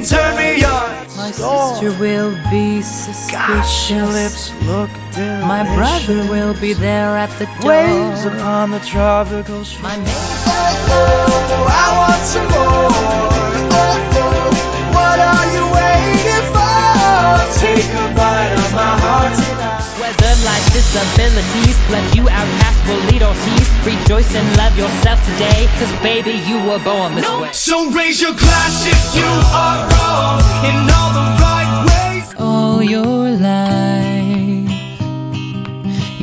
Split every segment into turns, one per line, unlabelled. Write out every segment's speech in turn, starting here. My sister will be
Gosh, your lips
suspicious.
look delicious.
My brother will be there at the door.
waves upon the tropical shore.
My maid
Oh,
Whether life's disabilities left you outcast will lead or tease, rejoice and love yourself today, cause baby, you were born this way.
So raise your glass if you are wrong in all the right ways.
all your life.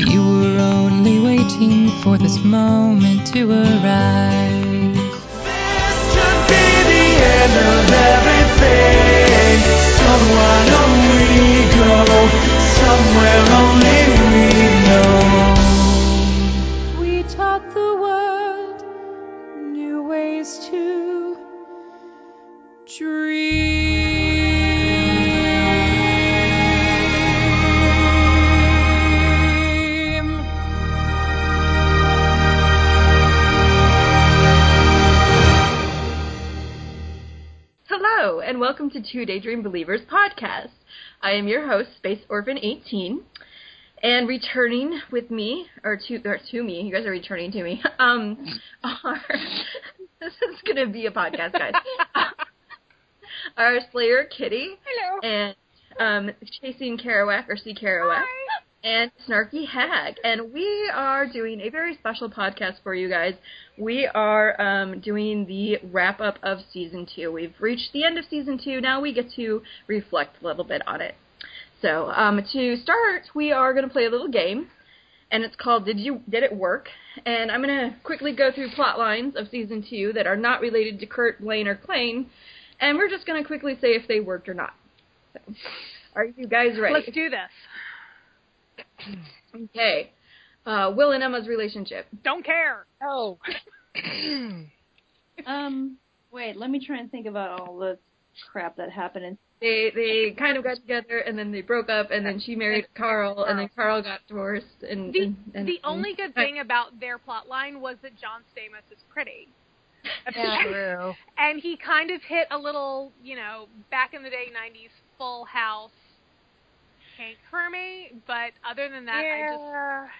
You were only waiting for this moment to arrive.
This could be the end of everything. Somewhere only go, somewhere only we know.
We taught the world new ways to dream.
Hello, and welcome to Two Daydream Believers podcast. I am your host, Space Orphan 18, and returning with me, or to, or to me, you guys are returning to me, um, are, this is going to be a podcast, guys, our Slayer Kitty,
Hello.
and um, Chasing Kerouac, or C. Kerouac, and Snarky Hag. And we are doing a very special podcast for you guys. We are um, doing the wrap up of season two. We've reached the end of season two. Now we get to reflect a little bit on it. So um, to start, we are going to play a little game, and it's called "Did You Did It Work?" And I'm going to quickly go through plot lines of season two that are not related to Kurt, Blaine, or Klain, and we're just going to quickly say if they worked or not. So, are you guys ready?
Let's do this.
Okay. Uh, Will and Emma's relationship.
Don't care.
Oh.
Um, wait, let me try and think about all the crap that happened. And
They they kind of got together and then they broke up and then she married Carl and then Carl got divorced and
The,
and, and-
the only good thing about their plot line was that John Stamos is pretty.
True.
And he kind of hit a little, you know, back in the day 90s full house tank for me, but other than that, I just.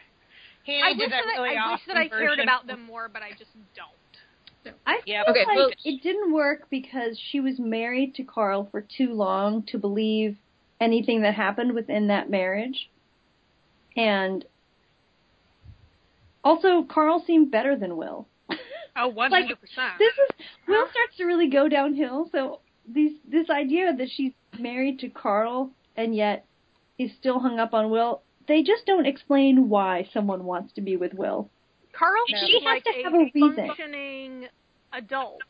He
I
did
wish
that
that,
really
I, wish
awesome
that I cared
version.
about them more, but I just don't.
I
Yep.
feel
Okay,
like
well-
it didn't work because she was married to Carl for too long to believe anything that happened within that marriage. And also, Carl seemed better than Will.
Oh, 100%.
This is Will starts to really go downhill. So these this idea that she's married to Carl and yet is still hung up on Will. They just don't explain why someone wants to be with Will.
Carl
She
seems
has
like
to
a,
have a reason.
functioning adult.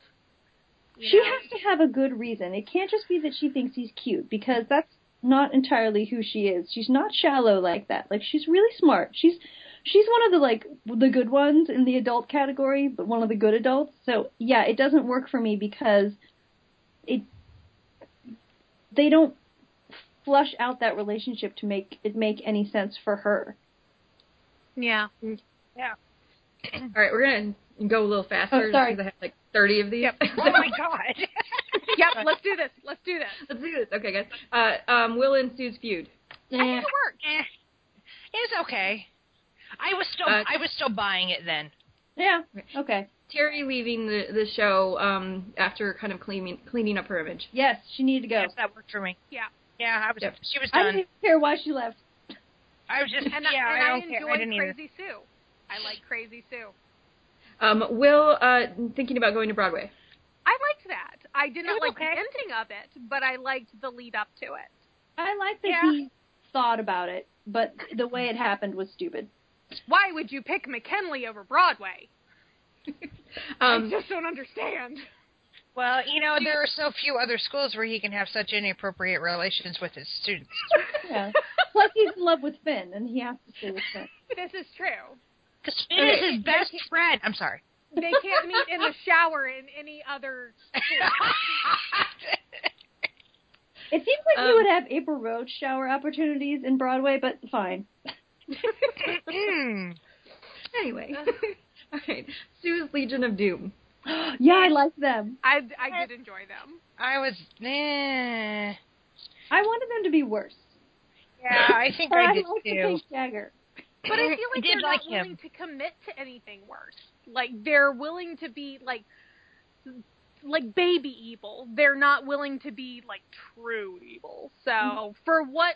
you
She
know?
has to have a good reason. It can't just be that she thinks he's cute because that's not entirely who she is. She's not shallow like that. Like she's really smart. She's she's one of the like the good ones in the adult category, but one of the good adults. So, yeah, it doesn't work for me because it they don't flush out that relationship to make it make any sense for her.
Yeah.
All right, we're gonna go a little faster
Oh, sorry.
because I have like thirty of these.
Oh my god.
Yep, let's do this. Let's do this.
Let's do this. Okay, guys. Uh, um, Will and Sue's feud.
I think it worked. Eh. It's okay. I was still
Uh,
I was still buying it then.
Yeah. Okay.
Terry leaving the the show um, after kind of cleaning cleaning up her image.
Yes, she needed to go.
Yes, that worked for me.
Yeah.
Yeah, I was
Yep.
she was
I didn't
done.
even care why she left.
I, was just
And,
yeah,
I, and
I don't
enjoyed
care. I didn't either.
Crazy Sue. I like Crazy Sue.
Um, Will uh, thinking about going to Broadway.
I liked that. I did not
was
like the ending of it, but I liked the lead up to it.
I like that
Yeah.
he thought about it, but the way it happened was stupid.
Why would you pick McKinley over Broadway? I
Um,
just don't understand.
Well, you know, there are so few other schools where he can have such inappropriate relations with his students.
Yeah. Plus, he's in love with Finn, and he has to stay with Finn.
This is true.
Because Finn is his best friend. I'm sorry.
They can't meet in the shower in any other.
It seems like
Um,
you would have April Roach shower opportunities in Broadway, but fine.
Hmm.
Anyway. All right. Sue's Legion of Doom.
Yeah, I like them.
I, I did enjoy them.
I was. Eh.
I wanted them to be worse.
Yeah, I think
But I,
I did
like the
too.
Pink Jagger.
But I feel
I
like
did
they're
like
not
him.
willing to commit to anything worse. Like they're willing to be like like baby evil. They're not willing to be like true evil. So
Mm-hmm.
for what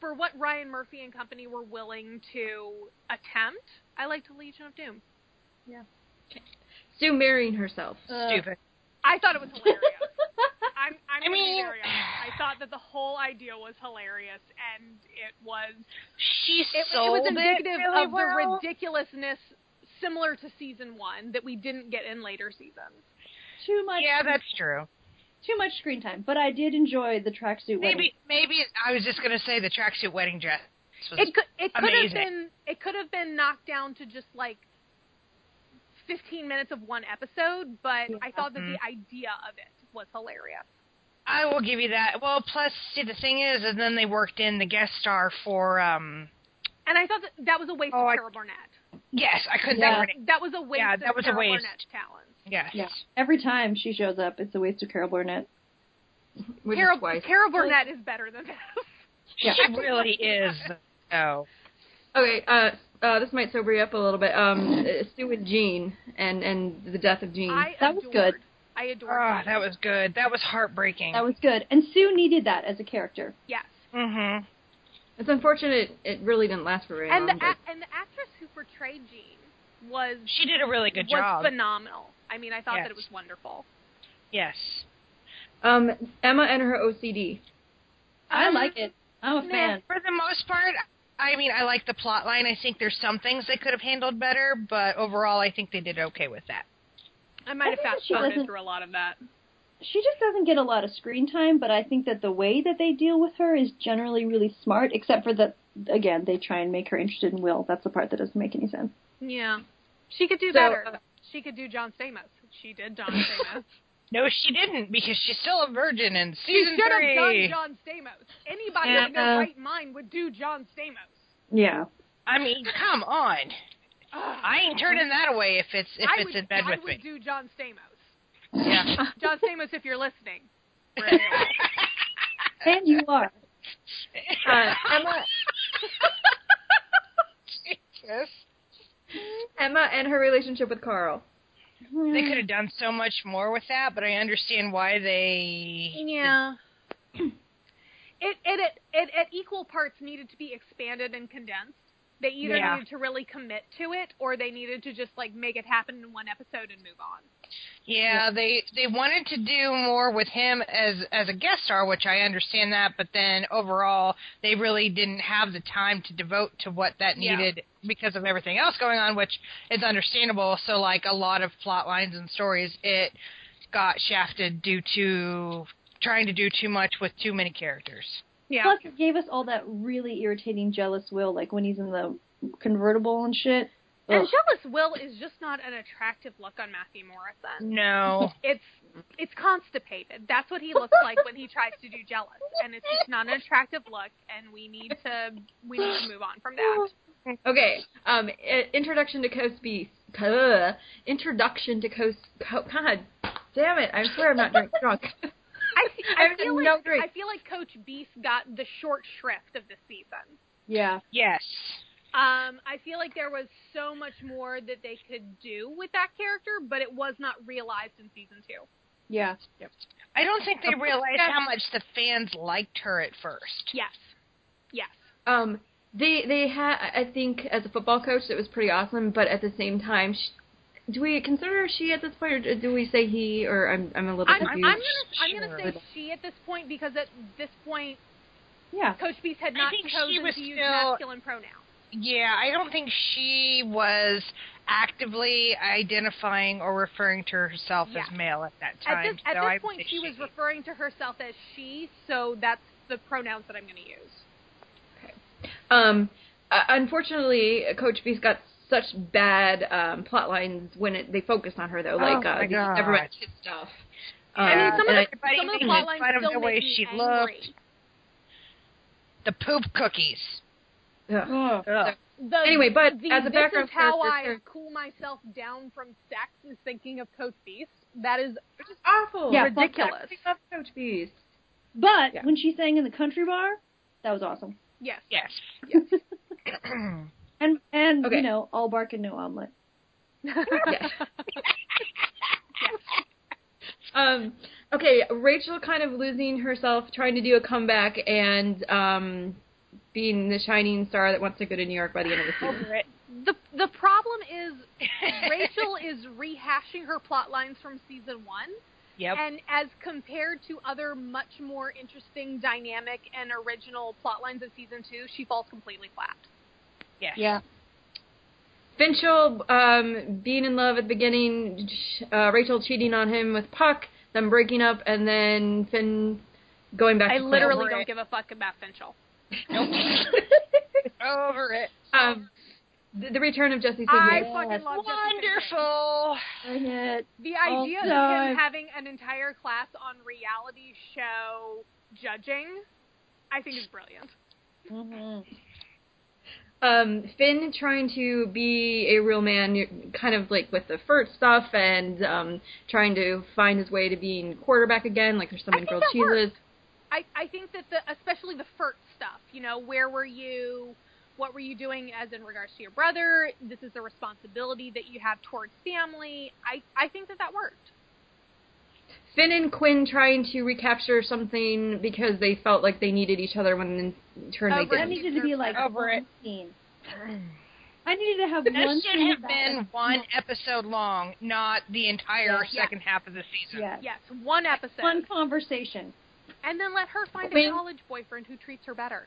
for what Ryan Murphy and company were willing to attempt, I liked Legion of Doom.
Sue marrying herself.
Uh,
Stupid.
I thought it was hilarious. I'm, I'm
I
gonna be
mean-
very honest. I thought that the whole idea was hilarious, and it was
She
it, it
sold
was indicative
really
of
well.
the ridiculousness similar to season one that we didn't get in later seasons.
Too much
Yeah, that's true.
too much screen time. But I did enjoy the tracksuit wedding.
Maybe, maybe I was just gonna say the tracksuit wedding dress. Was,
It could it could have
amazing.
been it could have been knocked down to just like fifteen minutes of one episode, but I thought that the idea of it was hilarious.
I will give you that. Well, plus, see, the thing is, and then they worked in the guest star for. um
And I thought that that was a waste
Oh,
of
I-
Sarah Barnett.
Yes, I couldn't
Yeah.
think of it.
That was a waste
Yeah, that
of
was a
Sarah
waste.
Barnett's talents.
Yes.
Yeah. Every time she shows up, it's a waste of Carol Burnett.
Which is
Carol,
twice.
Carol Burnett is better than that.
Yeah.
She really is. though.
Okay, uh, uh, this might sober you up a little bit. Um, uh, Sue and Jean, and and the death of Jean.
I
That was
adored,
good.
I adored
Oh,
Ah, that.
that was good. That was heartbreaking.
That was good. And Sue needed that as a character.
Yes.
Mm-hmm.
it's unfortunate it really didn't last for very
and the
long. but
a- and the actress who portrayed Jean was
She did a really good
was
job.
phenomenal. I mean, I thought
Yes.
that it was wonderful.
yes.
Um, Emma and her OCD.
I
Um,
like it. I'm a
Nah,
fan.
for the most part, I mean, I like the plot line. I think there's some things they could have handled better, but overall, I think they did okay with that.
I might
I
have
think that
fast
she
forwarded
wasn't-
through a lot of that.
She just doesn't get a lot of screen time, but I think that the way that they deal with her is generally really smart, except for that again, they try and make her interested in Will. That's the part that doesn't make any sense.
Yeah, she could do
So,
better.
uh,
she could do John Stamos. She did John Stamos.
No, she didn't because she's still a virgin in
she
season
should have done
three.
John Stamos. Anybody in their
Yeah.
right mind would do John Stamos.
Yeah.
I mean, come on.
Ugh.
I ain't turning that away if it's if
Ah. I
it's
would,
in bed
I
with
would
me.
do John Stamos.
yeah.
John Stamos, if you're listening. Right.
And you are.
Uh, Emma,
Jesus.
Emma and her relationship with Carl.
They could have done so much more with that, but I understand why they.
Yeah. It it, it it at equal parts needed to be expanded and condensed. They either
Yeah.
needed to really commit to it or they needed to just like make it happen in one episode and move on.
Yeah, they they wanted to do more with him as as a guest star, which I understand that, but then overall they really didn't have the time to devote to what that
Yeah.
needed because of everything else going on, which is understandable. So like a lot of plot lines and stories it got shafted due to trying to do too much with too many characters.
Yeah.
Plus, it gave us all that really irritating jealous Will, like when he's in the convertible and shit.
and
Ugh.
Jealous Will is just not an attractive look on Matthew Morrison.
No.
It's it's constipated. That's what he looks like when he tries to do jealous, and it's just not an attractive look. And we need to we need to move on from that.
Okay. Um, i- introduction to Coast Beast. Ugh. Introduction to Coast. Co- God, damn it! I swear I'm not drink- drunk.
I,
I
I,
have
feel
no
like,
drink.
I feel like Coach Beast got the short shrift of the season.
Yeah.
yes.
Um, I feel like there was so much more that they could do with that character, but it was not realized in season two.
Yeah.
I don't think they realized how much the fans liked her at first.
Yes, yes,
um, they they had. I think as a football coach, that was pretty awesome. But at the same time, sh do we consider she at this point, or do we say he? Or I'm I'm a little
I'm,
confused.
I'm gonna I'm gonna
Sure.
say she at this point because at this point
Yeah.
Coach Beast had
I
not
think she
chosen
was
to use
still-
masculine pronouns.
Yeah, I don't think she was actively identifying or referring to herself
Yeah.
as male at that
At
time.
this at
so I
this
would
point,
say
she was referring to herself as she, so that's the pronouns that I'm gonna use.
Um, uh, unfortunately, Coach Beast got such bad um, plot lines when it, they focused on her, though. Like
Oh,
uh,
my
the
God.
government stuff. Uh,
I mean, some of
and
the,
I-
Everybody
some of the
thinks
plot
it's
lines
fun of
still
the
make
way
me
she
angry.
looked. The poop cookies.
Ugh.
Oh,
Ugh.
Ugh.
The,
Anyway, but
the,
as a
this
background
is how
character-
I cool myself down from sex is thinking of Coach Beast. That is
Which is awful.
Yeah, fuck that.
ridiculous.
I love Coach Beast.
But
Yeah.
when she sang in the country bar, that was awesome.
Yes.
Yes.
And and
Okay.
you know, all bark and no omelet.
Um, okay, Rachel kind of losing herself, trying to do a comeback, and um, being the shining star that wants to go to New York by the end of the season.
Over it. The the problem is Rachel is rehashing her plot lines from season one,
Yep.
and as compared to other much more interesting, dynamic, and original plot lines of season two, she falls completely flat.
yes.
Yeah.
Finchel um, being in love at the beginning, uh, Rachel cheating on him with Puck, them breaking up, and then Finn going back.
I
to
literally
over
don't
it.
give a fuck about Finchel.
Over it.
Clan. um, the, the return of Jesse
I
Singers.
fucking love Jesse Pinkman.
Wonderful.
Darn it.
The idea
Oh,
of
God.
him having an entire class on reality show judging, I think is brilliant.
Mhm.
um, Finn trying to be a real man, kind of like with the Furt stuff, and um, trying to find his way to being quarterback again. Like there's
I
someone
think
girl
that
cheeses.
I, I think that the especially the FERT stuff, you know, where were you, what were you doing as in regards to your brother? This is the responsibility that you have towards family. I, I think that that worked.
Finn and Quinn trying to recapture something because they felt like they needed each other when in turn
Oh,
they
right.
That
didn't.
needed to be like
Over
one
it.
scene. I needed to have
That
one
should
scene
have
about
been
it.
one episode long, not the entire
Yeah.
second half of the season.
Yes.
Yes, one episode.
One conversation.
And then let her find
Wait.
a college boyfriend who treats her better.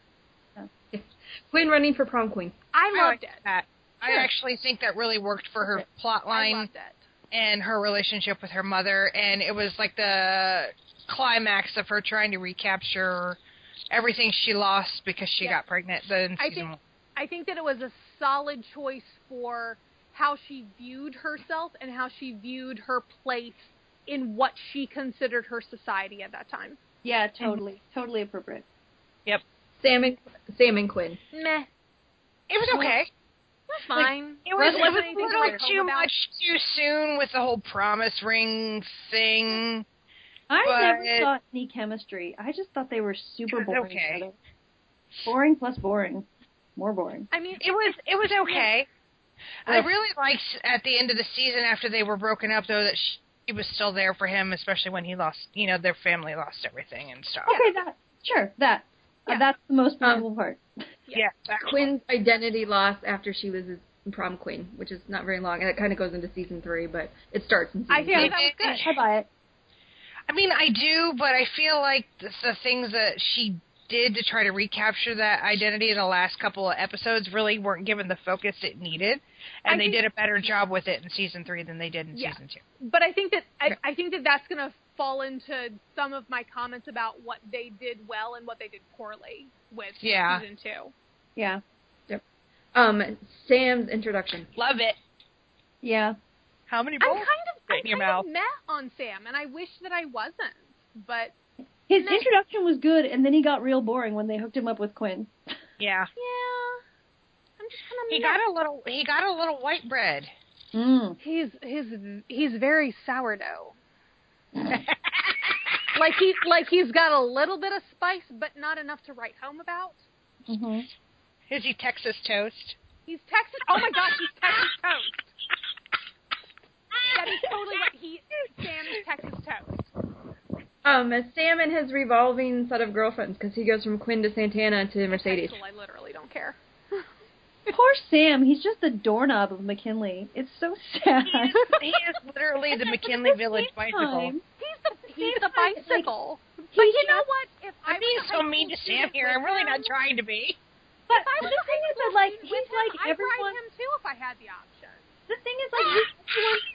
Quinn running for prom queen.
I
I
loved
liked
it.
that.
Sure.
I actually think that really worked for her plot
I
line
loved it.
and her relationship with her mother, and it was like the climax of her trying to recapture everything she lost because she
Yeah.
got pregnant. Then
I
season
think-
one.
I think that it was a solid choice for how she viewed herself and how she viewed her place in what she considered her society at that time.
Yeah, totally. Totally appropriate.
Sam and Sam and Quinn.
Meh.
It was okay.
Fine.
It was, it
Wasn't
was a
anything to
little
write home
too
about.
much too soon with the whole promise ring thing.
I
But
never
it-
saw any chemistry. I just thought they were super
It's
boring.
okay.
together. Boring plus boring. More boring.
I mean,
It was it was okay. I
Ugh.
really liked at the end of the season after they were broken up though that she, she was still there for him, especially when he lost you know their family lost everything and stuff.
Okay, that sure that Uh,
Yeah.
that's the
Um,
most memorable part.
Yeah, that
Quinn's identity loss after she was his prom queen, which is not very long, and it kind of goes into season three, but it starts in season
I
two.
think that was good.
I buy it.
I mean, I do, but I feel like the, the things that she did to try to recapture that identity in the last couple of episodes really weren't given the focus it needed, and
I
they
think-
did a better job with it in season three than they did in
Yeah.
season two.
But I think that I, I think that that's going to fall into some of my comments about what they did well and what they did poorly with
Yeah.
season two.
Yeah,
Um, Sam's introduction.
Love it.
yeah.
How many
I'm
balls?
kind of
Right in
I'm
your
kind of
mouth.
met on Sam, and I wish that I wasn't. But
His
Nice.
introduction was good, and then he got real boring when they hooked him up with Quinn.
yeah,
yeah, I'm just kind of
he got a little. He got a little white bread.
Mm.
He's he's he's very sourdough. like he like he's got a little bit of spice, but not enough to write home about.
hmm
mm-hmm. Is he Texas toast?
He's Texas. Oh my gosh, he's Texas toast. That is totally what he Sam is Texas toast.
Um, Sam and his revolving set of girlfriends, because he goes from Quinn to Santana to Mercedes.
Texel, I literally don't care.
Poor Sam. He's just the doorknob of McKinley. It's so sad.
He is, he is literally the McKinley Village bicycle.
Time.
He's the he's the
Like-
bicycle.
He
But you
just-
know what? If I
I'm being
was a
so
high
mean to
school
Sam
student
here. I'm
with
really not
him-
trying to be.
But
If I was
the
a high
thing is
school
that like
student
he's
with him,
like
I'd ride
everyone.
him too if I had the option.
The thing is like he's everyone's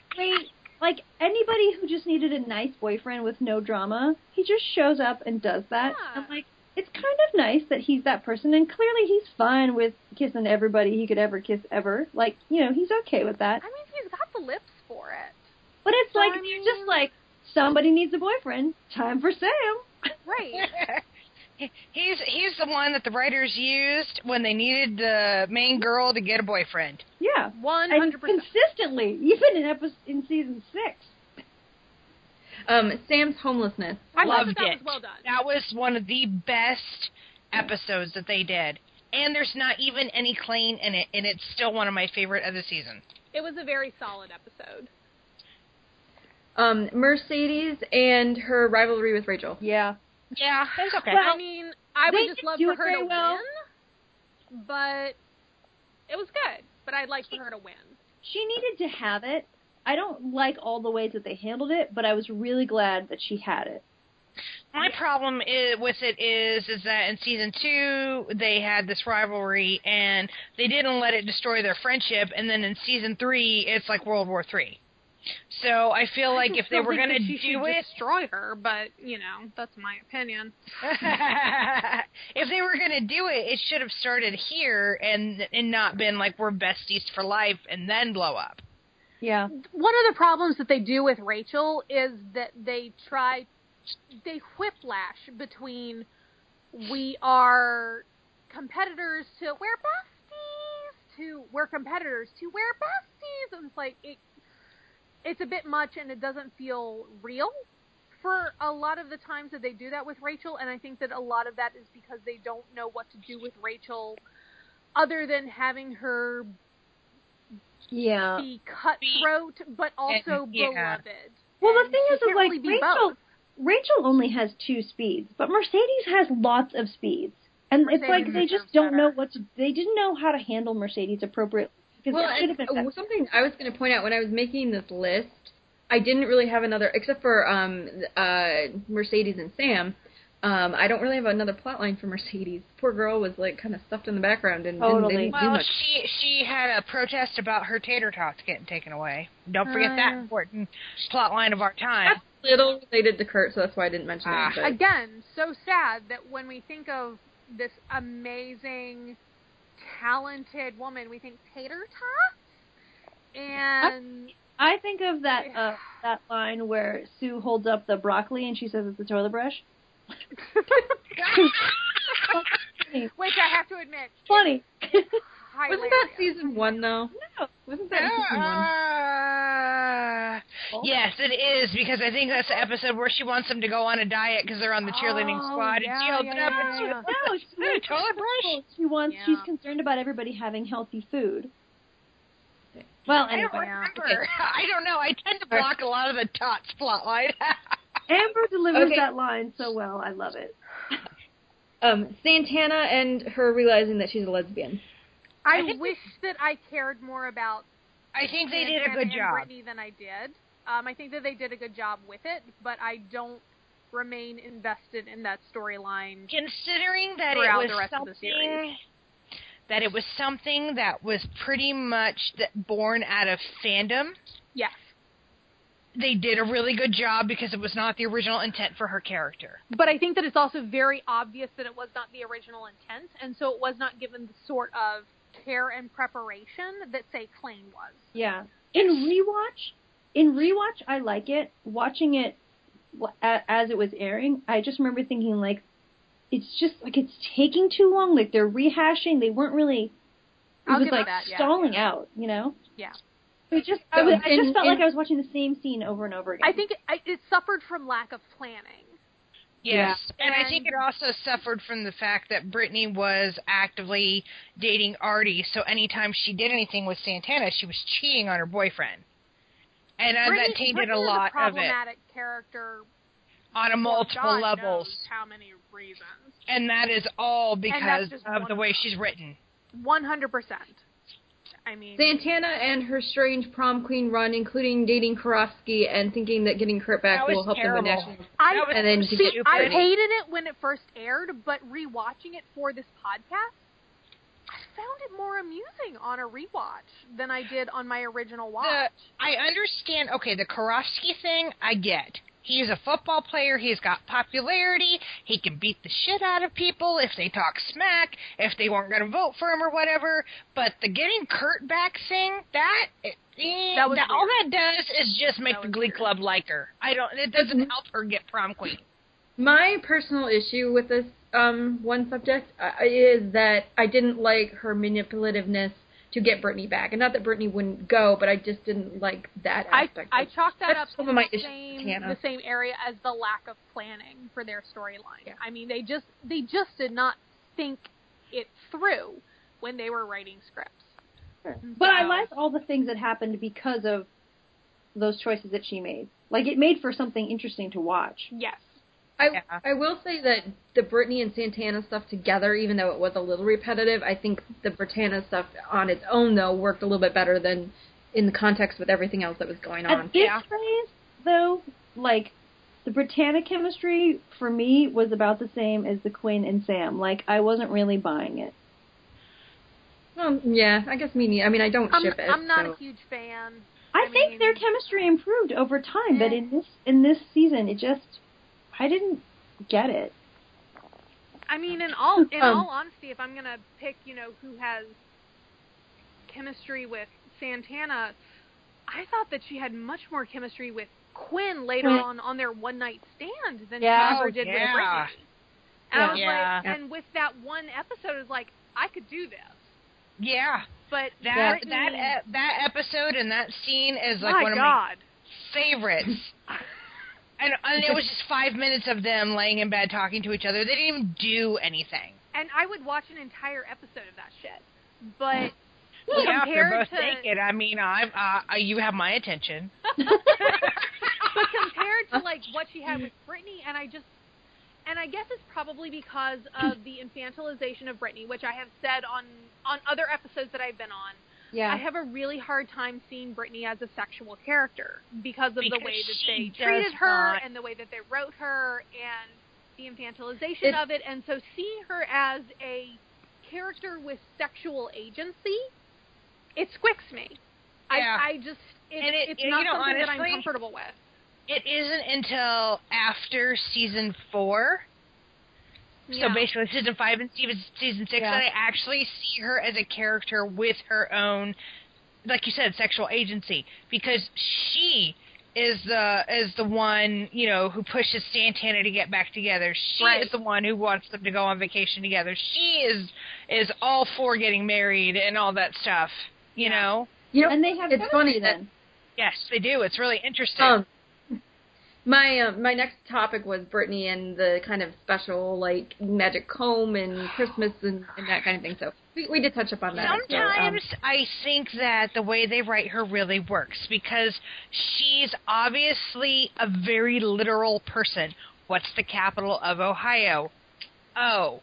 great. Like anybody who just needed a nice boyfriend with no drama, he just shows up and does that.
Yeah.
I'm like, it's kind of nice that he's that person, and clearly he's fine with kissing everybody he could ever kiss ever. Like, you know, he's okay with that.
I mean, he's got the lips for it.
But it's
So,
like
I
you're
mean-
just like somebody needs a boyfriend. Time for Sam.
Right.
He's he's the one that the writers used when they needed the main girl to get a boyfriend.
Yeah.
One
And
hundred percent.
consistently, even in episode, in season six.
Um, Sam's homelessness.
I thought
Loved
that, that
it.
was well done.
That was one of the best episodes that they did. And there's not even any clean in it, and it's still one of my favorite of the season.
It was a very solid episode.
Um, Mercedes and her rivalry with Rachel.
Yeah.
Yeah, it's okay.
I mean, I
they
would just
didn't
love
do
for
it
her
very
to
well.
win, but it was good. But I'd like for her to win.
She needed to have it. I don't like all the ways that they handled it, but I was really glad that she had it.
My problem i with it is is that in season two they had this rivalry and they didn't let it destroy their friendship, and then in season three it's like World War Three. So I feel like if they were
going
gonna
to
do it,
destroy her, but you know, that's my opinion.
if they were gonna do it, it should have started here and and not been like we're besties for life and then blow up.
Yeah.
One of the problems that they do with Rachel is that they try, they whiplash between we are competitors to we're besties to we're competitors to we're besties. And it's like it, it's a bit much and it doesn't feel real. For a lot of the times that they do that with Rachel, and I think that a lot of that is because they don't know what to do with Rachel, other than having her
Yeah.
be cutthroat, but also
Uh, and- yeah.
beloved.
Well, the
And
thing
she
is, is
can't
like
really be
Rachel,
both.
Rachel only has two speeds, but Mercedes has lots of speeds, and it's like
Mercedes
they just
deserves
don't know
better.
what to. They didn't know how to handle Mercedes appropriately. 'cause
Well,
it should have
and
been
uh,
better.
something I was going to point out when I was making this list, I didn't really have another, except for um, uh, Mercedes and Sam. Um, I don't really have another plot line for Mercedes. Poor girl was like kind of stuffed in the background and didn't-
Totally.
they didn't, do
Well,
much.
she she had a protest about her tater tots getting taken away. Don't forget that important plot line of our time.
That's little related to Kurt, so that's why I didn't mention
Ah.
it. but-
Again, so sad that when we think of this amazing, talented woman, we think tater tots, and
I think of that
Yeah.
uh, that line where Sue holds up the broccoli and she says it's a toilet brush.
which I have to admit,
Funny.
Wasn't
hilarious.
that season one though?
No. Uh-uh.
Wasn't that season one?
Ah,
Oh.
yes, it is because I think that's the episode where she wants them to go on a diet because they're on the cheerleading
Oh,
squad. and she
yeah,
holds it
yeah,
up and
yeah,
she
yeah.
no, she
No,
wants
toilet brush.
She wants.
Yeah.
She's concerned about everybody having healthy food. Well,
I don't
anyway,
remember. I don't know. I tend to block a lot of the tots plotline.
Amber delivers
Okay.
that line so well. I love it.
Um, Santana and her realizing that she's a lesbian.
I,
I think-
wish that I cared more about
I think they
and-
did a
and-
good
and
job.
Brittany than I did. Um, I think that they did a good job with it, but I don't remain invested in that storyline.
Considering that it
Throughout
was
the rest of the
something
series.
that it was something that was pretty much that born out of fandom,
Yes,
they did a really good job because it was not the original intent for her character.
but I think that it's also very obvious that it was not the original intent, and so it was not given the sort of care and preparation that, say, Klain was.
Yeah. In rewatch, in rewatch, I like it. Watching it w- a- as it was airing, I just remember thinking like, it's just like it's taking too long. Like they're rehashing. They weren't really. It
I'll
was
give it
like
that, yeah,
stalling out. You know.
Yeah.
It just. I, was, I
Um,
just
in-
felt like
in-
I was watching the same scene over and over again.
I think it, I- it suffered from lack of planning.
Yes, and, I think it
And-
also suffered from the fact that Brittany was actively dating Artie, so anytime she did anything with Santana, she was cheating on her boyfriend, and uh,
Brittany-
that tainted
Brittany
a
is
lot of it
problematic character
on a
for
multiple
God
levels,
knows how many reasons.
and that is all because
just
of
one
the
of
way
them.
she's written.
One hundred percent. I mean,
Santana and her strange prom queen run, including dating Karofsky and thinking that getting Kurt back
That
will
was
help
terrible.
them with national.
I
That was
and then to
See,
get
stupid.
I hated it when it first aired, but rewatching it for this podcast, I found it more amusing on a rewatch than I did on my original watch.
I understand. Okay, the Karofsky thing, I get. He's a football player. He's got popularity. He can beat the shit out of people if they talk smack, if they weren't going to vote for him or whatever. But the getting Kurt back thing, that it, Eh,
That was
that- all that
weird.
does is just make
That
the
was
Glee
weird. Mm-hmm.
Club like her. I don't. It doesn't help her get prom queen.
My personal issue with this um, one subject uh, is that I didn't like her manipulativeness to get Brittany back, and not that Brittany wouldn't go, but I just didn't like that
I
aspect.
I
of
chalked that
That's
up
some
to
of my
the
issues with
same
Hannah.
the same area as the lack of planning for their storyline.
Yeah.
I mean, they just they just did not think it through when they were writing scripts.
But I
So-
liked all the things that happened because of those choices that she made. Like it made for something interesting to watch.
Yes.
I,
Yeah.
I will say that the Britney and Santana stuff together, even though it was a little repetitive, I think the Britannia stuff on its own though worked a little bit better than in the context with everything else that was going on.
At this
Yeah.
phase, though, like the Britannia chemistry for me was about the same as the Quinn and Sam. Like I wasn't really buying it.
Well, yeah, I guess me. neither. I mean, I don't
I'm
ship it.
I'm not
so-
a huge fan.
I,
I
think their
mean-
chemistry improved over time, but in this in this season, it just I didn't get it.
I mean, in all in
Um,
all honesty, if I'm gonna pick, you know, who has chemistry with Santana, I thought that she had much more chemistry with Quinn later
Quinn.
on on their one night stand than
Yeah.
she ever
Oh,
did with
yeah.
Brittany. And I was
Yeah.
like, and with that one episode, I was like, I could do this,
Yeah,
but
that
Brittany-
that ep- that episode and that scene is like
my
one of my
God,
favorites. and, and it was just five minutes of them laying in bed talking to each other. They didn't even do anything.
and I would watch an entire episode of that shit. But
yeah, if
compared
you're both
to
naked, I mean, I'm uh, you have my attention.
but compared to like what she had with Britney, and I just, and I guess it's probably because of the infantilization of Britney, which I have said on on other episodes that I've been on. I have a really hard time seeing Britney as a sexual character because of
Because
the way that
she
they
does
treated her
not-
and the way that they wrote her and the infantilization
It's-
of it, and so seeing her as a character with sexual agency, it squicks me.
Yeah.
I, I just it,
And it-
it's
you
not
know,
something that I'm
honestly,
comfortable with.
It isn't until after season four, so basically season five and season season six,
Yeah.
that I actually see her as a character with her own, like you said, sexual agency because she is the is the one you know who pushes Santana to get back together. She
Right.
is the one who wants them to go on vacation together. She is is all for getting married and all that stuff. You
Yeah.
know.
you know,
And they have
it's funny
chemistry
that-
then.
Yes, they do. It's really interesting.
Um, my um, my next topic was Brittany and the kind of special like magic comb and Christmas and, and that kind of thing. So we, we did touch upon that. So, um,
Sometimes I think that the way they write her really works because she's obviously a very literal person. What's the capital of Ohio? Oh,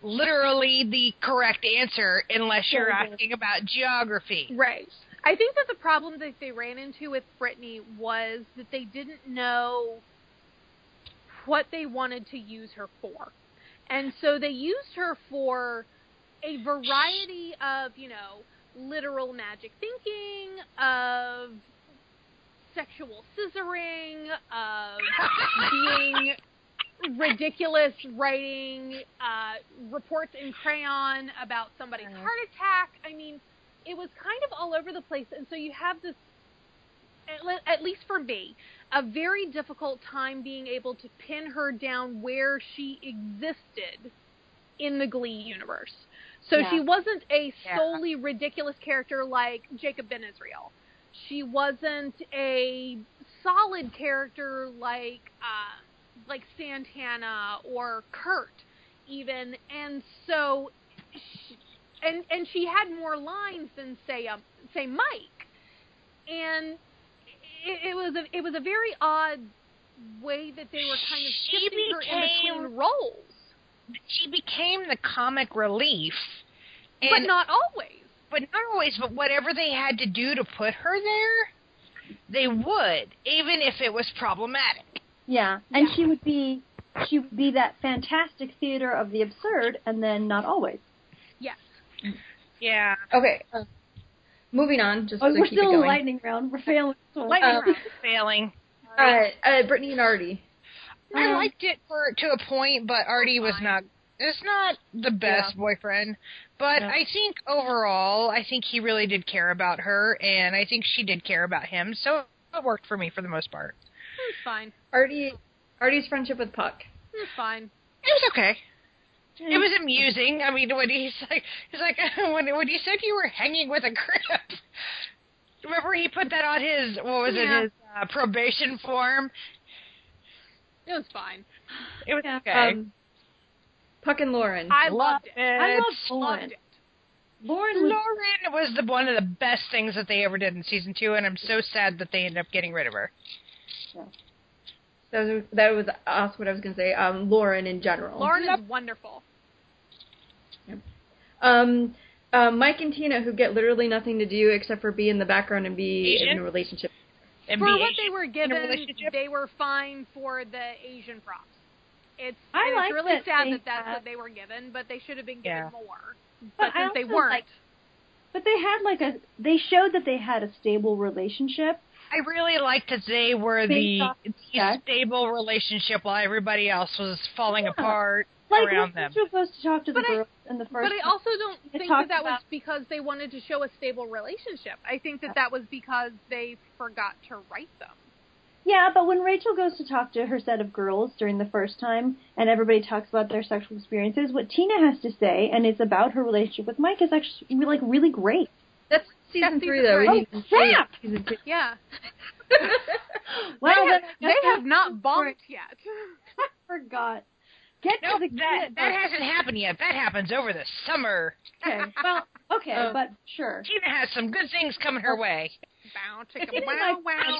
literally the correct answer unless you're
Yeah, yeah.
asking about geography.
Right. I think that the problem that they ran into with Britney was that they didn't know what they wanted to use her for. And so they used her for a variety of, you know, literal magic thinking, of sexual scissoring, of being ridiculous writing uh, reports in crayon about somebody's heart attack. I mean, it was kind of all over the place, and so you have this, at, le- at least for me, a very difficult time being able to pin her down where she existed in the Glee universe. So
Yeah.
she wasn't a
Yeah.
solely ridiculous character like Jacob Ben Israel. She wasn't a solid character like uh, like Santana or Kurt, even. And so, she, and and she had more lines than say um, say Mike, and it, it was a it was a very odd way that they were kind of
She
shifting her in
became-
between roles,
She became the comic relief. And
but not always.
but not always. But whatever they had to do to put her there, they would, even if it was problematic.
Yeah, and
Yeah.
she would be she would be that fantastic theater of the absurd, and then not always.
Yes.
Yeah.
okay. Um, moving on, just to
Oh, we're
keep it
still in
going.
lightning round. We're failing. this one.
Lightning
Uh,
round.
Failing.
Uh, uh, Brittany and Artie.
I
Um,
liked it for to a point, but Artie was
fine.
not. It's not the best boyfriend, but
No.
I think overall, I think he really did care about her, and I think she did care about him. So it worked for me for the most part.
It's fine.
Artie, Artie's friendship with Puck.
It's fine.
It was okay. It was amusing. I mean, when he's like, he's like, when when he said you were hanging with a grip. Remember, he put that on his what was
Yeah.
it his uh, probation form.
It was fine.
It was
Yeah.
okay.
Um, Puck and Lauren.
I loved
Loved
it.
I love
Loved
Lauren.
it.
Lauren was
Lauren was the one of the best things that they ever did in season two, and I'm so sad that they ended up getting rid of her.
That was, that was us. What I was gonna say. Um, Lauren in general.
Lauren is wonderful.
Um, uh, Mike and Tina, who get literally nothing to do except for be in the background and be
Asian?
in a relationship.
And
For
be
what
Asian
they were
in a
given,
relationship.
they were fine for the Asian props. It's,
I
and
like
it's really
that
sad
they
that that's
had-
what they were given, but they should have been given
Yeah.
more.
But
But,
I
since they
also
weren't,
like- But they had like a they showed that they had a stable relationship.
I really liked that they were the,
Based off
the
sex.
stable relationship while everybody else was falling apart
Like
around
they're
them.
supposed to talk to the
But I-
girls in the first.
But I also don't
They
think
talked
that that was
about-
because they wanted to show a stable relationship. I think that that was because they forgot to write them.
yeah, but when Rachel goes to talk to her set of girls during the first time, and everybody talks about their sexual experiences, what Tina has to say, and it's about her relationship with Mike, is actually like really great.
That's season
That's
three,
season
though.
three. Oh,
We need to see
crap!
season two.
Yeah,
Well,
they have,
then I guess
they have not bonked yet.
I forgot. Get
No,
to the
that
kid.
that hasn't happened yet. That happens over the summer.
okay. Well, okay,
Oh.
but sure.
Tina has some good things coming
Oh,
her way.
Bow, chicka,
It is
wow,
like-
wow.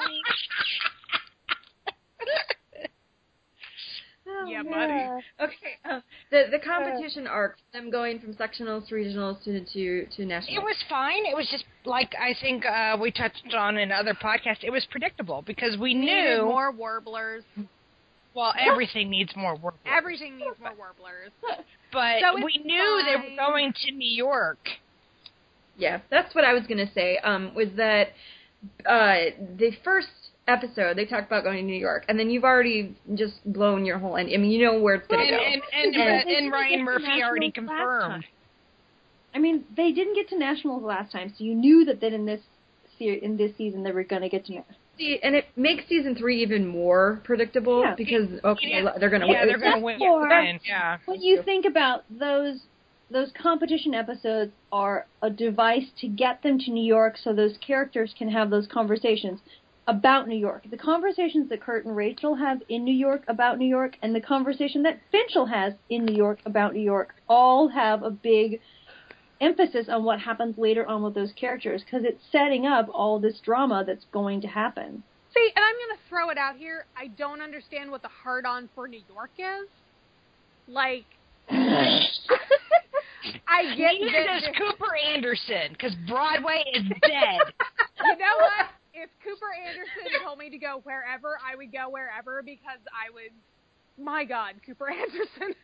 oh, Yeah, buddy.
Oh, Okay, uh, the the competition arc, them going from sectionals to regionals to to, to national.
It was fine. It was just like I think uh, we touched on in other podcasts. It was predictable because we
Needed
knew.
more warblers.
well, everything needs more work.
Everything needs more warblers.
but
So it's
we knew they
fine.
were going to New York.
yeah, that's what I was gonna say. Um, was that uh the first episode they talked about going to New York, and then you've already just blown your whole end. I mean, you know where it's gonna
And
go.
and and,
Yeah.
and,
They didn't
Ryan
get
Murphy already
nationals last
confirmed.
time. I mean, they didn't get to nationals last time, so you knew that then in this se- in this season they were going to get to. nationals.
See, and it makes season three even more predictable
Yeah.
because okay,
Yeah.
they're gonna
Yeah,
win.
they're going to
Except
win.
for-
And, yeah.
What you think about those those competition episodes are a device to get them to New York so those characters can have those conversations about New York. The conversations that Kurt and Rachel have in New York about New York and the conversation that Finchel has in New York about New York all have a big emphasis on what happens later on with those characters because it's setting up all this drama that's going to happen.
See, and I'm going to throw it out here. I don't understand what the hard on for New York is. Like, I get
Neither
that-
does Cooper Anderson because Broadway is dead.
you know what? If Cooper Anderson told me to go wherever, I would go wherever because I would. My God, Cooper Anderson.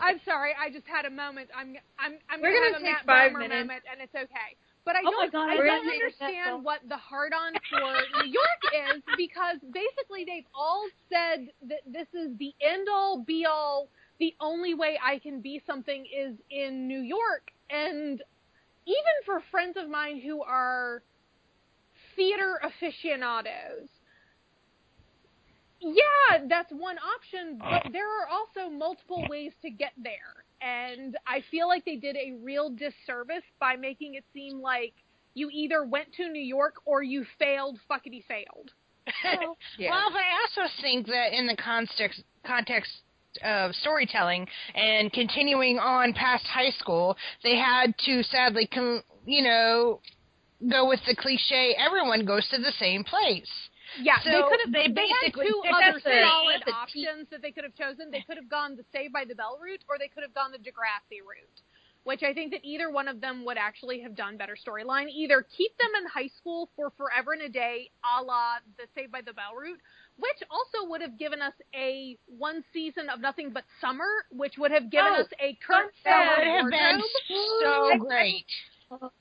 I'm sorry, I just had a moment. I'm I'm I'm
We're
gonna,
gonna
have
take
a Matt
five
Bomer
minutes.
moment, and it's okay. But I
Oh
don't,
my God,
I
we're
don't
gonna take a
understand
minute.
what the hard on for New York is because basically they've all said that this is the end all be all. The only way I can be something is in New York, and even for friends of mine who are theater aficionados, yeah, that's one option, but there are also multiple ways to get there. And I feel like they did a real disservice by making it seem like you either went to New York or you failed, fuckity failed.
Yeah.
Well, but I also think that in the context context of storytelling and continuing on past high school, they had to sadly, com- you know, go with the cliche: everyone goes to the same place.
Yeah,
So
they could have.
they
had
basically-
two
that's
other
the-
solid
that's the
options that they could have chosen. They could have gone the Save by the Bell route, or they could have gone the Degrassi route, which I think that either one of them would actually have done better storyline. Either keep them in high school for forever and a day, a la the Save by the Bell route, which also would have given us a one season of nothing but summer, which would have given
Oh,
us a current
That
That
would
summer
have been
wardrobe.
so great.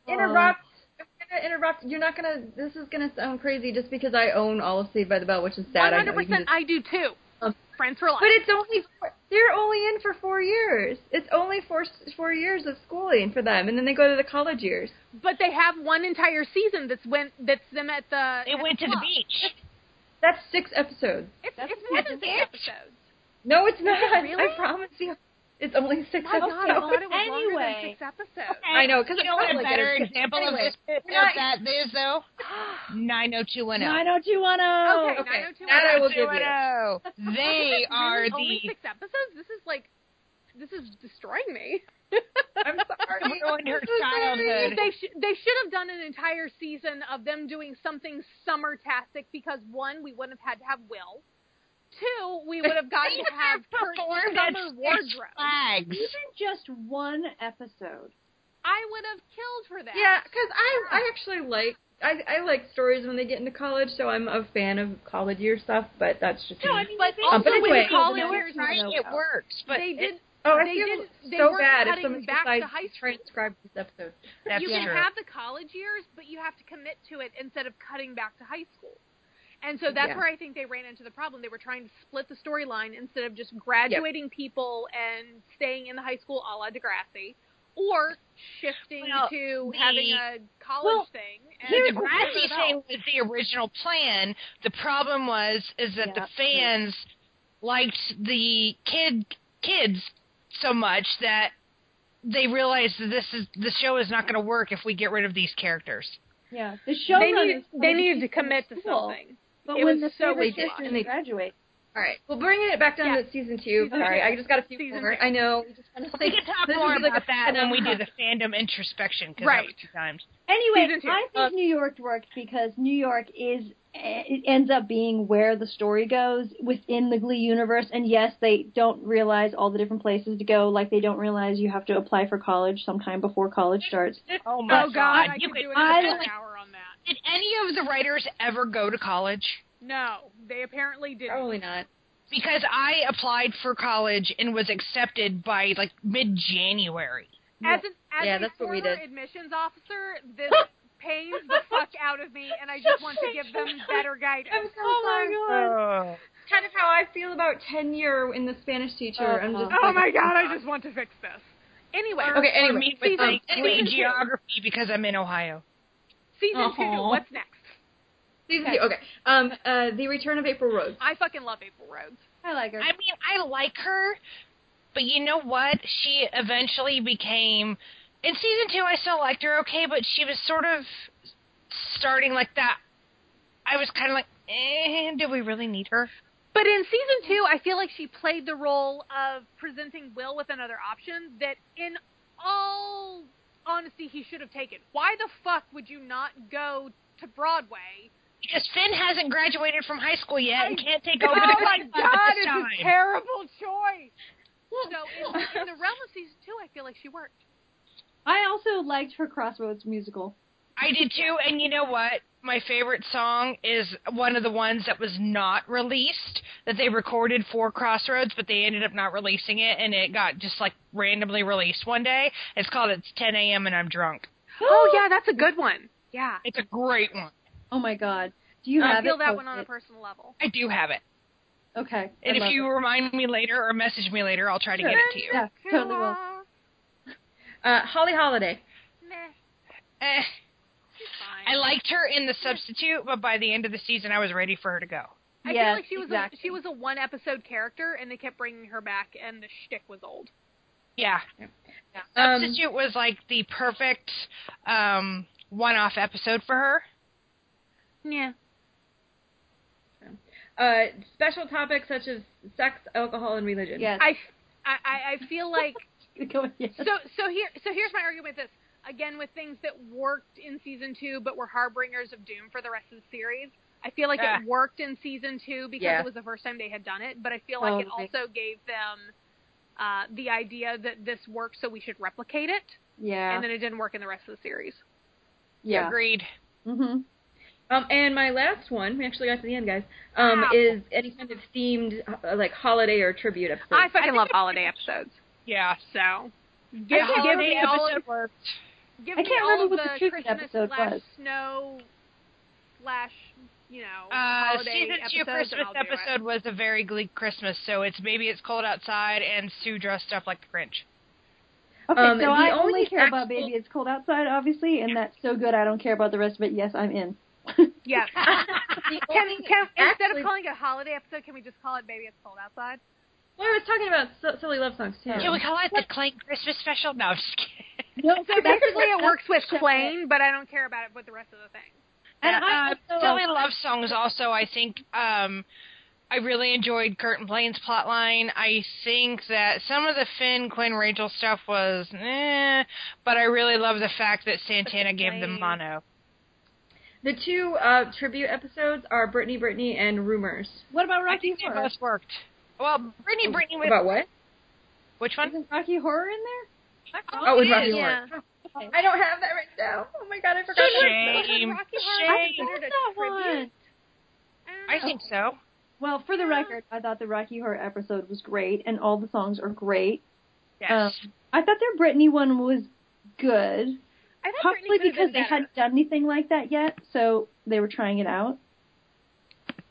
interrupt. I'm gonna interrupt. You're not gonna. This is gonna sound crazy just because I own all of Saved by the Bell, which is sad. I know.
One
You can
hundred percent,
just-
I do too.
Um,
Friends for life.
but it's only four, They're only in for four years. It's only four four years of schooling for them, and then they go to the college years.
But they have one entire season that's went that's them at the.
It went to the beach.
That's six episodes.
It's, it's more than six episodes.
No, it's not.
really?
I promise you, it's only six
My God,
episodes.
I thought it was longer than
Anyway.
six episodes.
I know, 'cause
you
it
know
felt
what a
like
better
it.
example
Anyway,
of this
we're not-
of that is though nine oh hundred two one oh.
90210.
zero.
Okay,
okay.
90210.
That I will give you.
They are
really
the
only six episodes. This is like, this is destroying me.
I'm sorry.
ruined her
I'm so sorry.
childhood.
they sh- they should have done an entire season of them doing something summer tastic because one, we wouldn't have had to have Will. Two, we would have gotten to have Kurt's
performed at
summer
Six
wardrobe.
Flags.
Even just one episode.
I would have killed for that.
Yeah, because I I actually like I I like stories when they get into college, so I'm a fan of college year stuff. But that's just me.
but
Um,
also
but
with
anyway-
college
No,
years,
it's not
Right, it
about.
works, but
they did.
oh, I
they
feel
didn't- they
so
weren't
bad if
cutting
somebody
back to
decides
high school.
transcribe this episode.
that's
you can
true.
have the college years, but you have to commit to it instead of cutting back to high school. And so that's
Yeah.
where I think they ran into the problem. They were trying to split the storyline instead of just graduating people and staying in the high school a la Degrassi, or shifting
Well,
to
the-
having a college
well,
thing.
the
And
Degrassi thing was the original plan. The problem was is that the fans liked the kid kids so much that they realized that this is the show is not going to work if we get rid of these characters.
Yeah, the show
they, need, they needed to commit to something.
But
It
when
was
the
so
favorite
ridiculous.
sister graduate,
All right, well, bringing it back down
Yeah.
to season two.
Season
Sorry,
two.
I just got a few
Season
more.
two.
I know. We just kind of
We can talk
this
more
is like
about
a
that when we do
phenomenon.
the fandom introspection because
Right.
times.
Anyway,
Season two.
I think
Uh,
New York worked because New York is it ends up being where the story goes within the Glee universe. And yes, they don't realize all the different places to go. Like they don't realize you have to apply for college sometime before college starts.
Oh my
Oh God, I
You
could do an
I
entire
like-
hour on that.
Did any of the writers ever go to college?
No, they apparently didn't.
Probably not.
Because I applied for college and was accepted by like mid January.
As an as
Yeah,
a
that's what
former
we did.
admissions officer, this pains the fuck out of me, and I just want to give them better
I'm
guidance.
so sorry.
Oh.
Kind of how I feel about tenure in the Spanish teacher. I'm just.
Oh
like,
my god, I just want to fix this. Anyway, um,
Okay. Anyway.
me with
season-
like
season two.
geography because I'm in Ohio.
season two.
Aw.
What's next?
Season two. Okay. Um. Uh. The Return of April Rose.
I fucking love April Rhodes.
I like her.
I mean, I like her, but you know what? She eventually became in season two. I still liked her okay, but she was sort of starting like that. I was kind of like, eh, do we really need her?
But in season two, I feel like she played the role of presenting Will with another option that, in all honesty, he should have taken. Why the fuck would you not go to Broadway?
Because Finn hasn't graduated from high school yet and can't take
oh
over the
my
classes at
god,
this
it's
time.
a terrible choice. So in, in the realm of season two, I feel like she worked.
I also liked her Crossroads musical.
I did too, and you know what? My favorite song is one of the ones that was not released that they recorded for Crossroads, but they ended up not releasing it, and it got just like randomly released one day. It's called "It's 10 A.M. and I'm Drunk."
Oh yeah, that's a good one. Yeah,
It's a great one.
Oh my God, do you
I
have
feel
it?
that
Post
one on
it.
a personal level.
I do have it,
Okay,
and
I love
if you
it.
remind me later or message me later, I'll try to get it to you.
yeah, totally will.
Uh. Holly Holiday.
Meh,
Eh,
she's
I
fine.
liked her in the substitute, but by the end of the season, I was ready for her to go.
I feel
Yes,
like she was
exactly.
a, she was a one episode character, and they kept bringing her back, and the shtick was old.
Yeah,
Um.
substitute was like the perfect um, one-off episode for her.
Yeah.
Uh. Special topics such as sex, alcohol, and religion.
Yes.
I, I- I, I feel like
Go- yes.
so so here so here's my argument with this again with things that worked in season two but were harbingers of doom for the rest of the series i feel like
Yeah.
it worked in season two because
Yeah.
it was the first time they had done it but i feel like it
Totally.
also gave them uh, the idea that this works so we should replicate it
yeah.
and then it didn't work in the rest of the series
yeah.
Agreed.
Mm-hmm.
Um, and my last one, we actually got to the end, guys, um,
Wow.
is any kind of themed, uh, like, holiday or tribute episode.
i fucking love holiday episodes
Yeah.
so give,
Yeah,
give me all of,
worked.
give
I
me
can't
all
remember
of
what the tribute
christmas
episode
slash
was.
snow slash you know,
Uh,
holiday
season two
episodes, and
Christmas
I'll do it.
episode was a very Gleek Christmas, so it's maybe it's cold outside and Sue dressed up like the Grinch.
Okay,
Um,
so
the
I
only
only care about
actual-
Baby It's Cold Outside, obviously, and that's so good I don't care about the rest of it. Yes, I'm in.
Yeah.
The
Can,
only
can, instead
actually-
of calling it a holiday episode, can we just call it "Baby It's Cold Outside"?
Well, I was talking about so- silly love songs too.
Can we call it the Clank Christmas special? No, I'm just kidding.
No,
So basically, it works with Plain, but I don't care about it with the rest of the thing.
And I
uh,
also-
silly love songs. Also, I think um, I really enjoyed Curtin Plain's plotline. I think that some of the Finn Quinn Rachel stuff was, eh, but I really love the fact that Santana gave them
Plain.
mono.
The two uh, tribute episodes are Brittany, Brittany, and Rumors.
What about Rocky
They
Horror?
both worked. Well, Brittany, Brittany was
About what?
which one?
Isn't Rocky Horror in there?
Oh, with
it
Rocky
is.
Horror. I don't have that right now. Oh my god, I forgot. that.
Shame.
Rocky Horror
Shame.
considered a
That
tribute?
one.
I think so.
Well, for the record, I thought the Rocky Horror episode was great, and all the songs are great.
Yes.
Um, I thought their Britney one was good,
I thought
probably
Britney could've
because
been
they
better.
hadn't done anything like that yet, so they were trying it out.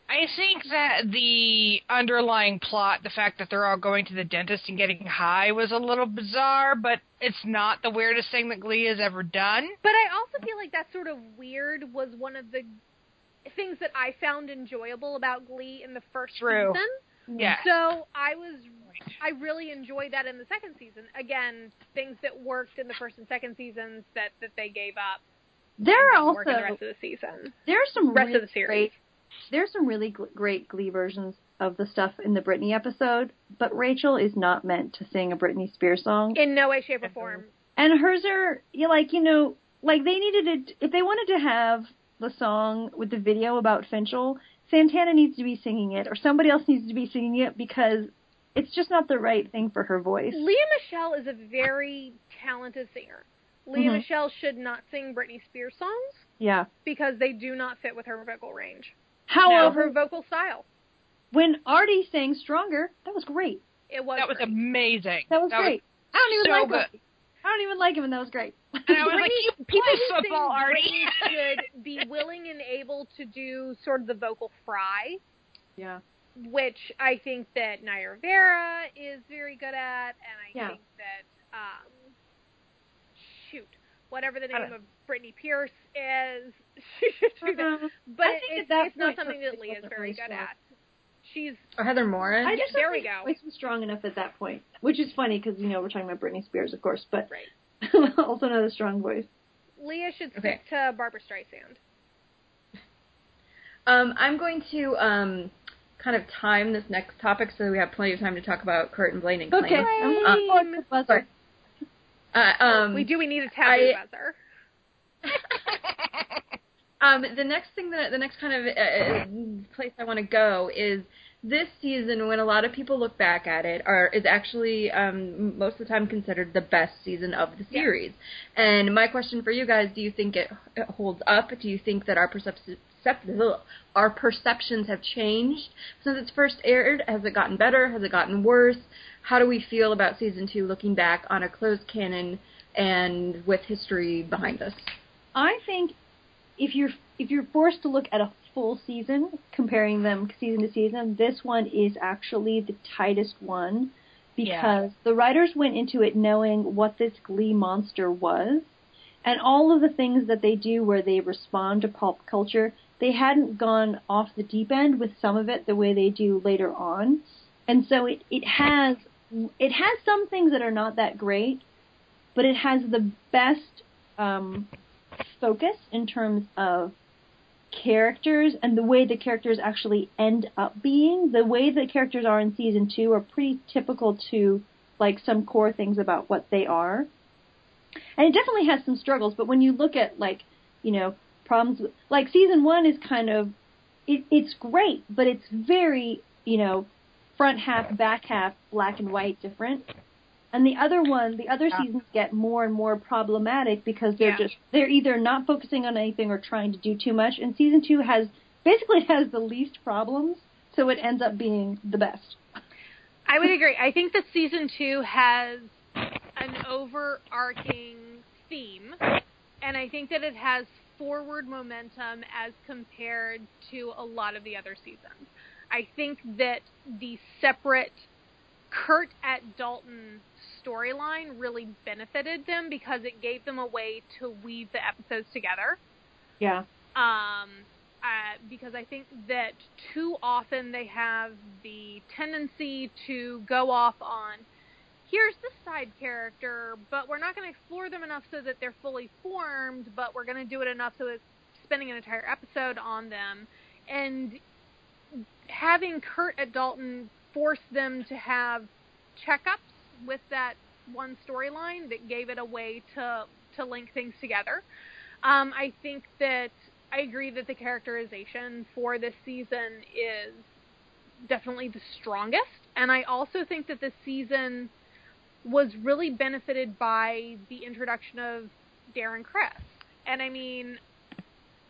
I think that the underlying plot, the fact that they're all going to the dentist and getting high, was a little bizarre, but it's not the weirdest thing that Glee has ever done.
But I also feel like that sort of weird was one of the things that I found enjoyable about Glee in the first
True.
season.
Yeah.
So I was, I really enjoyed that in the second season. Again, things that worked in the first and second seasons that that they gave up.
There are
didn't work in the
also
rest of the season.
there are some
Rest
really
of the series.
great there are some really gl- great Glee versions of the stuff in the Britney episode, but Rachel is not meant to sing a Britney Spears song,
In no way, shape, or form.
and hers are you like you know like they needed to if they wanted to have the song with the video about Finchel, Santana needs to be singing it or somebody else needs to be singing it because it's just not the right thing for her voice.
Leah Michelle is a very talented singer. Leah
Mhm.
Michelle should not sing Britney Spears songs
Yeah.
because they do not fit with her vocal range or
However,
her vocal style.
when Artie sang "Stronger," that was great.
It was
That was
great.
amazing.
That was great. I don't even
so
like
good.
him. I don't even like him, and that was great.
And I was like, you
People
played football, Artie.
should be willing and able to do sort of the vocal fry,
yeah.
which I think that Naya Rivera is very good at, and I
Yeah.
think that um, shoot, whatever the
I
name of Brittany Pierce is, she should do that. But
Uh-huh. I think
it's,
at that
it's not
point, her
something that
voice
Leah's
wasn't
very
really
good
strong.
at. She's
Or Oh, Heather Moran.
I just
There
don't
we
think her
go.
Voice was strong enough at that point, which is funny because you know we're talking about Britney Spears, of course, but
right.
also another strong voice.
Leah should stick
Okay.
to Barbara Streisand.
Um, I'm going to um, kind of time this next topic so we have plenty of time to talk about Kurt and Blaine and Clayne.
Okay, I'm looking forward to the buzzer.
Sorry. Uh, um,
we do. We need a taboo
I-
buzzer.
Um, the next thing that the next kind of uh, place I want to go is this season. When a lot of people look back at it, are is actually um, most of the time considered the best season of the series. And my question for you guys: Do you think it, it holds up? Do you think that our perception our perceptions have changed since it's first aired? Has it gotten better? Has it gotten worse? How do we feel about season two looking back on a closed canon and with history behind us?
I think if you're if you're forced to look at a full season, comparing them season to season, this one is actually the tightest one because the writers went into it knowing what this glee monster was and all of the things that they do where they respond to pop culture, they hadn't gone off the deep end with some of it the way they do later on. And so it, it has it has some things that are not that great, but it has the best um, focus in terms of characters and the way the characters actually end up being. The way the characters are in season two are pretty typical to like some core things about what they are. And it definitely has some struggles, but when you look at like, you know, problems with, like season one is kind of it, it's great, but it's very, you know, front half, back half, black and white different. And the other one, the other seasons get more and more problematic because they're
Yeah.
just they're either not focusing on anything or trying to do too much. And season two has basically has the least problems, so it ends up being the best.
I would agree. I think that season two has an overarching theme, and I think that it has forward momentum as compared to a lot of the other seasons. I think that the separate Kurt at Dalton storyline really benefited them because it gave them a way to weave the episodes together.
Yeah.
Um, uh, because I think that too often they have the tendency to go off on here's this side character, but we're not going to explore them enough so that they're fully formed, but we're going to do it enough so it's spending an entire episode on them. And having Kurt at Dalton force them to have checkups with that one storyline that gave it a way to to link things together. Um, I think that I agree that the characterization for this season is definitely the strongest, and I also think that this season was really benefited by the introduction of Darren Chris. And I mean,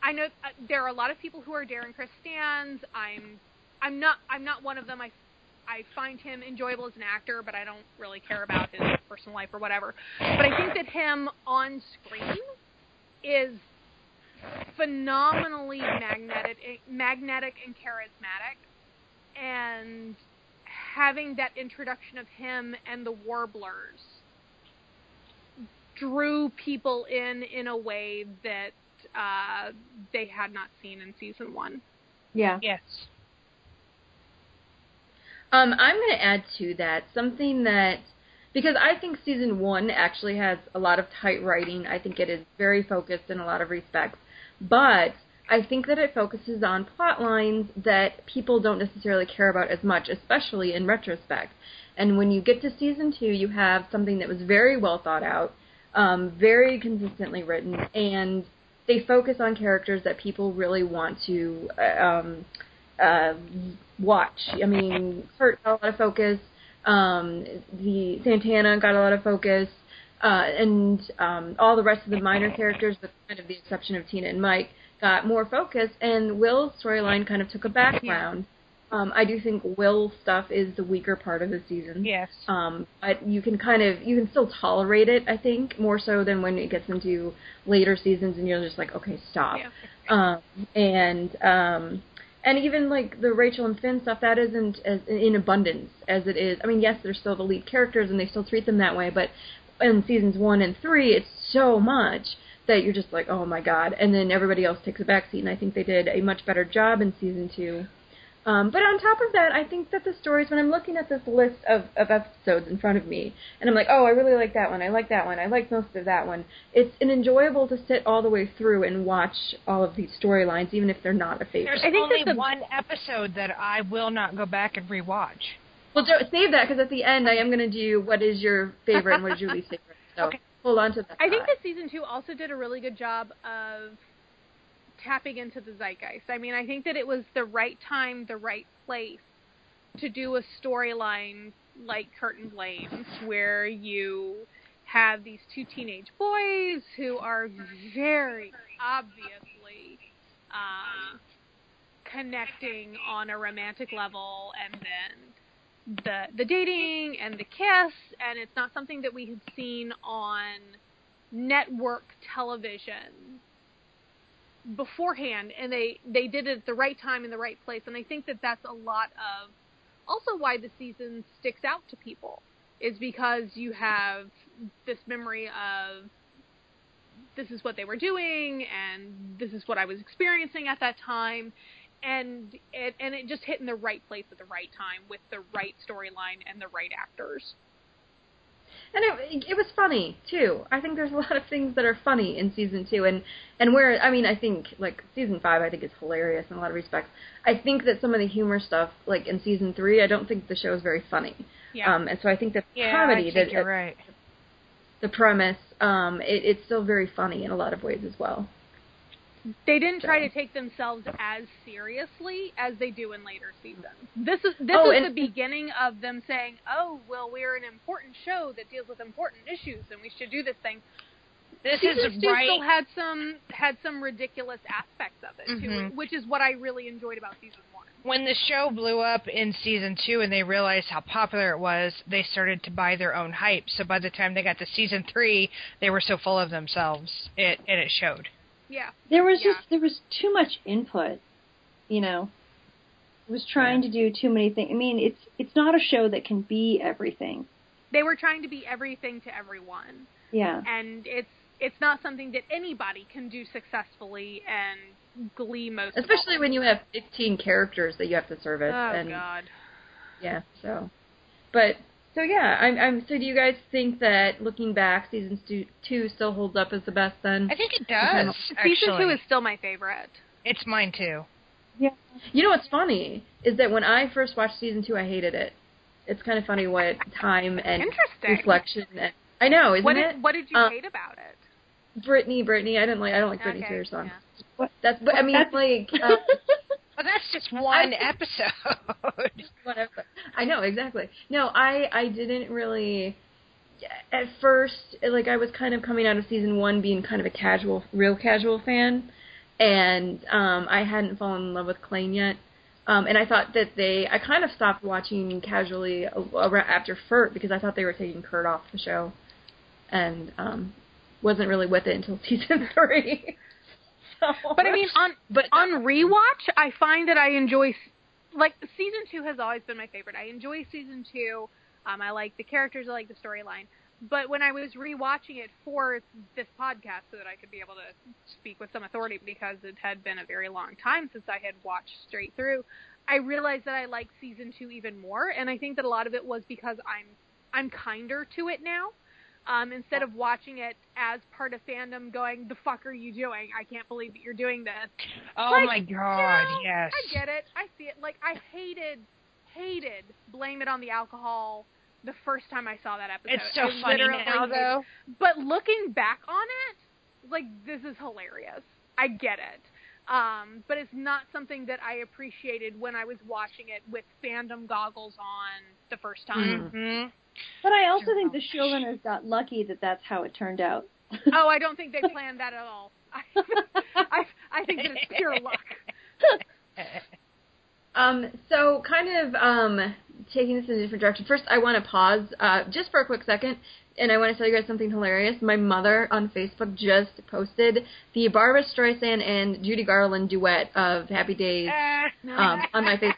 I know uh, there are a lot of people who are Darren Chris stands. I'm, I'm not, I'm not one of them. I, I find him enjoyable as an actor, but I don't really care about his personal life or whatever. But I think that him on screen is phenomenally magnetic, magnetic and charismatic, and having that introduction of him and the Warblers drew people in in a way that uh, they had not seen in season one.
Yeah.
Yes.
Um, I'm going to add to that something that because I think season one actually has a lot of tight writing. I think it is very focused in a lot of respects, but I think that it focuses on plot lines that people don't necessarily care about as much, especially in retrospect. And when you get to season two, you have something that was very well thought out, um, very consistently written, and they focus on characters that people really want to uh, um, uh, watch. I mean, Kurt got a lot of focus. Um, the Santana got a lot of focus, uh, and um, all the rest of the minor characters, with kind of the exception of Tina and Mike, got more focus. And Will's storyline kind of took a background. Um, I do think Will's stuff is the weaker part of the season.
Yes.
Um, but you can kind of you can still tolerate it. I think more so than when it gets into later seasons and you're just like, okay, stop.
Yeah.
Um, and um, and even like the Rachel and Finn stuff, that isn't as in abundance as it is. I mean, yes, they're still the lead characters and they still treat them that way, but in seasons one and three, it's so much that you're just like, oh my god. And then everybody else takes a backseat, and I think they did a much better job in season two. Um, but on top of that, I think that the stories, when I'm looking at this list of, of episodes in front of me, and I'm like, oh, I really like that one, I like that one, I like most of that one, it's an enjoyable to sit all the way through and watch all of these storylines, even if they're not a favorite.
There's
I think
only
that's a,
one episode that I will not go back and rewatch.
Well, don't, save that because at the end I am going to do what is your favorite and what is your least favorite. So
Okay.
hold on to that.
I think
thought.
that season two also did a really good job of tapping into the zeitgeist. I mean, I think that it was the right time, the right place to do a storyline like Curtain Blames, where you have these two teenage boys who are very obviously um, connecting on a romantic level, and then the the dating and the kiss and it's not something that we had seen on network television beforehand and they they did it at the right time in the right place and i think that that's a lot of also why the season sticks out to people is because you have this memory of this is what they were doing and this is what i was experiencing at that time and it, and it just hit in the right place at the right time with the right storyline and the right actors.
and it, it was funny too. I think there's a lot of things that are funny in season two, and and where I mean, I think like season five, I think is hilarious in a lot of respects. I think that some of the humor stuff, like in season three, I don't think the show is very funny.
Yeah.
Um, and so I think that
Yeah,
comedy,
I think
that
you're right.
the premise, um, it, it's still very funny in a lot of ways as well.
they didn't try to take themselves as seriously as they do in later seasons. This is this
Oh,
is
and-
the beginning of them saying, "Oh, well, we're an important show that deals with important issues, and we should do this thing."
This
season
is
two
right.
still had some had some ridiculous aspects of it,
Mhm.
too, which is what I really enjoyed about season one.
when the show blew up in season two and they realized how popular it was, they started to buy their own hype. So by the time they got to season three, they were so full of themselves, it and it showed.
Yeah.
There was
Yeah.
just there was too much input, you know. It was trying to do too many things. I mean, it's it's not a show that can be everything.
They were trying to be everything to everyone.
Yeah.
and it's it's not something that anybody can do successfully and glee most of all.
Especially when you have 15 characters that you have to service.
oh
and
god
Yeah, so. But, so yeah, I'm, I'm, so do you guys think that looking back, season stu- two still holds up as the best then?
I think it does.
season two
actually.
is still my favorite
It's mine too.
You know what's funny is that when I first watched season two, I hated it. It's kind of funny what time and
Interesting.
reflection. And, I know, isn't
what
it?
did what did you
Uh,
hate about it
Britney, Britney. I didn't like. I don't like Britney
Okay,
Spears songs.
yeah.
That's. But, I mean,
That's-
like. Uh,
Well, that's just one episode.
whatever. I know exactly. No, I I didn't really. At first, like I was kind of coming out of season one being kind of a casual, real casual fan, and um, I hadn't fallen in love with Klain yet. Um, and I thought that they, I kind of stopped watching casually a- around after Furt because I thought they were taking Kurt off the show, and um, wasn't really with it until season three. so,
but i mean on
but
on rewatch i find that i enjoy s- like season two has always been my favorite i enjoy season two um i like the characters i like the storyline but when i was rewatching it for this podcast so that i could be able to speak with some authority because it had been a very long time since i had watched straight through i realized that i like season two even more and i think that a lot of it was because i'm i'm kinder to it now um,
Oh.
instead of watching it as part of fandom, going, "The fuck are you doing? I can't believe that you're doing this."
Oh
Like,
my
you
god,
know,
yes.
I get it. I see it. Like I hated, hated blame it on the alcohol the first time I saw that episode.
It's so
I
funny
literally
now
hated-
though.
But looking back on it, like this is hilarious. I get it. Um, but it's not something that I appreciated when I was watching it with fandom goggles on the first time.
hmm
But I also think the showrunners got lucky that that's how it turned out.
Oh, I don't think they planned that at all. I, I, I think it's pure luck.
Um, so, kind of um, taking this in a different direction. First, I want to pause uh, just for a quick second, and I want to tell you guys something hilarious. My mother on Facebook just posted the Barbara Streisand and Judy Garland duet of Happy Days
uh,
um, on my Facebook.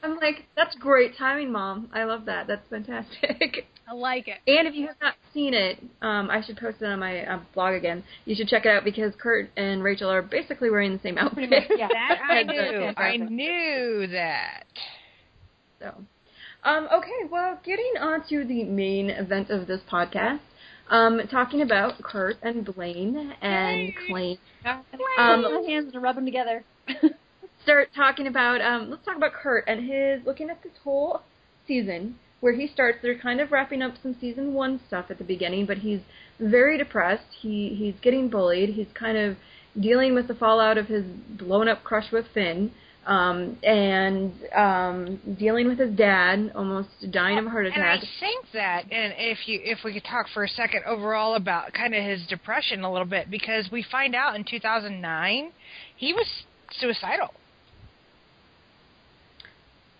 I'm like, that's great timing, Mom. I love that. That's fantastic.
I like it.
And if you have not seen it, um, I should post it on my uh, blog again. You should check it out because Kurt and Rachel are basically wearing the same outfit.
yeah.
That I
That's
knew. I
fantastic.
knew that.
So, um, okay, well, getting on to the main event of this podcast, um, talking about Kurt and Blaine and Clay.
Um,
Um,
my hands and rub them together.
Start talking about, um, let's talk about Kurt and his, looking at this whole season where he starts, they're kind of wrapping up some season one stuff at the beginning, but he's very depressed. He, he's getting bullied. He's kind of dealing with the fallout of his blown up crush with Finn. Um, and um, dealing with his dad almost dying of a heart
And I
attack.
think that, and if you, if we could talk for a second overall about kind of his depression a little bit, because we find out in 2009 he was suicidal.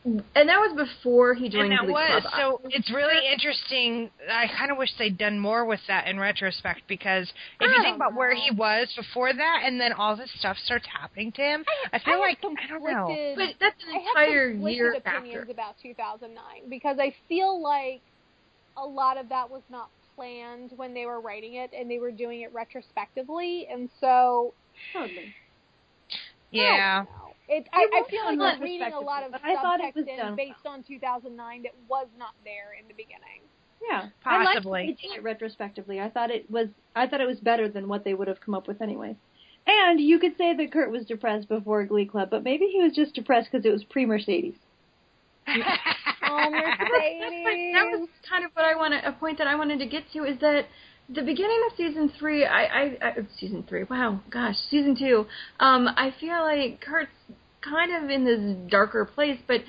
And that was before he joined
and that
Glee
was
Club.
so. It's really interesting. I kind of wish they'd done more with that in retrospect because if you think about where he was before that, and then all this stuff starts happening to him, I feel
have
like I don't know.
conflicted-
but that's an
I have
entire
conflicted
year
opinions
after.
about 2009 because I feel like a lot of that was not planned when they were writing it and they were doing it retrospectively, and so
Totally.
Yeah,
I, don't know. it, I,
It
I
was
feel
done
like we're reading a lot of
retrospectively, but I thought it
subtext
was
in
done
based on 2009 that was not there in the beginning.
Yeah.
possibly.
I liked that they did it retrospectively. I thought it was I thought it was better than what they would have come up with anyway. And you could say that Kurt was depressed before Glee Club, but maybe he was just depressed because it was pre Mercedes.
Oh, Mercedes.
that was kind of what I wanted. A point that I wanted to get to is that the beginning of season three. I, I, I season three. Wow, gosh, season two. Um, I feel like Kurt's kind of in this darker place, but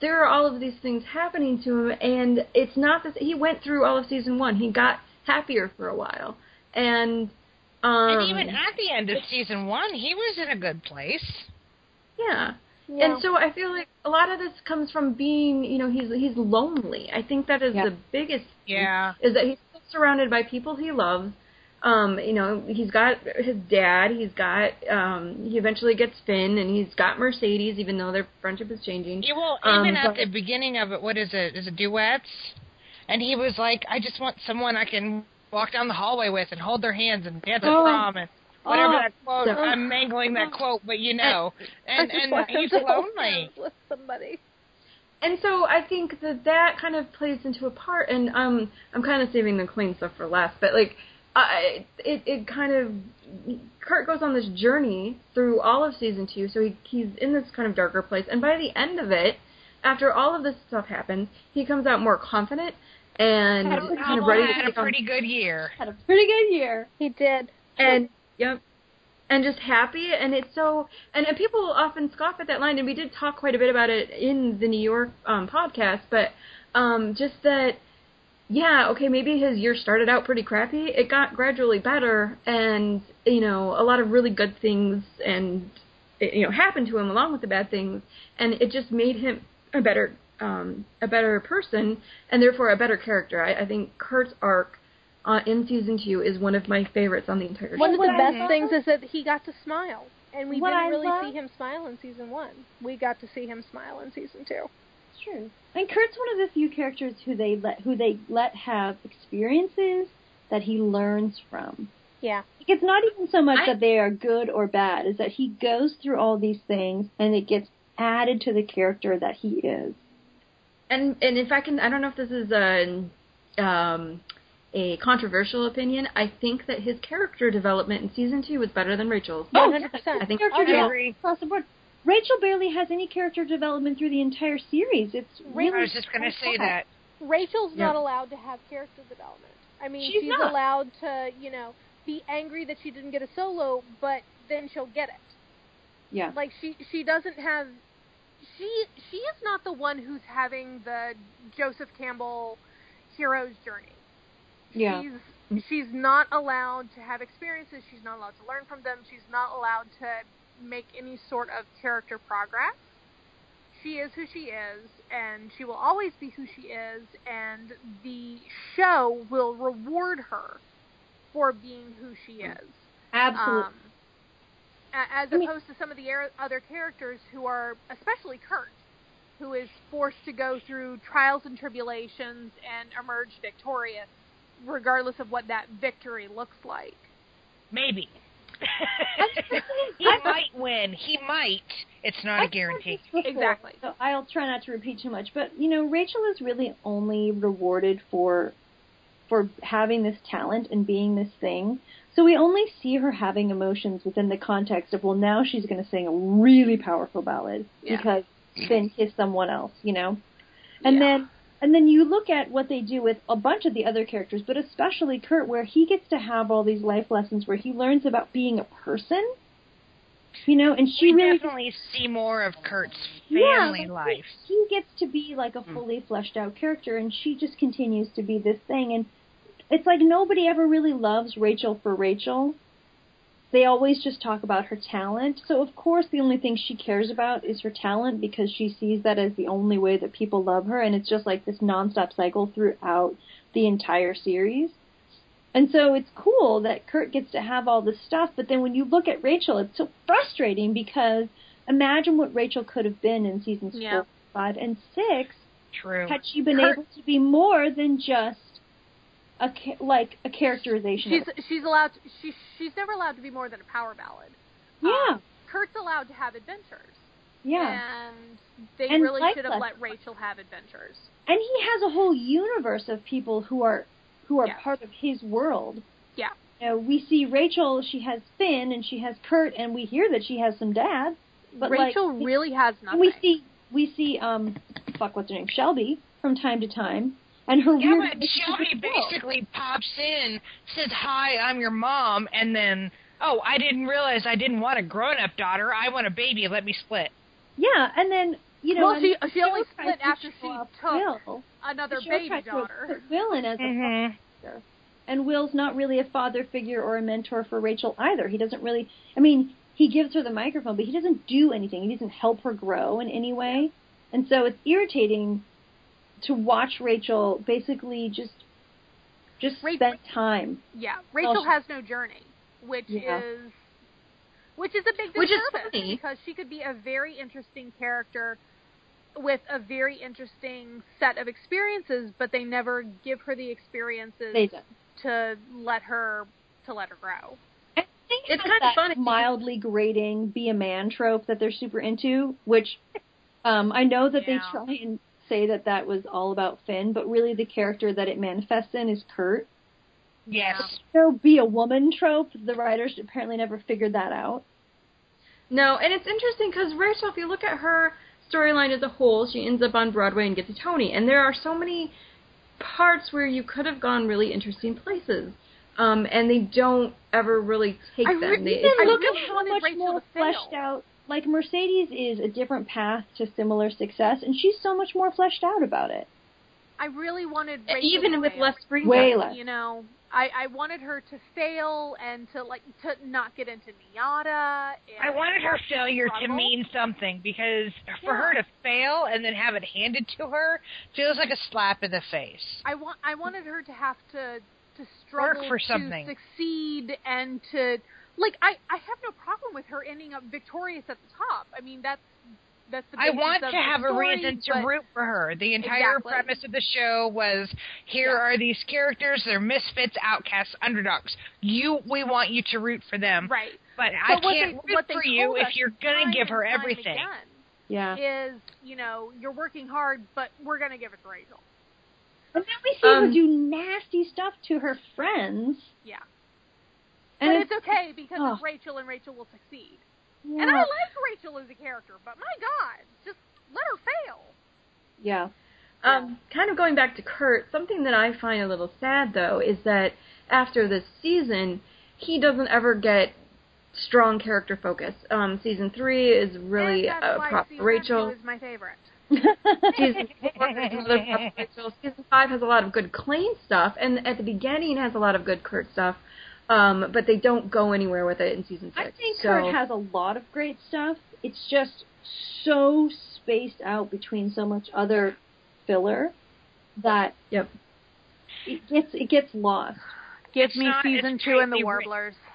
there are all of these things happening to him, and it's not this. He went through all of season one. He got happier for a while, and um,
and even at the end of season one, he was in a good place.
yeah.
Yeah.
And so I feel like a lot of this comes from being, you know, he's he's lonely. I think that is
Yeah.
the biggest thing,
Yeah.
is that he's still surrounded by people he loves, um, you know, he's got his dad, he's got um, he eventually gets Finn, and he's got Mercedes, even though their friendship is changing.
Yeah, well,
Um,
even at
but-
the beginning of it, what is it? Is it duets? And he was like, I just want someone I can walk down the hallway with and hold their hands and dance at
Oh.
prom and whatever
Oh.
that quote.
Yeah.
I'm mangling that quote, but you know,
I
and
just
and,
want
he's
to hold
lonely.
hands With somebody.
and so I think that that kind of plays into a part, and um, I'm kind of saving the Queen stuff for last, but like, I it it kind of Kurt goes on this journey through all of season two, so he he's in this kind of darker place, and by the end of it, after all of this stuff happens, he comes out more confident and kind of
Alamo
ready to
had a
take on
pretty good year.
Had a pretty good year. He did.
and yep and just happy and it's so and, and people often scoff at that line and we did talk quite a bit about it in the new york um podcast but um just that yeah okay maybe his year started out pretty crappy it got gradually better and you know a lot of really good things and it, you know happened to him along with the bad things and it just made him a better um a better person and therefore a better character i, I think kurt's arc uh, in season two is one of my favorites on the entire
One
show.
of the
What I
best
love-
things is that he got to smile, and we
What
didn't
I
really
love-
see him smile in season one. We got to see him smile in season
Oh,
two.
It's true. And Kurt's one of the few characters who they let who they let have experiences that he learns from.
Yeah.
Like, It's not even so much
I-
that they are good or bad, is that he goes through all these things and it gets added to the character that he is.
and and if I can, I don't know if this is a um, a controversial opinion. I think that his character development in season two was better than Rachel's.
Oh,
100%.
I think
Character
I
development
agree.
across the board. Rachel barely has any character development through the entire series. It's really
I was just gonna say that.
Rachel's
Yeah.
not allowed to have character development. I mean,
She's not.
allowed to, you know, be angry that she didn't get a solo, but then she'll get it.
Yeah.
Like she she doesn't have she she is not the one who's having the Joseph Campbell hero's journey.
Yeah.
She's she's not allowed to have experiences, she's not allowed to learn from them, she's not allowed to make any sort of character progress she is who she is, and she will always be who she is, and the show will reward her for being who she is.
Absolutely.
Um, a- as
I mean-
opposed to some of the er- other characters who are, especially Kurt, who is forced to go through trials and tribulations and emerge victorious, regardless of what that victory looks like.
Maybe. he
I-
might win. He might. It's not a
I've said
guarantee.
this before,
Exactly.
So I'll try not to repeat too much, but you know, Rachel is really only rewarded for for having this talent and being this thing. So we only see her having emotions within the context of well, now she's going to sing a really powerful ballad
Yeah.
because Finn kissed someone else, you know. And
Yeah.
then and then you look at what they do with a bunch of the other characters, but especially Kurt, where he gets to have all these life lessons where he learns about being a person. You know, and she
We
really
definitely see more of Kurt's
Yeah,
family
like,
life. Mm.
he gets to be like a fully fleshed out character and she just continues to be this thing and it's like nobody ever really loves Rachel for Rachel. They always just talk about her talent. So of course the only thing she cares about is her talent because she sees that as the only way that people love her and it's just like this nonstop cycle throughout the entire series. And so it's cool that Kurt gets to have all this stuff, but then when you look at Rachel, it's so frustrating because imagine what Rachel could have been in seasons
Yeah.
four, five, and six
True.
had she been
Her-
able to be more than just a cha- like a characterization.
She's
of it.
she's allowed to, she she's never allowed to be more than a power ballad.
yeah,
Kurt's allowed to have adventures.
yeah.
And they
And
really
life
should have
lessons.
let Rachel have adventures.
And he has a whole universe of people who are who are
Yeah.
part of his world.
Yeah.
You know, we see Rachel. She has Finn, and she has Kurt, and we hear that she has some dad. But
Rachel
like,
really has nothing.
and we see we see um fuck what's her name Shelby from time to time, and her
Yeah,
weird.
Mm-hmm.
but
relationship
Shelby
with the world.
basically pops in, says, Hi, I'm your mom, and then, Oh, I didn't realize I didn't want a grown up daughter. I want a baby. Let me split.
Yeah, and then you know.
Well,
and
she- she
Joe
only
tries
split
to
after
show
she
up
took
Will.
another
Joe
baby
tries to
daughter.
put Will in as a
Mm-hmm.
and Will's not really a father figure or a mentor for Rachel either. He doesn't really. I mean, he gives her the microphone, but he doesn't do anything. He doesn't help her grow in any way, and so it's irritating to watch Rachel basically just Just
Right.
spend time.
Yeah, Rachel
she-
has no journey, which
Yeah.
is which is a big
Which is
disservice
funny.
because she could be a very interesting character with a very interesting set of experiences, but they never give her the experiences
They don't.
to let her to let her grow.
It's kind of funny.
mildly grating be a man trope that they're super into, which um, I know that
Yeah.
they try and say that that was all about Finn, but really the character that it manifests in is Kurt. Um,
Yes.
So be a woman trope. The writers apparently never figured that out.
No, and it's interesting because Rachel, if you look at her storyline as a whole, she ends up on Broadway and gets a Tony, and there are so many parts where you could have gone really interesting places, um, and they don't ever really take
I
them.
really
they,
didn't
I
look
really-
at
how
wanted
much
Rachel
more
to fail.
fleshed out. Like Mercedes is a different path to similar success, and she's so much more fleshed out about it.
I really wanted Rachel to
E, even with
fail.
less screen
Way
time.
less.
you know I, I wanted her to fail and to like to not get into Miata.
I wanted her failure to
struggle.
mean something because for
Yeah.
her to fail and then have it handed to her feels like a slap in the face.
I want I wanted her to have to to struggle
for something.
to succeed and to like I I have no problem with her ending up victorious at the top. I mean that's that's the
I
basis
want
of
to
the
have
story,
a reason to
but
root for her. The entire
Exactly.
premise of the show was here
Yeah.
are these characters, they're misfits, outcasts, underdogs. You we want you to root for them.
right.
But, I
But what
can't
they,
root
what they
for you
told
if
us
you're going
time
to give her
and time
everything.
again
Yeah.
Is you know you're working hard, but we're gonna give it to Rachel.
And then we see her
Um,
do nasty stuff to her friends.
Yeah.
And
but it's, okay because
ugh.
it's Rachel and Rachel will succeed.
yeah.
And I like Rachel as a character, but my God, just let her fail.
yeah.
Um, kind of going back to Kurt, something that I find a little sad though is that after this season, he doesn't ever get strong character focus. Um, season three is really
and that's
a
why
prop
season
for Rachel.
two is my favorite.
season four has another prop for Rachel. Season five has a lot of good Klain stuff, and at the beginning has a lot of good Kurt stuff. Um, but they don't go anywhere with it in season six.
I think
so,
Kurt has a lot of great stuff. It's just so spaced out between so much other filler that
Yep.
it gets it gets lost.
Give
It's me not- season it's two and the tightly written.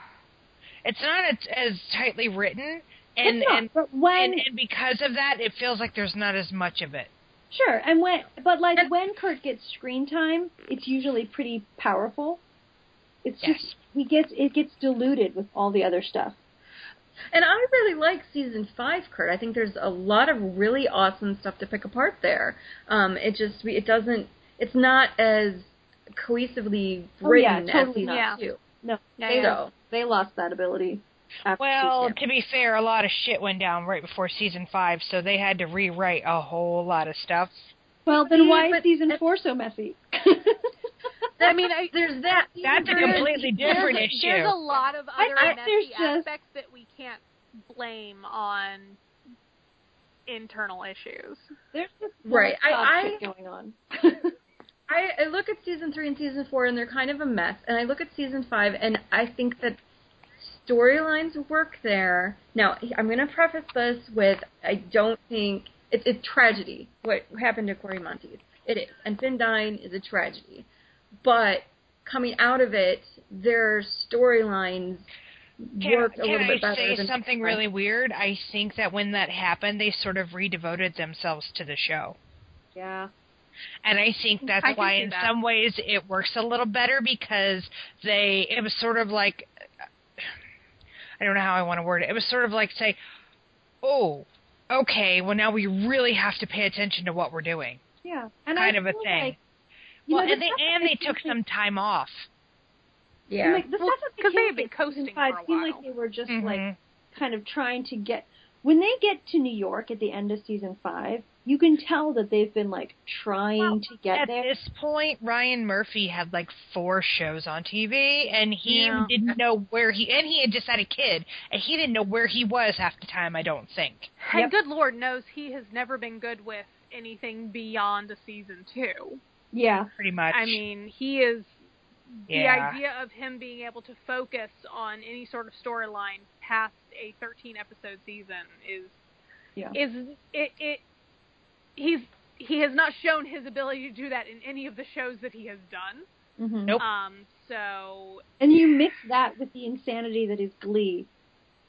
It's not as, as tightly written and
it's not,
and,
but when
and and because of that it feels like there's not as much of it.
sure, and when but like when Kurt gets screen time, it's usually pretty powerful. It's
Yes.
just he gets it gets diluted with all the other stuff.
And I really like season five, Kurt. I think there's a lot of really awesome stuff to pick apart there. Um, it just it doesn't it's not as cohesively
Oh, yeah,
written as
totally
season
not.
two.
No,
so
they, they lost that ability. After
Well,
season.
to be fair, a lot of shit went down right before season five, so they had to rewrite a whole lot of stuff.
well, then why
but-
is season four so messy?
I mean, I, there's that.
That's a
There's-
completely different
there's,
issue.
There's a lot of
I
other
think there's
messy
just-
aspects that we can't blame on internal issues.
There's just so
Right,
much
I-
dog shit going on.
I, I look at season three and season four, and they're kind of a mess. And I look at season five, and I think that storylines work there. Now, I'm going to preface this with I don't think it's it's tragedy what happened to Corey Monteith. It is, and Finn dying is a tragedy. But coming out of it, their storylines
Can,
worked a
can
little
I
bit better.
say
than
something really weird? I think that when that happened, they sort of redevoted themselves to the show.
yeah.
And I think that's
I can
why,
see
in
that.
some ways, it works a little better because they. It was sort of like, I don't know how I want to word it. It was sort of like say, oh, okay, well now we really have to pay attention to what we're doing.
Yeah. And
Kind
I
of a
feel
thing.
Like, you
Well,
know, the
and they
stuff that
and they
seem
took
like-
some time off.
Yeah.
Like, the
Well,
stuff that
'cause they had
kids
been
in season
coasting
five
for a
seemed
while.
like they were just
Mhm.
like kind of trying to get. When they get to New York at the end of season five, you can tell that they've been like trying
Well,
to get
At
there.
this point, Ryan Murphy had like four shows on TV, and he
Yeah.
didn't know where he and he had just had a kid, and he didn't know where he was half the time. I don't think.
And good Lord knows he has never been good with anything beyond a season two.
yeah.
Pretty much.
I mean, he is
Yeah.
the idea of him being able to focus on any sort of storyline past a 13 episode season is
Yeah.
is it it he's he has not shown his ability to do that in any of the shows that he has done.
hmm
Nope.
Um, so
And you mix that with the insanity that is Glee.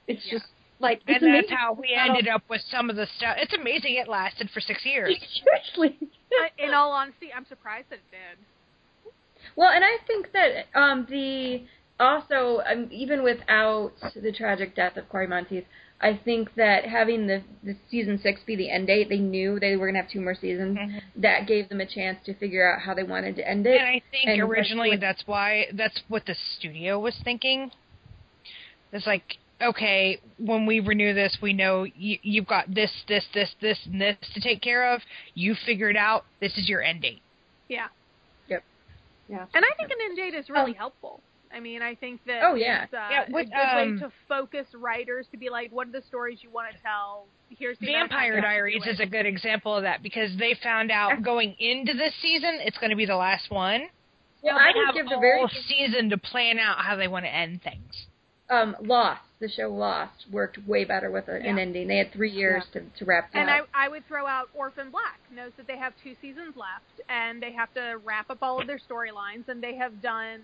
It's
Yeah.
just like it's
and that's
amazing.
how we
how-
ended up with some of the stuff. It's amazing it lasted for six years.
Seriously.
I- in all honesty, I'm surprised that it did.
Well, and I think that um, the also um, even without the tragic death of Cory Monteith, I think that having the, the season six be the end date, they knew they were gonna have two more seasons.
Mm-hmm.
That gave them a chance to figure out how they wanted to end it.
And I think
And what-
originally
what-
that's why that's what the studio was thinking. It's like, okay, when we renew this, we know you, you've got this, this, this, this, and this to take care of. You figured out this is your end date.
And I think an end date is really helpful. I mean, I think that
Oh, yeah.
it's, uh,
Um, Yeah, what,
a good
um,
way to focus writers to be like, what are the stories you want to tell? Here's the amount of time
Vampire
you have to
Diaries
do
is
it.
a good example of that because they found out going into this season it's going to be the last one.
well,
So
I
they
would
have
give the
all
very
season to plan out how they want to end things.
um, Lost, the show Lost, worked way better with a, an
Yeah.
ending. They had three years to, to wrap it
And I,
up.
I would throw out Orphan Black knows that they have two seasons left and they have to wrap up all of their storylines and they have done,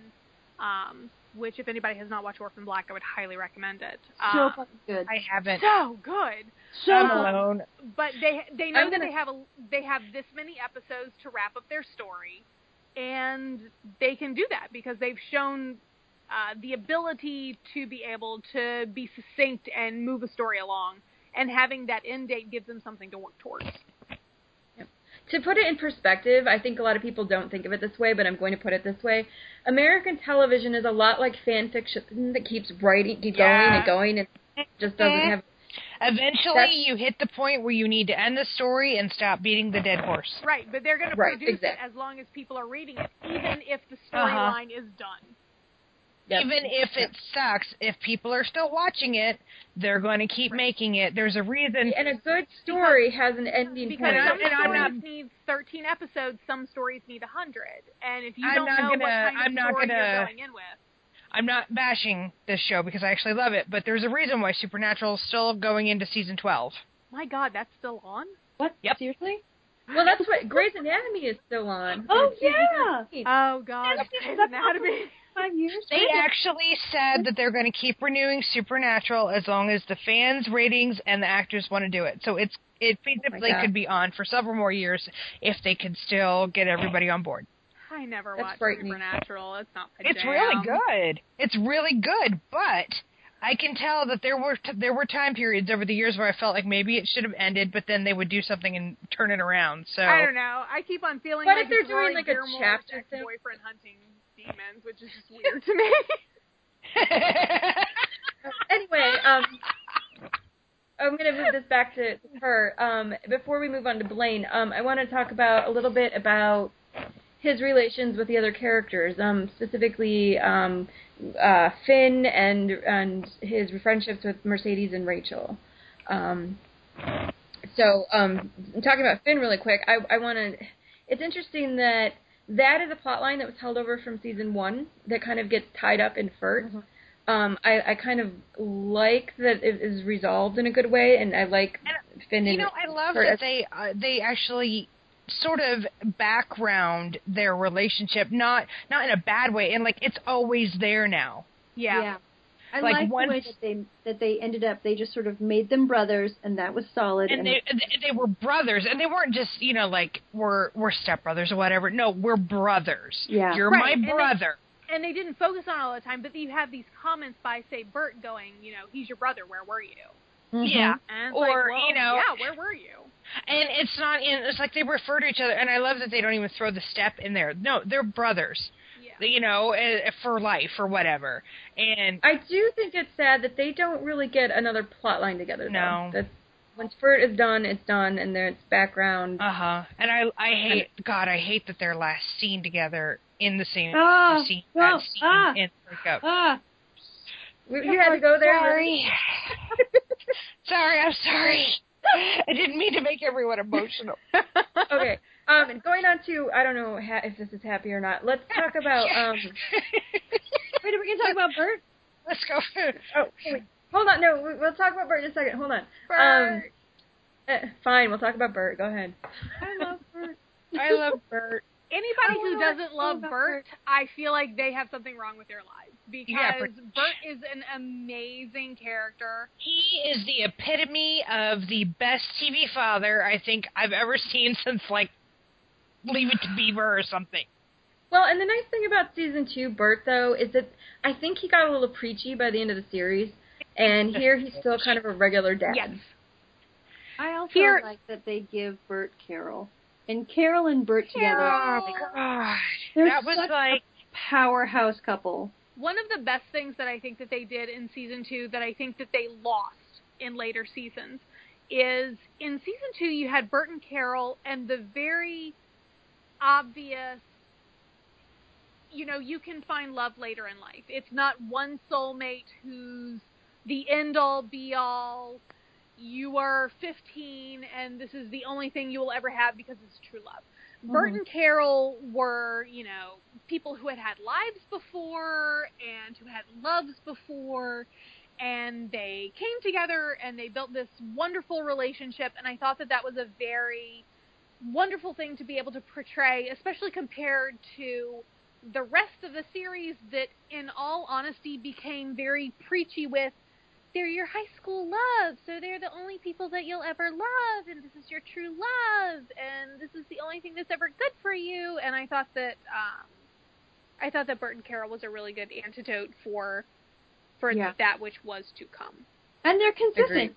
um, which if anybody has not watched Orphan Black, I would highly recommend it.
so
Um,
fucking good.
Uh, I um, haven't.
so good.
So
I'm
fucking-
alone.
but they they know
I'm
that
gonna-
they have a, they have this many episodes to wrap up their story, and they can do that because they've shown uh, the ability to be able to be succinct and move a story along. And having that end date gives them something to work towards.
to put it in perspective, I think a lot of people don't think of it this way, but I'm going to put it this way. American television is a lot like fan fiction that keeps writing, keep going
Yeah. Eh,
and going, and just doesn't have.
Eventually,
That's-
you hit the point where you need to end the story and stop beating the dead horse.
Right, but they're going to
Right,
produce
exactly.
it as long as people are reading it, even if the
Uh-huh.
storyline is done.
Even if it sucks, if people are still watching it, they're going to keep making it. There's a reason.
And a good story has an ending
Because
point.
I'm-
some
and I'm
stories
not-
need 13 episodes, some stories need 100. And if you
I'm
don't
not
know
gonna-
what kind of
I'm not
story
gonna-
you're going in with,
I'm not bashing this show because I actually love it, but there's a reason why Supernatural is still going into season 12.
my God, that's still on?
What?
Yep.
Seriously?
Well, that's what Grey's Anatomy is still on.
Oh
It's-
yeah.
Oh, God, Grey's Anatomy.
Five years.
They actually said that they're going to keep renewing Supernatural as long as the fans' ratings and the actors want to do it. So it's it feasibly
God.
could be on for several more years if they could still get everybody on board.
I never
That's
watched
frightening.
Supernatural. It's not my
It's
jam.
really good. It's really good, but I can tell that there were t- there were time periods over the years where I felt like maybe it should have ended, but then they would do something and turn it around. So
I don't know. I keep on feeling
What
like
if they're
it's Rory
doing, like, a
Gilmore's
chapter thing?
ex-boyfriend hunting demons, which is just weird to me.
anyway, um, I'm going to move this back to her. Um, before we move on to Blaine, um, I want to talk about a little bit about his relations with the other characters, um, specifically um, uh, Finn and and his friendships with Mercedes and Rachel. Um, so, um, talking about Finn really quick, I, I want to. It's interesting that that is a plot line that was held over from season one that kind of gets tied up in Furt
Mm-hmm.
um, I, I kind of like that it is resolved in a good way, and I like Finn.
you
and
know, I love
her
that
as-
they uh, they actually sort of background their relationship, not not in a bad way, and like it's always there now.
yeah.
I
Like
like,
once-
the way that they that they ended up. They just sort of made them brothers, and that was solid.
and they they were brothers, and they weren't just you know like we're we're stepbrothers or whatever. No, we're brothers.
Yeah.
you're
Right, and
my
they-
brother.
and they didn't focus on it all the time, but you have these comments by say Bert going, you know, he's your brother, where were you?
Mhm.
Yeah,
And it's
Or,
like, well,
you know-
yeah, where were you?
and it's not in. It's like they refer to each other, and I love that they don't even throw the step in there. No, they're brothers.
Yeah.
You know, eh, for life or whatever. And
I do think it's sad that they don't really get another plot line together. though.
No.
That's, once Furt is done, it's done, and then it's background.
uh huh. And I I hate God. I hate that their last scene together in the same
Ah,
scene.
no,
that scene
ah,
in breakup.
ah,
We- you had to go there.
Sorry. sorry, I'm sorry. I didn't mean to make everyone emotional.
okay. Um, and going on to I don't know ha- if this is happy or not. Let's talk about um.
wait, are we gonna talk about Bert?
Let's go.
Oh, wait. hold on. No, we- we'll talk about Bert in a second. Hold on. Um,
Bert.
eh, fine, we'll talk about Bert. Go ahead.
I love Bert.
anybody who
do I
doesn't
feel
love
about
Bert, I feel like they have something wrong with their lives because
Yeah, pretty
Bert is an amazing character.
He is the epitome of the best TV father I think I've ever seen since like Leave It to Beaver or something.
Well, and the nice thing about season two, Bert, though, is that I think he got a little preachy by the end of the series, and here he's still kind of a regular dad.
Yes.
I also
Here-
like that they give Bert Carol. And Carol and Bert together,
Oh God.
they're
That was
such
like
a powerhouse couple.
One of the best things that I think that they did in season two that I think that they lost in later seasons is in season two you had Bert and Carol and the very obvious you know, you can find love later in life. It's not one soulmate who's the end all be all. You are 15 and this is the only thing you will ever have because it's true love. Bert and Carol were, you know, people who had had lives before and who had loves before, and they came together and they built this wonderful relationship. And I thought that that was a very wonderful thing to be able to portray, especially compared to the rest of the series that, in all honesty, became very preachy with. They're your high school love, so they're the only people that you'll ever love, and this is your true love, and this is the only thing that's ever good for you. And I thought that um, I thought that Bert and Carol was a really good antidote for for
Yeah.
that which was to come.
And they're consistent.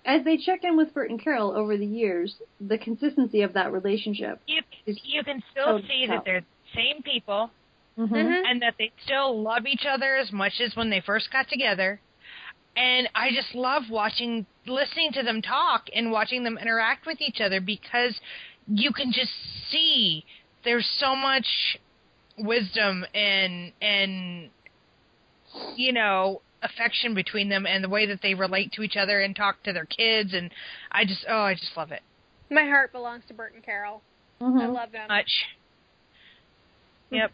Agreed.
As they check in with Bert and Carol over the years, the consistency of that relationship.
you,
It's
you can still
so
see
tough.
that they're the same people
Mm-hmm.
and that they still love each other as much as when they first got together. And I just love watching, listening to them talk and watching them interact with each other because you can just see there's so much wisdom and and you know affection between them and the way that they relate to each other and talk to their kids and I just oh I just love it
My heart belongs to Bert and Carol.
Mm-hmm.
I love them.
much. Yep.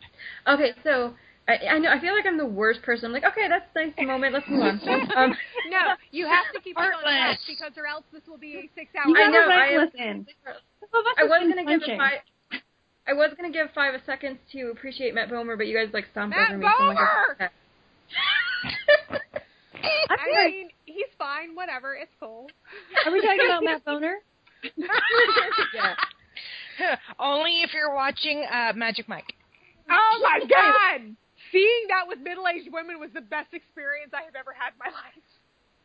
Okay, so I, I know I feel like I'm the worst person. I'm like, okay, that's a nice moment. Let's move on. Um,
No, you have to keep it on track
Heartless.
because, or else this will be a six-hour.
You
I
gotta
know, I am-
Right listen. Some of us
I
have
was
been
gonna give
punching.
a five. I was gonna give five a seconds to appreciate Matt Bomer, but you guys like stomped
Matt
over me. So I'm like,
Bomer!
okay.
I
gonna-
mean, he's fine. Whatever, it's cool.
Are we talking about Matt Boner?
yeah.
Only if you're watching uh, Magic Mike.
Oh my god! Seeing that with middle-aged women was the best experience I have ever had in my life.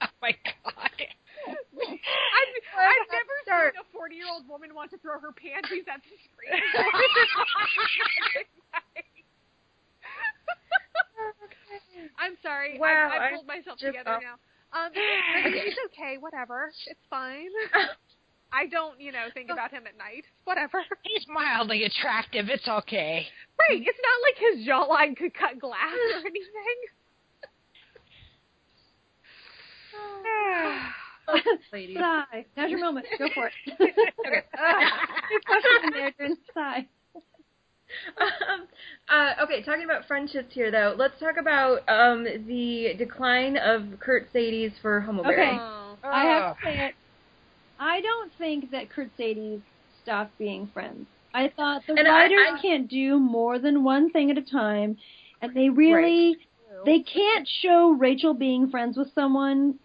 Oh my god.
I've, I've never seen a 40-year-old woman want to throw her panties at the screen. I'm sorry.
Wow,
I, I
I'm
pulled myself
just
together
off.
now. Um, it's okay. Whatever. It's fine. I don't, you know, think about him at night. Whatever.
He's mildly attractive. It's okay.
Right. It's not like his jawline could cut glass or anything.
Ladies.
Sigh. Now's your moment. Go for it. okay. question there during the sigh.
Um, uh, okay, talking about friendships here, though, let's talk about um, the decline of Kurt Sadie's for Homelberry.
Okay. I
Oh.
have to say it. I don't think that Kurt Sadie's stopped being friends. I thought the
And I-
writers
I-
can't do more than one thing at a time, and they really they can't show Rachel being friends with someone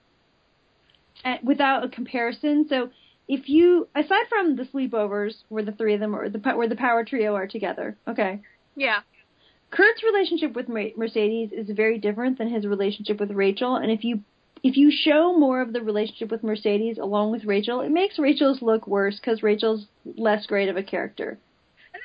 at, without a comparison. So if you aside from the sleepovers where the three of them or the pa- where the power trio are together, okay.
Yeah.
Kurt's relationship with Mer- Mercedes is very different than his relationship with Rachel, and if you if you show more of the relationship with Mercedes along with Rachel, it makes Rachel's look worse because Rachel's less great of a character.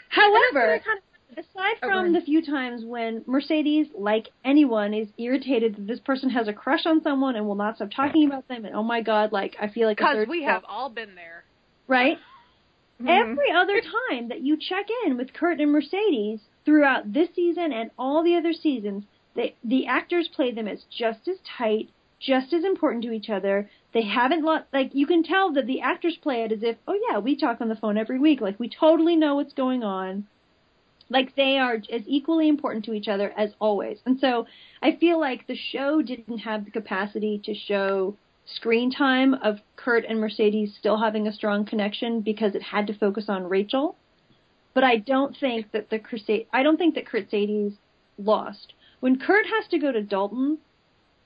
However,
That's what I kind
aside
Oh, go
from
ahead.
the few times when Mercedes, like anyone, is irritated that this person has a crush on someone and will not stop talking about them, and oh my god, like I feel like a
Because
third
we
wheel
have all been there.
right? Every other time that you check in with Kurt and Mercedes throughout this season and all the other seasons, they, the actors play them as just as tight, just as important to each other. They haven't lo- like you can tell that the actors play it as if, oh yeah, we talk on the phone every week, like we totally know what's going on. Like they are as equally important to each other as always. And so I feel like the show didn't have the capacity to show screen time of Kurt and Mercedes still having a strong connection because it had to focus on Rachel. But I don't think that the Crusade. I don't think that Crusaders lost when Kurt has to go to Dalton,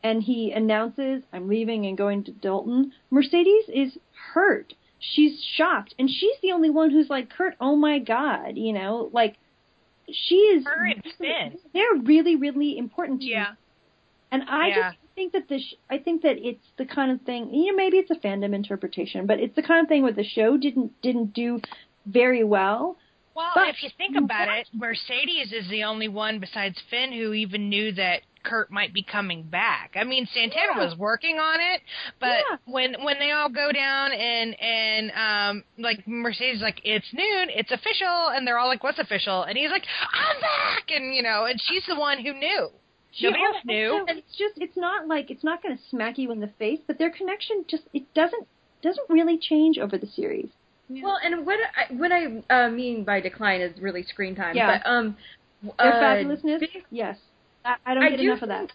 and he announces, "I'm leaving and going to Dalton." Mercedes is hurt. She's shocked, and she's the only one who's like, "Kurt, oh my god," you know, like she is.
Her and Finn.
They're really, really important to you.
Yeah.
And I
Yeah.
just think that this, I think that it's the kind of thing. You know, maybe it's a fandom interpretation, but it's the kind of thing where the show didn't didn't do very well.
Well,
But-
if you think about it, Mercedes is the only one besides Finn who even knew that Kurt might be coming back. I mean, Santana
Yeah.
was working on it, but
Yeah.
when when they all go down and and um like Mercedes is like it's noon, it's official, and they're all like, "What's official?" And he's like, "I'm back," and you know, and she's the one who knew. Nobody else
also-
knew.
It's just, it's not like it's not going to smack you in the face, but their connection just it doesn't doesn't really change over the series.
Well, and what I, what I uh, mean by decline is really screen time.
Yeah.
But um,
Their
uh,
fabulousness,
big-
yes. I, I don't
I
get
do
enough of that.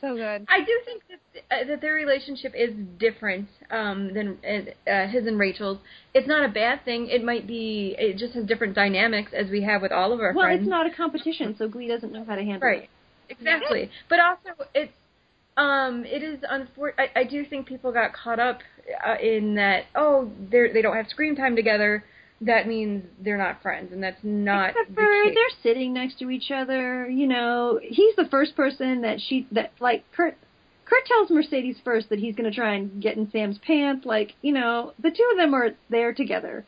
So good.
I do think that uh, that their relationship is different um, than uh, uh, his and Rachel's. It's not a bad thing. It might be. It just has different dynamics as we have with all of our
Well,
friends.
it's not a competition, so Glee doesn't know how to handle
right.
it.
Exactly. But also, it's um, it is unfortunate. I, I do think people got caught up uh, in that. Oh, they they don't have screen time together. That means they're not friends, and that's not.
Except
the
for
case.
they're sitting next to each other. You know, he's the first person that she that like Kurt. Kurt tells Mercedes first that he's going to try and get in Sam's pants. Like, you know, the two of them are there together.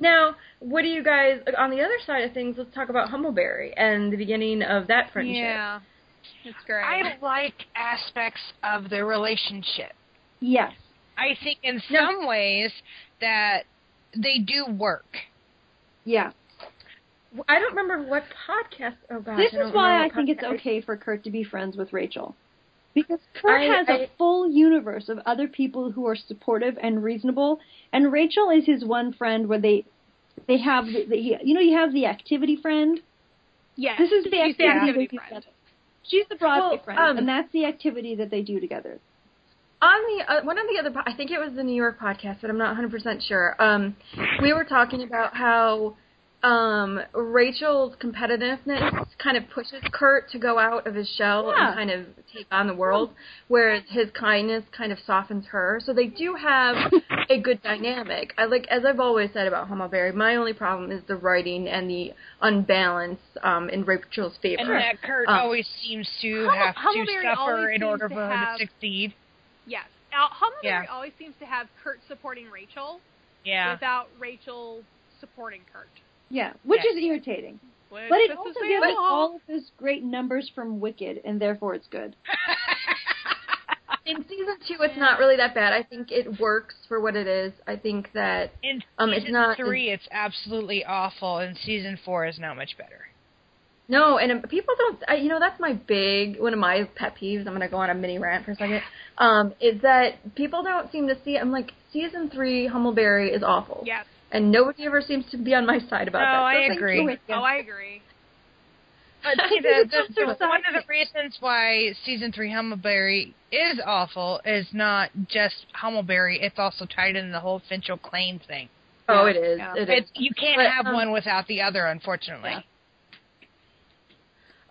Now, what do you guys on the other side of things? Let's talk about Humbleberry and the beginning of that friendship.
Yeah. It's great.
I like aspects of their relationship.
Yes.
I think in some ways that they do work.
Yeah.
I don't remember what podcast. Oh gosh,
This
I don't
is why I
remember what
think it's
podcast-
okay for Kurt to be friends with Rachel. Because Kurt
I-
has a
I-
full universe of other people who are supportive and reasonable, and Rachel is his one friend where they they have the, the you know you have the activity friend.
yes.
This is the
She's
activity,
activity
they do
friend.
together. She's the Broadway
Well,
friend,
um,
and that's the activity that they do together.
On the uh, one of the other, po- I think it was the New York podcast, but I'm not 100 percent sure. Um, we were talking about how um Rachel's competitiveness kind of pushes Kurt to go out of his shell
Yeah.
and kind of take on the world, whereas his kindness kind of softens her. So they do have a good dynamic. I like, as I've always said about Humbleberry, my only problem is the writing and the unbalance um in Rachel's favor.
And that Kurt
Um,
always seems to
Hummel-
have to
Huckleberry
suffer
always
in
seems
order
to
for her
have-
to succeed.
Yes. Al- Huckleberry
Yeah.
always seems to have Kurt supporting Rachel
Yeah.
without Rachel supporting Kurt.
Yeah, which
Yeah.
is irritating.
Which
But it
this
also
is
gives us
Rachel.
all of those great numbers from Wicked, and therefore it's good.
in season two, it's not really that bad. I think it works for what it is. I think that
In
Um, it's
season
not-
three, it's absolutely awful, and season four is not much better.
no, and um, people don't. I, you know, that's my big one of my pet peeves. I'm gonna go on a mini rant for a second. Um, is that people don't seem to see. I'm like season three, Humbleberry is awful.
Yes.
And nobody ever seems to be on my side about
No,
that.
I
So thank
agree.
you.
Wicked.
Oh, I agree.
But see, the, the, the- one of the reasons why season three Humbleberry is awful is not just Humbleberry; it's also tied in the whole Finchel claim thing.
Oh, it is.
Yeah.
It is.
It's, you can't
But,
have
um,
one without the other, unfortunately.
Yeah.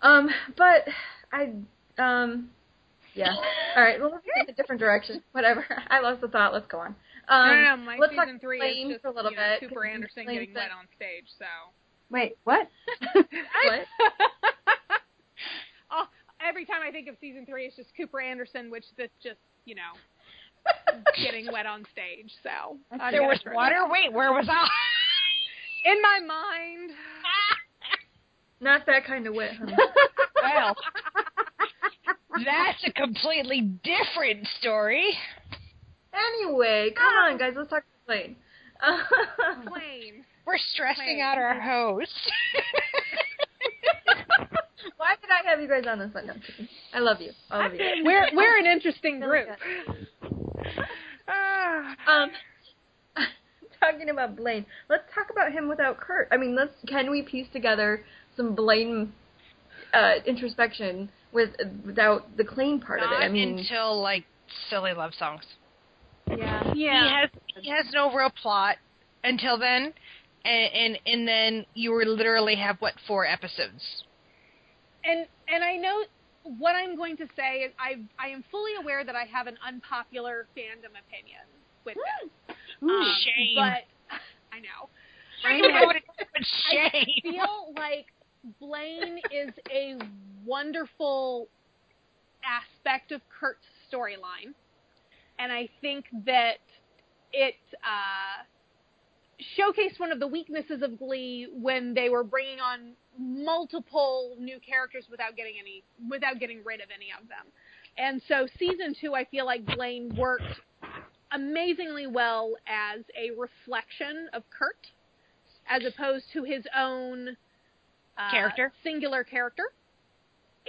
Um, but I um, yeah. All right. Well, let's take a different direction. Whatever. I lost the thought. Let's go on. Um,
no, no, no. My
let's talk
season three
Blaine
is just
for a little
you know,
bit.
Cooper Anderson
Blaine's
getting
been-
wet on stage. So
Wait, what?
What?
oh, every time I think of season three, it's just Cooper Anderson, which that's just you know getting wet on stage. So I
There
gotta
was
throw
water. Wait, where was I?
that. in my mind.
Not that kind of wit. Huh?
well, that's a completely different story.
Anyway, come on, guys, let's talk about Blaine.
Blaine.
We're stressing
Wait.
out our host.
Why did I have you guys on this one? No, I'm kidding. I love you, all of you.
We're we're an interesting
Really
group.
Ah.
Um, talking about Blaine, let's talk about him without Kurt. I mean, let's can we piece together some Blaine uh, introspection with without the claim part of
Not
it? I mean,
until like silly love songs.
Yeah.
He has he has no real plot until then, and and, and then you were literally have what four episodes.
and and I know what I'm going to say is I I am fully aware that I have an unpopular fandom opinion with this. Um,
Shame.
But I know.
I don't know what it is, but
I
shame.
feel like Blaine is a wonderful aspect of Kurt's storyline, and I think that it uh, showcased one of the weaknesses of Glee when they were bringing on multiple new characters without getting any without getting rid of any of them. And so season two, I feel like Blaine worked amazingly well as a reflection of Kurt as opposed to his own uh,
Character.
singular character.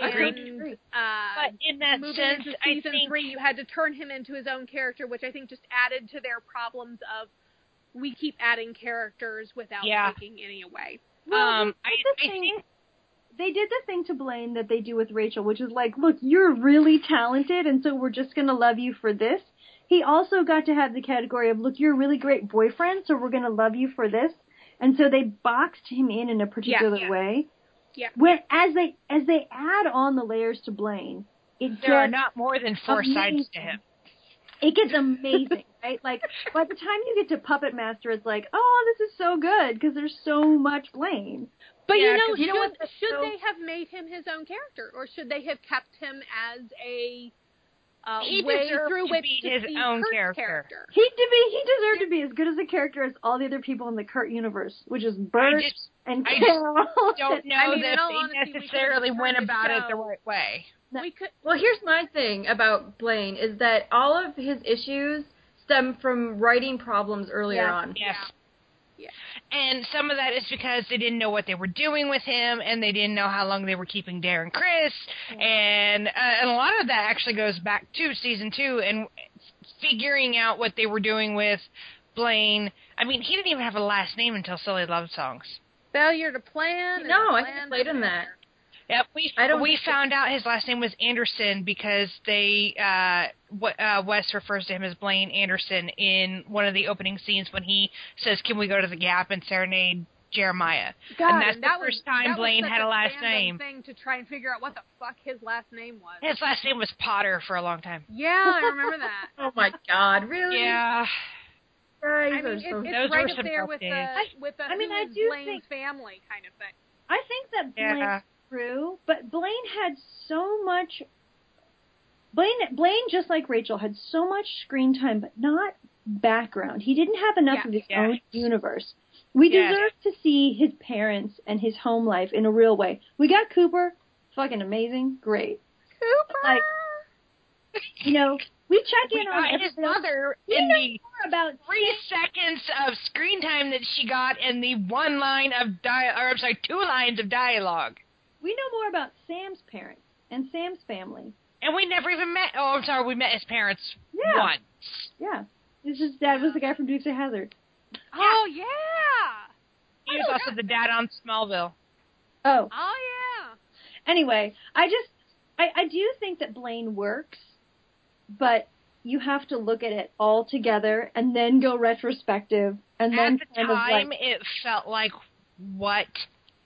Agreed.
And, uh,
But in that
moving
sense,
into
I
season
think
three, you had to turn him into his own character, which I think just added to their problems of we keep adding characters without
Yeah.
taking any away.
um, I,
That's the
I
thing.
think
they did the thing to Blaine that they do with Rachel, which is like, look, you're really talented, and so we're just gonna love you for this. He also got to have the category of, look, you're a really great boyfriend, so we're gonna love you for this. And so they boxed him in in a particular
yeah.
way.
Yeah.
When as they as they add on the layers to Blaine, it
there are
gets-
not more than four sides to
amazing.
him.
it gets amazing, right? Like by the time you get to Puppet Master, it's like, oh, this is so good because there's so much Blaine.
But
Yeah,
you know,
'cause you know
should,
what, that's
should
so-
they have made him his own character, or should they have kept him as a uh,
He
way
deserved
through
to
which
be
to
his
see
own
Kurt's
character.
He did be, he deserved to be as good as a character as all the other people in the Kurt universe, which is Bert
I just
and
I just
Carol.
don't know
I mean, in
that
all
they
honesty, we could've
necessarily
turned
went
the
about it the
show-
right way.
We could
Well, here's my thing about Blaine is that all of his issues stem from writing problems earlier
Yeah.
on.
Yes.
Yeah.
And some of that is because they didn't know what they were doing with him, and they didn't know how long they were keeping Darren Chris, and uh, and a lot of that actually goes back to season two and figuring out what they were doing with Blaine. I mean, he didn't even have a last name until Silly Love Songs.
failure to plan.
No,
and
I
plan
think played in that.
Yep, we
I don't
we
think it-
found out his last name was Anderson because they uh, w- uh Wes refers to him as Blaine Anderson in one of the opening scenes when he says, "Can we go to the Gap and serenade Jeremiah?"
God,
and that's the
that was,
first time
that was
Blaine
such
had a last
fandom
name.
Thing to try and figure out what the fuck his last name was.
His last name was Potter for a long time.
Yeah, I remember that.
Oh my God, really?
Yeah,
Guys
I mean,
are
it's,
so
Those
it's
were
right up
some
there
rough
with the
days.
with the
I mean,
who
I
is
do
Blaine's
think-
family kind of thing.
I think that Blaine
yeah.
grew, but Blaine had so much. Blaine, Blaine, just like Rachel, had so much screen time, but not background. He didn't have enough
Yeah,
of his
yeah.
own universe. We
Yeah.
deserve to see his parents and his home life in a real way. We got Cooper, fucking amazing, great.
Cooper.
Like, you know, we check
We
in on
got his
everything else.
mother
You
in
know
the
more about
three seconds of screen time that she got in the one line of dia or I'm sorry, two lines of dialogue.
we know more about Sam's parents and Sam's family.
And we never even met. Oh, I'm sorry. We met his parents
Yeah,
once.
yeah. This is dad was the guy from Dukes of Hazard.
oh yeah.
He was also the dad on Smallville.
Oh,
Oh yeah.
anyway, I just I, I do think that Blaine works, but you have to look at it all together and then go retrospective and
At
then
the
kind
time,
of like
it felt like, what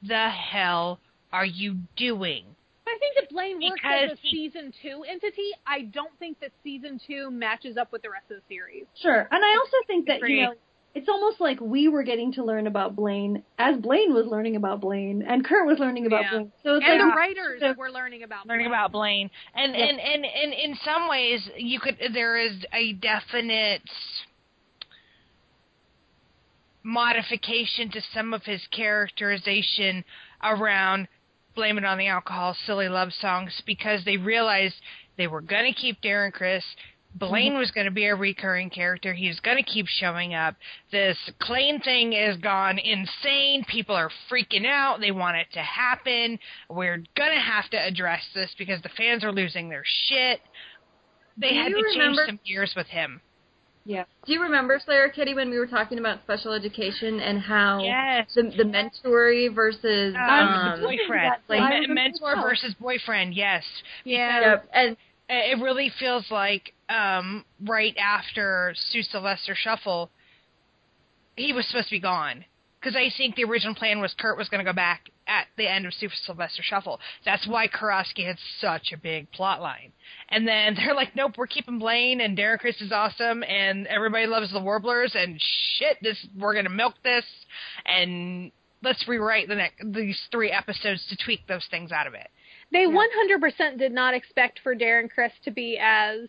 the hell are you doing?
I think that Blaine works as a
Because he-
season two entity. I don't think that season two matches up with the rest of the series.
sure. And I also think that
Agree.
you know it's almost like we were getting to learn about Blaine as Blaine was learning about Blaine and Kurt was learning about
Yeah.
Blaine. So it's
And
like
the writers
so-
were learning about
Learning
Blaine.
about Blaine, and
Yeah.
and, and and in some ways, you could there is a definite modification to some of his characterization around blame it on the alcohol, silly love songs, because they realized they were going to keep Darren Chris. Blaine
Mm-hmm.
was going to be a recurring character. He was going to keep showing up. This Klain thing has gone insane. People are freaking out. They want it to happen. We're going to have to address this because the fans are losing their shit. They
Do
had
you
to change
remember-
some gears with him.
Do you remember Slayer Kitty when we were talking about special education and how
Yes.
the the mentory versus
Um,
um,
Oh,
the boyfriend,
that, like-
Me-
I remember
mentor
well.
versus boyfriend. Yes,
Yeah.
yep, and
it it really feels like um, right after Sue Sylvester Shuffle, he was supposed to be gone because I think the original plan was Kurt was going to go back at the end of Super Sylvester Shuffle. That's why Karofsky had such a big plot line. And then they're like, nope, we're keeping Blaine, and Darren Chris is awesome, and everybody loves the Warblers, and shit, this we're going to milk this, and let's rewrite the next these three episodes to tweak those things out of it.
They 100% did not expect for Darren Chris to be as
Oh,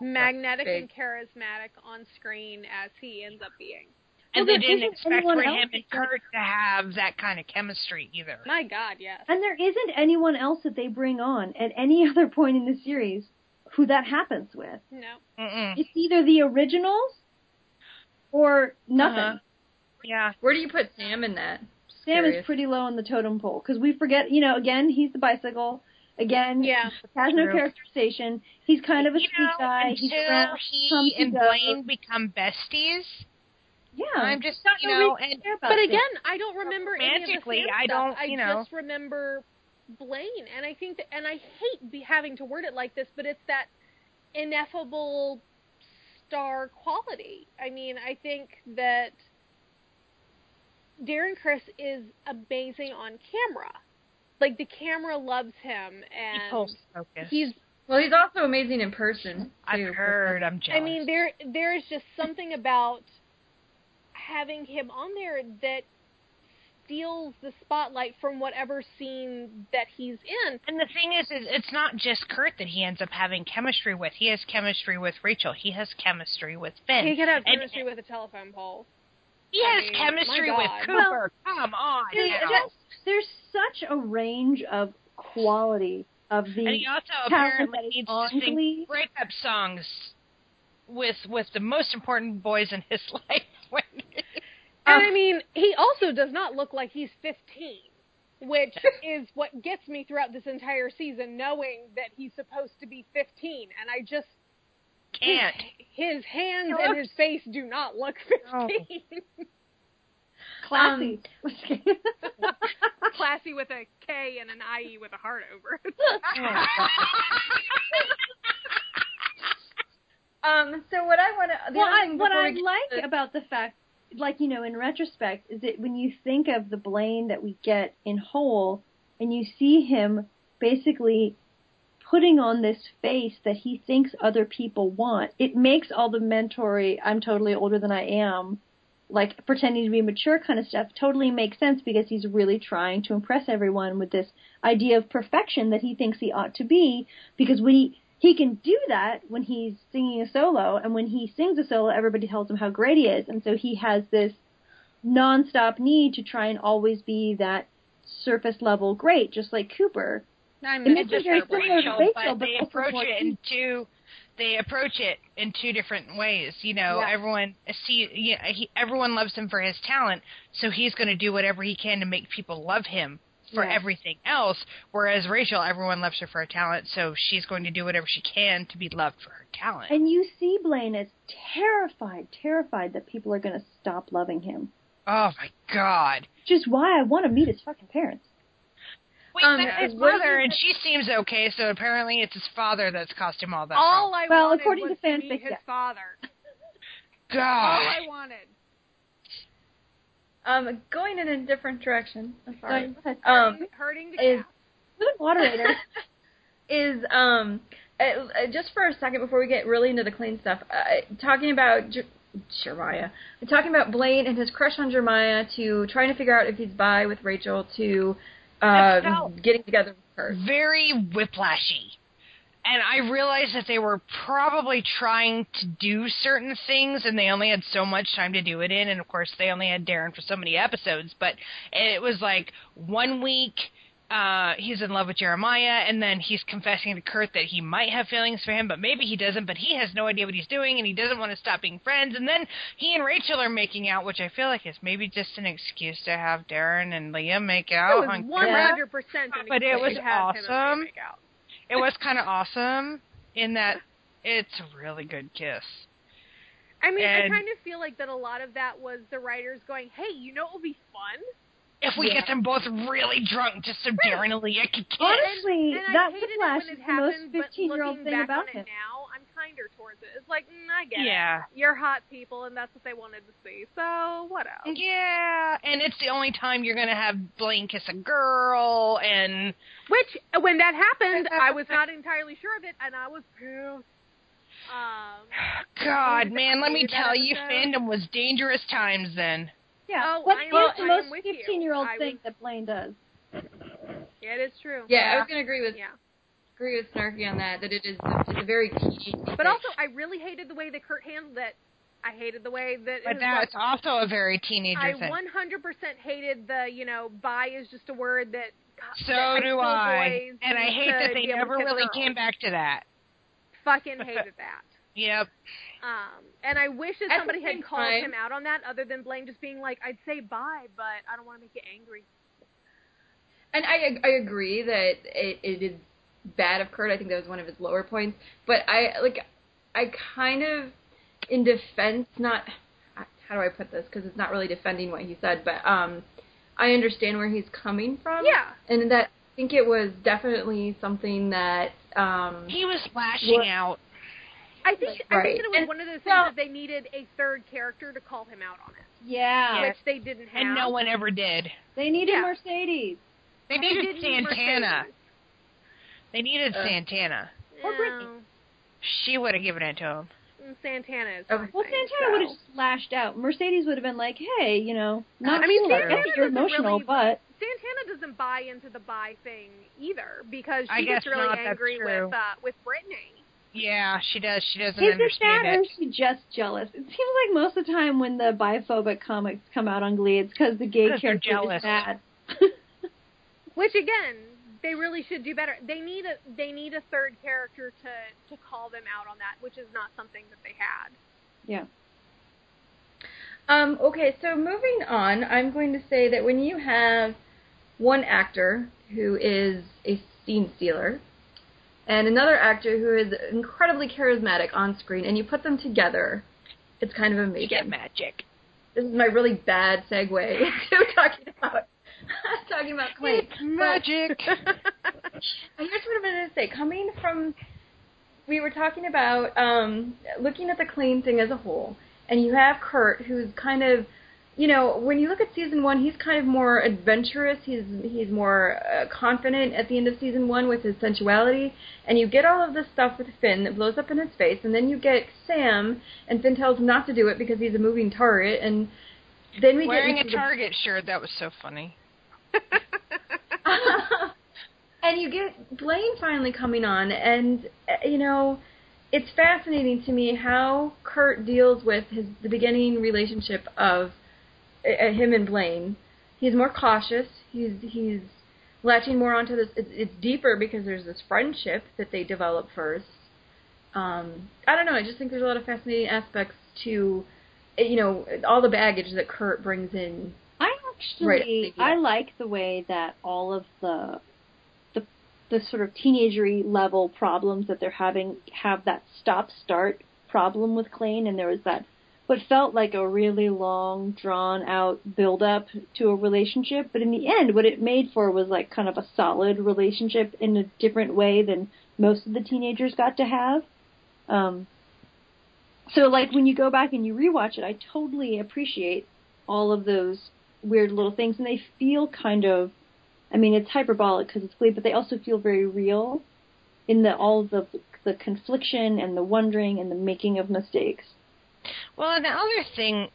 magnetic
big.
and charismatic on screen as he ends up being.
And
Well, there
they didn't
isn't
expect
anyone
for
else
him and
that's gonna-
Kurt to have that kind of chemistry either.
My God, yes.
And there isn't anyone else that they bring on at any other point in the series who that happens with.
No.
Mm-mm.
It's either the originals or nothing.
Uh-huh.
Yeah.
Where do you put Sam in that? Just
Sam is
curious.
pretty low on the totem pole because we forget, you know, again, he's the bicycle. Again,
Yeah.
has no
True.
characterization. He's kind of a
you
sweet
know,
guy. He's
until
around, comes
he
and
and
goes.
Blaine become besties,
Yeah.
I'm just
Not
you
no
know,
reason to
and
care about
But
him.
again, I don't remember any of the
romantically,
Sam
I
stuff.
don't, you know.
I just remember Blaine, and I think that, and I hate be having to word it like this, but it's that ineffable star quality. I mean, I think that Darren Chris is amazing on camera. Like the camera loves him,
he
and
pulls focus.
he's
Well, he's also amazing in person. too.
I've heard. I'm
I
jealous.
mean, there there is just something about having him on there that steals the spotlight from whatever scene that he's in.
And the thing is, is it's not just Kurt that he ends up having chemistry with. He has chemistry with Rachel. He has chemistry with Finn.
He could have
And-
chemistry with a telephone pole.
He
I
has
mean,
chemistry
my God.
with Cooper. Come on.
There's,
now.
just- there's such a range of quality of the
and he also
talent
apparently
that is
needs
on
to sing
Glee.
breakup songs with with the most important boys in his life. When Oh.
And I mean, he also does not look like he's 15, which is what gets me throughout this entire season, knowing that he's supposed to be 15, and I just
can't.
his hands and his face do not look 15.
um,
Classy.
Classy with a K and an IE with a heart over it.
Um. So what I want to.
well, I,
thing
what
before
I
we get
like
to-
about the fact, like you know, in retrospect, is that when you think of the Blaine that we get in Whole, and you see him basically putting on this face that he thinks other people want, it makes all the mentory "I'm totally older than I am," like pretending to be mature kind of stuff, totally makes sense because he's really trying to impress everyone with this idea of perfection that he thinks he ought to be. Because when he he can do that when he's singing a solo, and when he sings a solo, everybody tells him how great he is, and so he has this nonstop need to try and always be that surface level great, just like Cooper.
I
And
miss
it's
this
very
terrible.
similar to
but
Rachel, but
they
also
approach
more
it in two. They approach it in two different ways. You know,
Yeah.
everyone see. Yeah, he, everyone loves him for his talent, so he's going to do whatever he can to make people love him for
Yeah.
everything else. Whereas Rachel, everyone loves her for her talent, so she's going to do whatever she can to be loved for her talent.
And you see Blaine as terrified, terrified that people are going to stop loving him.
oh my God!
Which is why I want to meet his fucking parents.
Wait,
Um,
that's his
what do
mother,
you-
and she seems okay. So apparently, it's his father that's cost him all that.
All I
Well,
wanted
according
was
to
to
fanfic,
meet his
yeah.
father.
trouble.
All
God.
I wanted.
um going in a different direction. I'm sorry.
Go ahead.
Um.
hurting the
Is
cat.
Good moderator.
is um uh, uh, just for a second before we get really into the clean stuff, uh, talking about Jer- Jeremiah, talking about Blaine and his crush on Jeremiah to trying to figure out if he's bi with Rachel to uh,
That felt-
getting together with her.
very whiplashy. And I realized that they were probably trying to do certain things, and they only had so much time to do it in. And of course, they only had Darren for so many episodes. But it was like one week uh, he's in love with Jeremiah, and then he's confessing to Kurt that he might have feelings for him, but maybe he doesn't. But he has no idea what he's doing, and he doesn't want to stop being friends. And then he and Rachel are making out, which I feel like is maybe just an excuse to have Darren and Leah make out.
Oh,
It was
on
one
camera.
hundred percent.
But it was awesome.
out.
it was kind of awesome in that it's a really good kiss.
I mean,
And-
I kind of feel like that a lot of that was the writers going, "Hey, you know what will be fun?"
If we get them both really drunk, just so Darren and Leah could kiss.
Honestly,
And I
that
hated it when
whiplash is
it
the most
happened, but
15 year old
looking
thing
back
about
on
him.
it now, I'm kind kinder towards it. It's like, mm, I get it.
Yeah.
You're hot people, and that's what they wanted to see. So what else?
Yeah, and it's the only time you're gonna have Blaine kiss a girl, and
Which, when that happened, I was not entirely sure of it, and I was pissed. Um,
God, man, let me
Hated that
tell you,
episode.
fandom was dangerous times then.
Yeah.
Oh,
What's
I am-
what's
I am
the most
with you.
fifteen-year-old
I
thing
was-
that Blaine does?
yeah, it is true.
Yeah, I was gonna agree with
Yeah.
agree with Snarky on that. That it is it's a very key.
But also, I really hated the way that Kurt handled it. I hated the way that. it
But
was
now
like,
it's also a very teenager
I
thing.
100% hated the, you know, bi is just a word that. God,
So
that high
do
school
I,
boys
and I
use
hate
to
that they
be able to
never
kiss
really
girls.
came back to that.
Fucking hated that.
Yep.
Um, and I wish that
At the
somebody
same
had called
time-
him out on that, other than Blaine just being like, "I'd say bye, but I don't want to make you angry."
And I I agree that it, it is bad of Kurt. I think that was one of his lower points. But I like I kind of in defense not how do I put this because it's not really defending what he said, but um I understand where he's coming from.
Yeah.
And that I think it was definitely something that um
He was lashing
What-
out.
I think I
Right.
think that it was
And
one of those things
so-
that they needed a third character to call him out on it,
Yeah.
Yes.
which they didn't have.
And no one ever did.
They needed
Yeah.
Mercedes
They
They
needed
didn't need
Santana.
Mercedes.
They needed
Uh.
Santana.
or Brittany.
She would have given it to him.
No, Um, mm, Santana is.
Oh,
something,
Well, Santana
so.
would have just lashed out. Mercedes would have been like, "Hey, you know, not
I mean,
cool. I
Santana
get that you're
doesn't
emotional,
really-
but
Santana doesn't buy into the bi thing either because
I
she gets
guess
really
not, that's
angry
true.
with uh, with Brittany.
Yeah, she does. She doesn't
is it that
understand
or
it.
is she just jealous?" It seems like most of the time when the biphobic comics come out on Glee, it's because the gay
'Cause they're
character
jealous.
is bad.
Which again, they really should do better. They need a they need a third character to to call them out on that, which is not something that they had.
yeah.
Um, okay, so moving on, I'm going to say that when you have one actor who is a scene stealer and another actor who is incredibly charismatic on screen and you put them together, it's kind of
You get
amazing.
magic.
This is my really bad segue to talking about talking about Clay. But-
Magic.
and here's what I'm going to say. Coming from, we were talking about um, looking at the clean thing as a whole, and you have Kurt, who's kind of, you know, when you look at season one, he's kind of more adventurous. He's he's more uh, confident at the end of season one with his sensuality, and you get all of this stuff with Finn that blows up in his face, and then you get Sam, and Finn tells him not to do it because he's a moving target, and then we
Wearing
get
a
into the-
Target shirt. That was so funny.
and you get Blaine finally coming on, and uh, you know, it's fascinating to me how Kurt deals with his the beginning relationship of uh, him and Blaine. He's more cautious. He's he's latching more onto this. It's, it's deeper because there's this friendship that they develop first. Um, I don't know. I just think there's a lot of fascinating aspects to, uh, you know, all the baggage that Kurt brings in.
I
Right,
actually
maybe
I
not.
like the way that all of the the the sort of teenagery level problems that they're having have that stop start problem with Clayne and there was that what felt like a really long drawn out build up to a relationship but in the end what it made for was like kind of a solid relationship in a different way than most of the teenagers got to have um so like when you go back and you rewatch it I totally appreciate all of those weird little things, and they feel kind of, I mean, it's hyperbolic because it's Glee, but they also feel very real in the all the the confliction and the wondering and the making of mistakes.
Well, and the other thing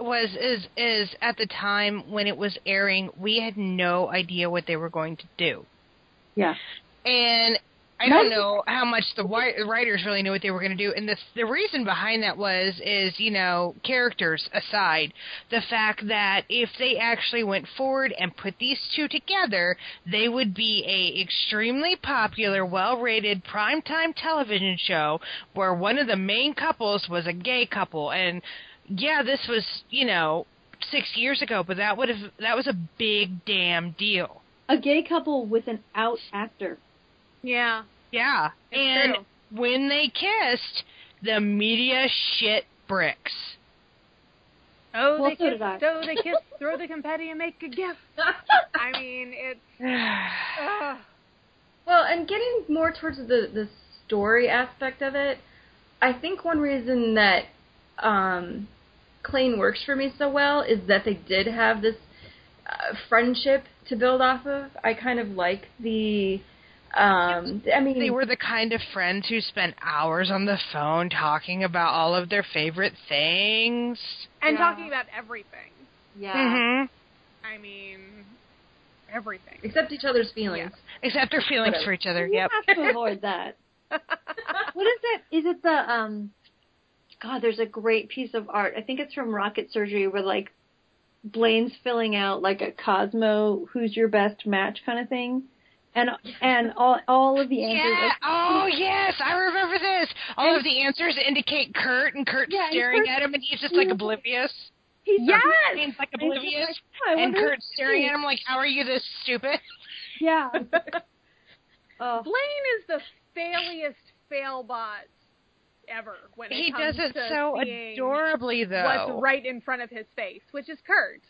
was is is at the time when it was airing, we had no idea what they were going to do,
Yeah,
and I
None-
don't know how much the wi- writers really knew what they were going to do. And the the reason behind that was is you know characters aside, the fact that if they actually went forward and put these two together, they would be a extremely popular, well-rated primetime television show where one of the main couples was a gay couple and yeah, this was, you know, 6 years ago, but that would have that was a big damn deal.
a gay couple with an out actor.
yeah.
Yeah. and when they kissed, the media shit bricks.
Oh,
Well,
they
so
kiss,
did I.
throw the kiss, throw the confetti, and make a gift. I mean, it's. ugh.
Well, and getting more towards the the story aspect of it, I think one reason that um, Klain works for me so well is that they did have this uh, friendship to build off of. I kind of like the. Um, I mean,
They were the kind of friends who spent hours on the phone talking about all of their favorite things.
Yeah.
and talking about everything.
yeah,
hmm
I mean, everything.
except each other's feelings.
Except their feelings for each other. Yep.
You have to avoid that. What is it? Is it the um? God, there's a great piece of art. I think it's from Rocket Surgery where like Blaine's filling out like a Cosmo "Who's Your Best Match" kind of thing, and and all all of the answers.
Yeah. Oh yes, I remember this. All of the answers indicate Kurt, and Kurt's
Yeah, and
staring
Kurt-
at him, and he's just like oblivious.
He's
Yes. He's like
Blaine's just
oblivious,
like, "Oh, I
and
wonder
Kurt's
who
staring
she
at him like, "How are you this stupid?"
is." Yeah. Oh,
Blaine is the failiest failbot ever when it
He
comes
does it
to
so
seeing
adorably, though.
What's right in front of his face, which is Kurt.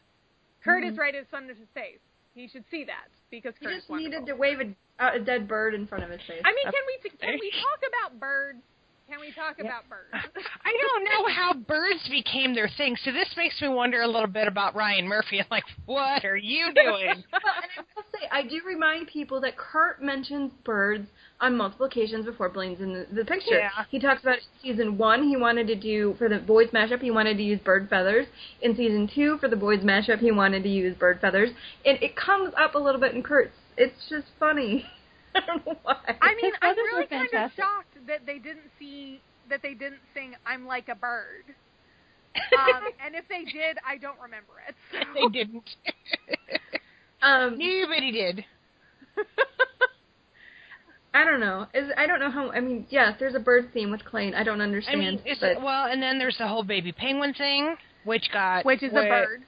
Kurt is right in front of his face. He should see that because
He
Kurt
just
is wonderful.
needed to wave a, uh, a dead bird in front of his face.
I mean, can we can we talk about birds? Can we talk about birds?
I don't know how birds became their thing, so this makes me wonder a little bit about Ryan Murphy. I'm like, what are you doing?
well, and I will say, I do remind people that Kurt mentions birds on multiple occasions before Blaine's in the, the picture.
Yeah.
He talks about season one, he wanted to do, for the boys' mashup, he wanted to use bird feathers. In season two, for the boys' mashup, he wanted to use bird feathers. And it comes up a little bit in Kurt's. It's just funny. I don't know why.
I mean,
His
I'm
feathers
really
were
kind of
fantastic.
shocked that they didn't see that they didn't sing "I'm Like a Bird," um, and if they did, I don't remember it.
they didn't.
um,
Nobody did.
I don't know. Is I don't know how. I mean, yes, there's a bird theme with Clayne. I don't
I
understand.
mean, it's,
but
well, and then there's the whole baby penguin thing, which got
Which is a
whi-
bird,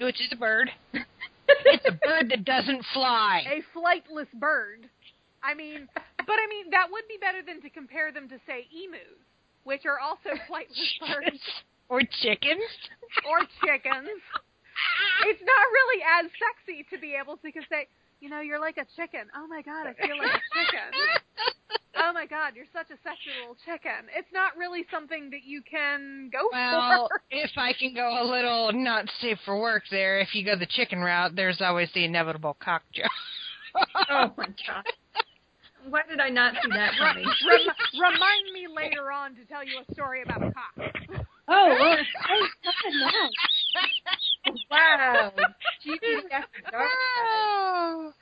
Which is a bird. it's a bird that doesn't fly.
a flightless bird. I mean, but I mean that would be better than to compare them to say emus, which are also flightless birds
or chickens.
or chickens. It's not really as sexy to be able to say, you know, you're like a chicken. Oh my god, I feel like a chicken. oh my god, you're such a sexy little chicken. It's not really something that you can go
Well,
for.
if I can go a little not safe for work there, if you go the chicken route, there's always the inevitable cock joke.
oh my god. Why did I not see that coming?
Rem- remind me later on to tell you a story about a cock.
oh, well, oh, God, no.
Wow. Jesus, that's dark.
Oh.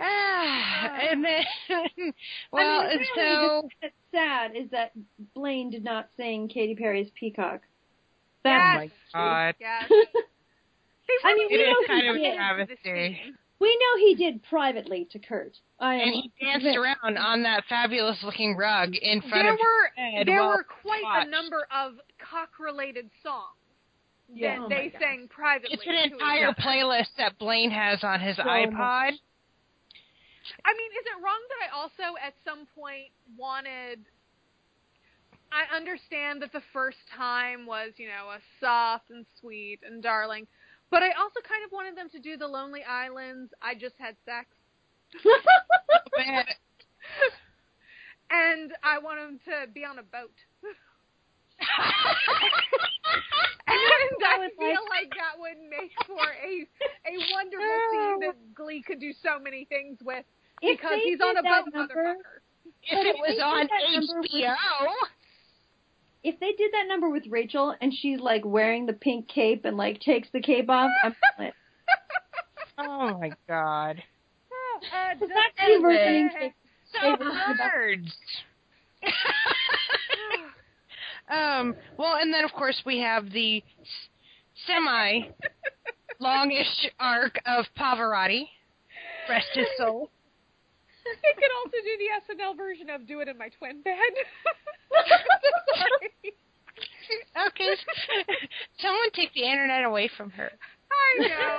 Ah, and then, well,
I mean,
and
apparently
so
That's sad. Is that Blaine did not sing Katy Perry's "Peacock"?
oh
That's
my god,
Yes.
I mean, we
it
know he
is kind of
did.
a travesty.
We know he did privately to Kurt. I am
And he danced around on that fabulous looking rug in front
There
of
were
head
there
while
were quite
watched.
a number of cock related songs that
Yeah.
Oh my
they
God.
sang privately.
It's an
to each
entire
other.
playlist that Blaine has on his
much.
iPod.
I mean, is it wrong that I also at some point wanted? I understand that the first time was, you know, a soft and sweet and darling, but I also kind of wanted them to do the Lonely Islands. I just had sex,
Man,
and I want them to be on a boat. and
I
I
would
feel
like-
like that would make for a a wonderful scene that Glee could do so many things with
If
because
they
he's
did
on a
that
boat,
number,
motherfucker.
if it was on
That number was-
HBO,
if they did that number with Rachel and she's like wearing the pink cape and like takes the cape off, I'm lit.
oh my god,
Uh,
That's
just-
the version.
so birds. um. Well, and then of course we have the s- semi longish arc of Pavarotti. Rest his soul.
They could also do the SNL version of "Do It in My Twin Bed." Sorry.
Okay. Someone take the internet away from her.
I know,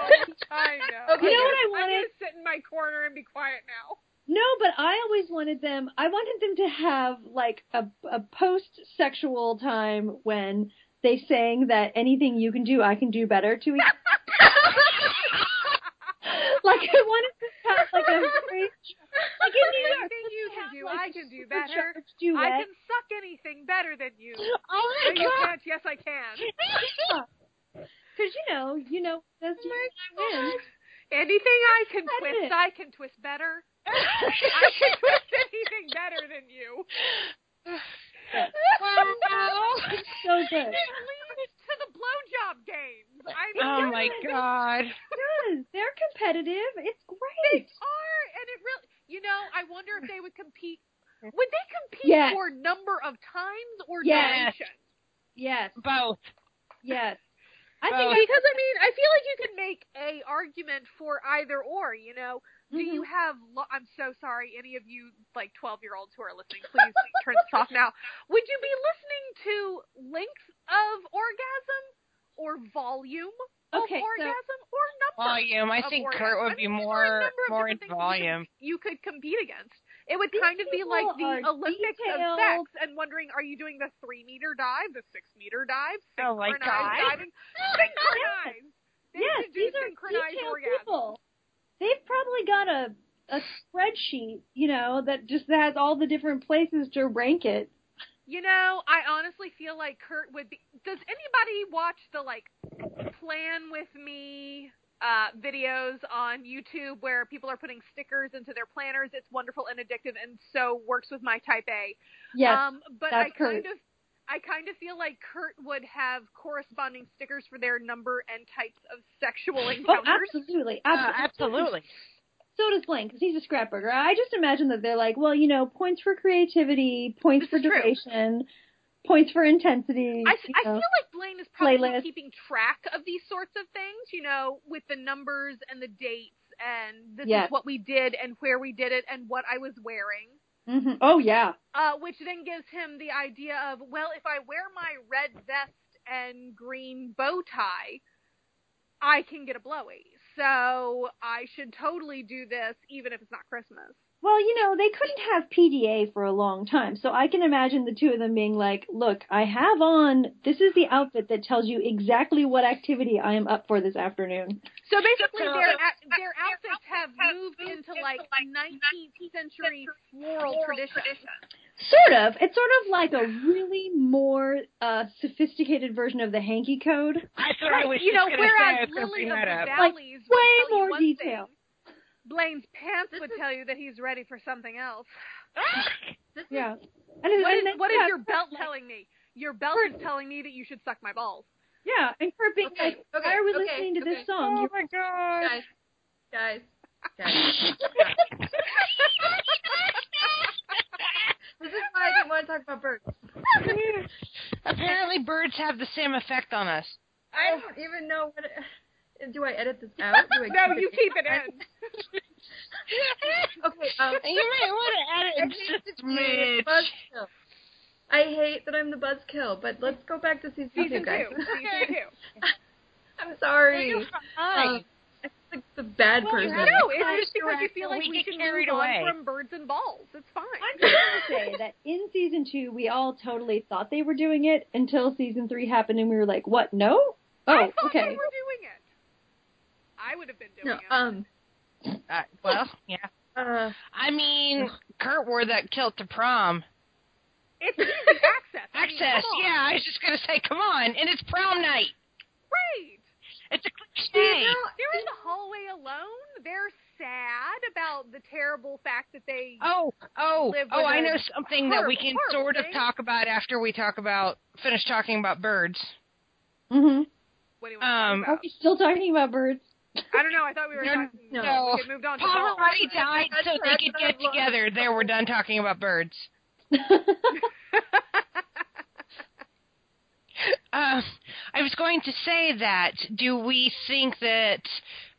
I know.
Okay.
You know what I
I'm
wanted?
gonna sit in my corner and be quiet now.
No, but I always wanted them. I wanted them to have like a a post sexual time when they sang that anything you can do, I can do better to each. like I wanted to have like a very
Anything you can
have,
do,
like,
I can do
Super
better.
charged duet.
I can suck anything better than you.
Oh
No, you can't. Yes, I can.
Because you know, you know, that's
Oh
Oh my win.
Anything I can
That's
twist,
it.
I can twist better. I can twist anything better than you.
So good.
It leads to the blowjob games. I mean,
Oh my god.
Yes, they're competitive. It's
They
great.
are, and it really, you know, I wonder if they would compete. Would they compete
Yes.
for number of times or
Yes.
duration?
Yes,
Both.
yes. I
Oh.
think
Because I mean, I feel like you could make a argument for either or. You know, do
Mm-hmm.
you have? Lo- I'm so sorry, any of you like 12 year olds who are listening, please turn this off now. Would you be listening to length of orgasm or volume of
Okay, so-
orgasm or number?
Volume. I
Of
think
orgasm.
Kurt
Oh, I
would be
mean, there are a
more
number of
more in
different things you could-
volume.
You could compete against. It would
These
kind of be like
people
the
are
Olympics of
detailed.
sex and wondering, are you doing the three meter dive, the six meter dive,
Oh my
synchronized
God.
diving, synchronized? They
yes,
should do
these are
synchronized
detailed
orgasms.
people. They've probably got a a spreadsheet, you know, that just has all the different places to rank it.
You know, I honestly feel like Kurt would be. Does anybody watch the like plan with me uh, videos on YouTube where people are putting stickers into their planners? It's wonderful and addictive, and so works with my type A.
Yes.
um, but I
that's
kind
Kurt.
of. I kind of feel like Kurt would have corresponding stickers for their number and types of sexual
oh,
encounters.
absolutely, absolutely.
Uh, absolutely.
So does Blaine, because he's a scrapbooker. I just imagine that they're like, well, you know, points for creativity, points
This
for
is true.
duration, points for intensity.
I,
you
I
know.
feel like Blaine is probably
playlist.
keeping track of these sorts of things, you know, with the numbers and the dates and this
Yes.
is what we did and where we did it and what I was wearing.
Mhm. Oh yeah.
Uh, which then gives him the idea of, well, if I wear my red vest and green bow tie, I can get a blowy. So I should totally do this even if it's not Christmas.
Well, you know, they couldn't have PDA for a long time, so I can imagine the two of them being like, "Look, I have on this is the outfit that tells you exactly what activity I am up for this afternoon."
So basically,
So-
their ou- their outfits have moved into like 19th century floral traditions.
Sort of. It's sort of like a really more uh, sophisticated version of the hanky code.
I thought I was
you
just
know,
gonna say I
whereas
was gonna
Lily
bring
of
that
the Valleys
up.
Like, way
would tell
more
you one
detail.
Thing, Blaine's pants would tell you that he's ready for something else.
Yeah. And,
What
and
is,
then-
what is
yeah,
your belt telling me? Your belt is telling me that you should suck my balls.
Yeah, and Kurt being
Okay,
like,
okay,
"Why are we
okay,
listening to
okay.
this song?"
Oh
You're-
my god.
Guys, guys, guys. This is why I didn't want to talk about birds.
Apparently, birds have the same effect on us.
I don't even know what. It, do I edit this out? Do I
No, you
in?
keep it in.
Okay. Um,
You might want to
I
add
hate
it.
to be the buzzkill. I hate that I'm the buzzkill, but let's go back to season,
Season
two, guys.
two. Season two.
I'm sorry.
fine.
Um, I feel like the bad
Well,
person.
no, it's just because you
Correct.
feel like
We
we,
get
can
carried
move on
away.
from birds and balls. It's fine.
I'm just gonna say that in season two, we all totally thought they were doing it until season three happened, and we were like, "What? No?
I
Oh,
thought
okay."
they were doing it. I would have been doing
No,
it.
um,
Uh, well, yeah.
uh,
I mean, Kurt wore that kilt to prom.
it's easy access. I mean,
Access.
come on.
Yeah, I was just gonna say, come on, and it's prom night.
Right.
It's a
you
cliche.
know,
They're in the hallway alone. They're sad about the terrible fact that they.
Oh, oh,
Live
oh!
with
I
a
know something that we
horrible,
can
horrible
sort of
thing.
talk about after we talk about finish talking about birds.
hmm
what do you want
um,
to
Are
talk
we still talking about birds?
about? I don't know. I thought we were
No,
talking.
no.
We had moved on to balls.
Pavarotti died so
That's
they could
what
get
I've learned.
together. They were done talking about birds. Um, I was going to say that. Do we think that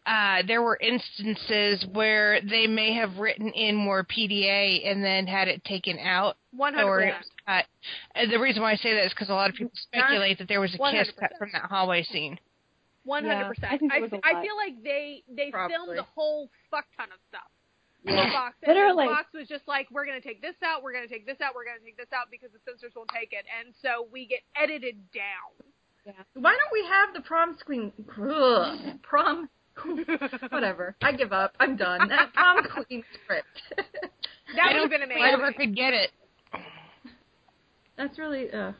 uh, there were instances where they may have written in more PDA and then had it taken out?
One
Or
hundred
it was cut? And the reason why I say that is because a lot of people speculate that there was a kiss
100%.
cut from that hallway scene.
One hundred
Yeah, I
percent.
think
I
it was a
I
lot.
feel like they they
Probably.
filmed a whole fuck ton of stuff.
Yeah.
The box and
Literally.
the box was just like, we're gonna take this out, we're gonna take this out, we're gonna take this out because the censors won't take it, and so we get edited down.
why don't we have the prom queen? Ugh, prom. Whatever. I give up. I'm done. That prom queen script.
That
I
would have
don't
been
think
amazing.
I ever could get it.
That's really. Uh.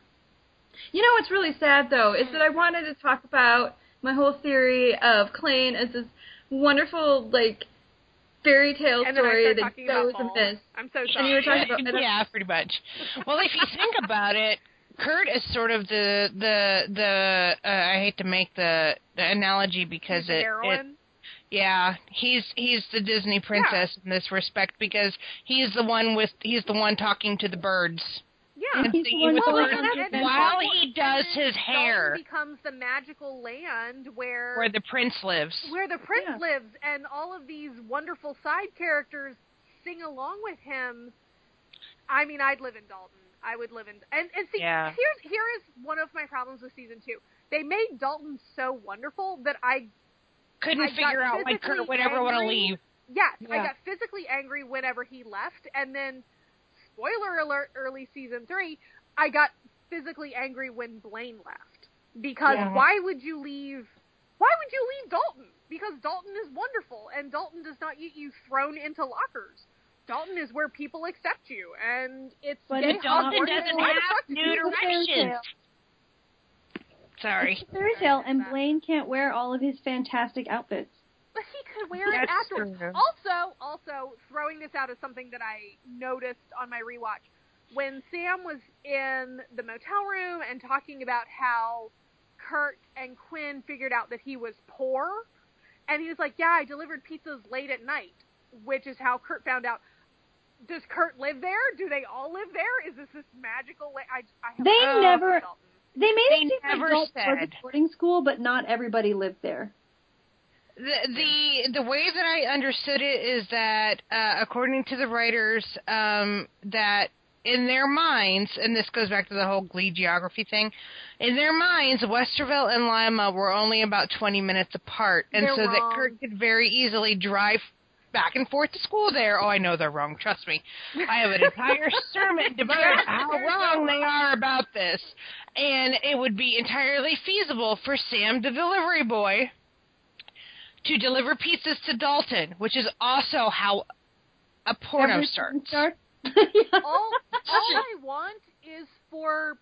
You know what's really sad though is that I wanted to talk about my whole theory of Klain as this wonderful like fairy tale
and then I
story
started
that
talking
goes
about
and
Maul.
this.
I'm so
And you were
sorry.
talking about
yeah, pretty much. Well, if you think about it, Kurt is sort of the the the. Uh, I hate to make the, the analogy because
He's
it, it
Marilyn.
Yeah, he's he's the Disney princess in this respect because he's the one with he's the one talking to the birds.
yeah.
And he's the one
with
with
the
all
birds
kinds of
And then
while
Dalton-
he does
and then
his hair
Dalton becomes the magical land where
where the prince lives.
where the prince
Yeah.
lives, and all of these wonderful side characters sing along with him. I mean, I'd live in Dalton. I would live in and and see.
Yeah.
Here's here is one of my problems with season two. They made Dalton so wonderful that I
Couldn't
I got
figure out why
physically
Kurt would ever want to
angry.
leave.
Yes, I
Yeah.
got physically angry whenever he left, and then, spoiler alert, early season three, I got physically angry when Blaine left because
Yeah.
why would you leave? Why would you leave Dalton? Because Dalton is wonderful, and Dalton does not get you thrown into lockers. Dalton is where people accept you, and it's
But
gay
it's
Dalton
Hogwarts,
doesn't
and
have
it's-
new
It's a fairy tale.
directions. Sorry.
It's a fairy tale, and Blaine can't wear all of his fantastic outfits.
But he could wear it
That's
afterwards.
true.
Also, also throwing this out as something that I noticed on my rewatch. When Sam was in the motel room and talking about how Kurt and Quinn figured out that he was poor, and he was like, "Yeah, I delivered pizzas late at night," which is how Kurt found out. Does Kurt live there? Do they all live there? Is this this magical? La- I, I have
They
Oh,
never-
Dalton.
They made
They
it seem
never
like Dalton was
said.
a boarding school, but not everybody lived there.
The the the way that I understood it is that uh, according to the writers, um, that in their minds, and this goes back to the whole Glee geography thing, in their minds, Westerville and Lima were only about twenty minutes apart, and
They're
so
wrong.
that Kurt could very easily drive back and forth to school there. Oh, I know they're wrong. Trust me, I have an entire sermon devoted to how wrong they are about this, and it would be entirely feasible for Sam, the delivery boy to deliver pizzas to Dalton, which is also how a porno
Everything
starts.
Yeah.
all, all I want is for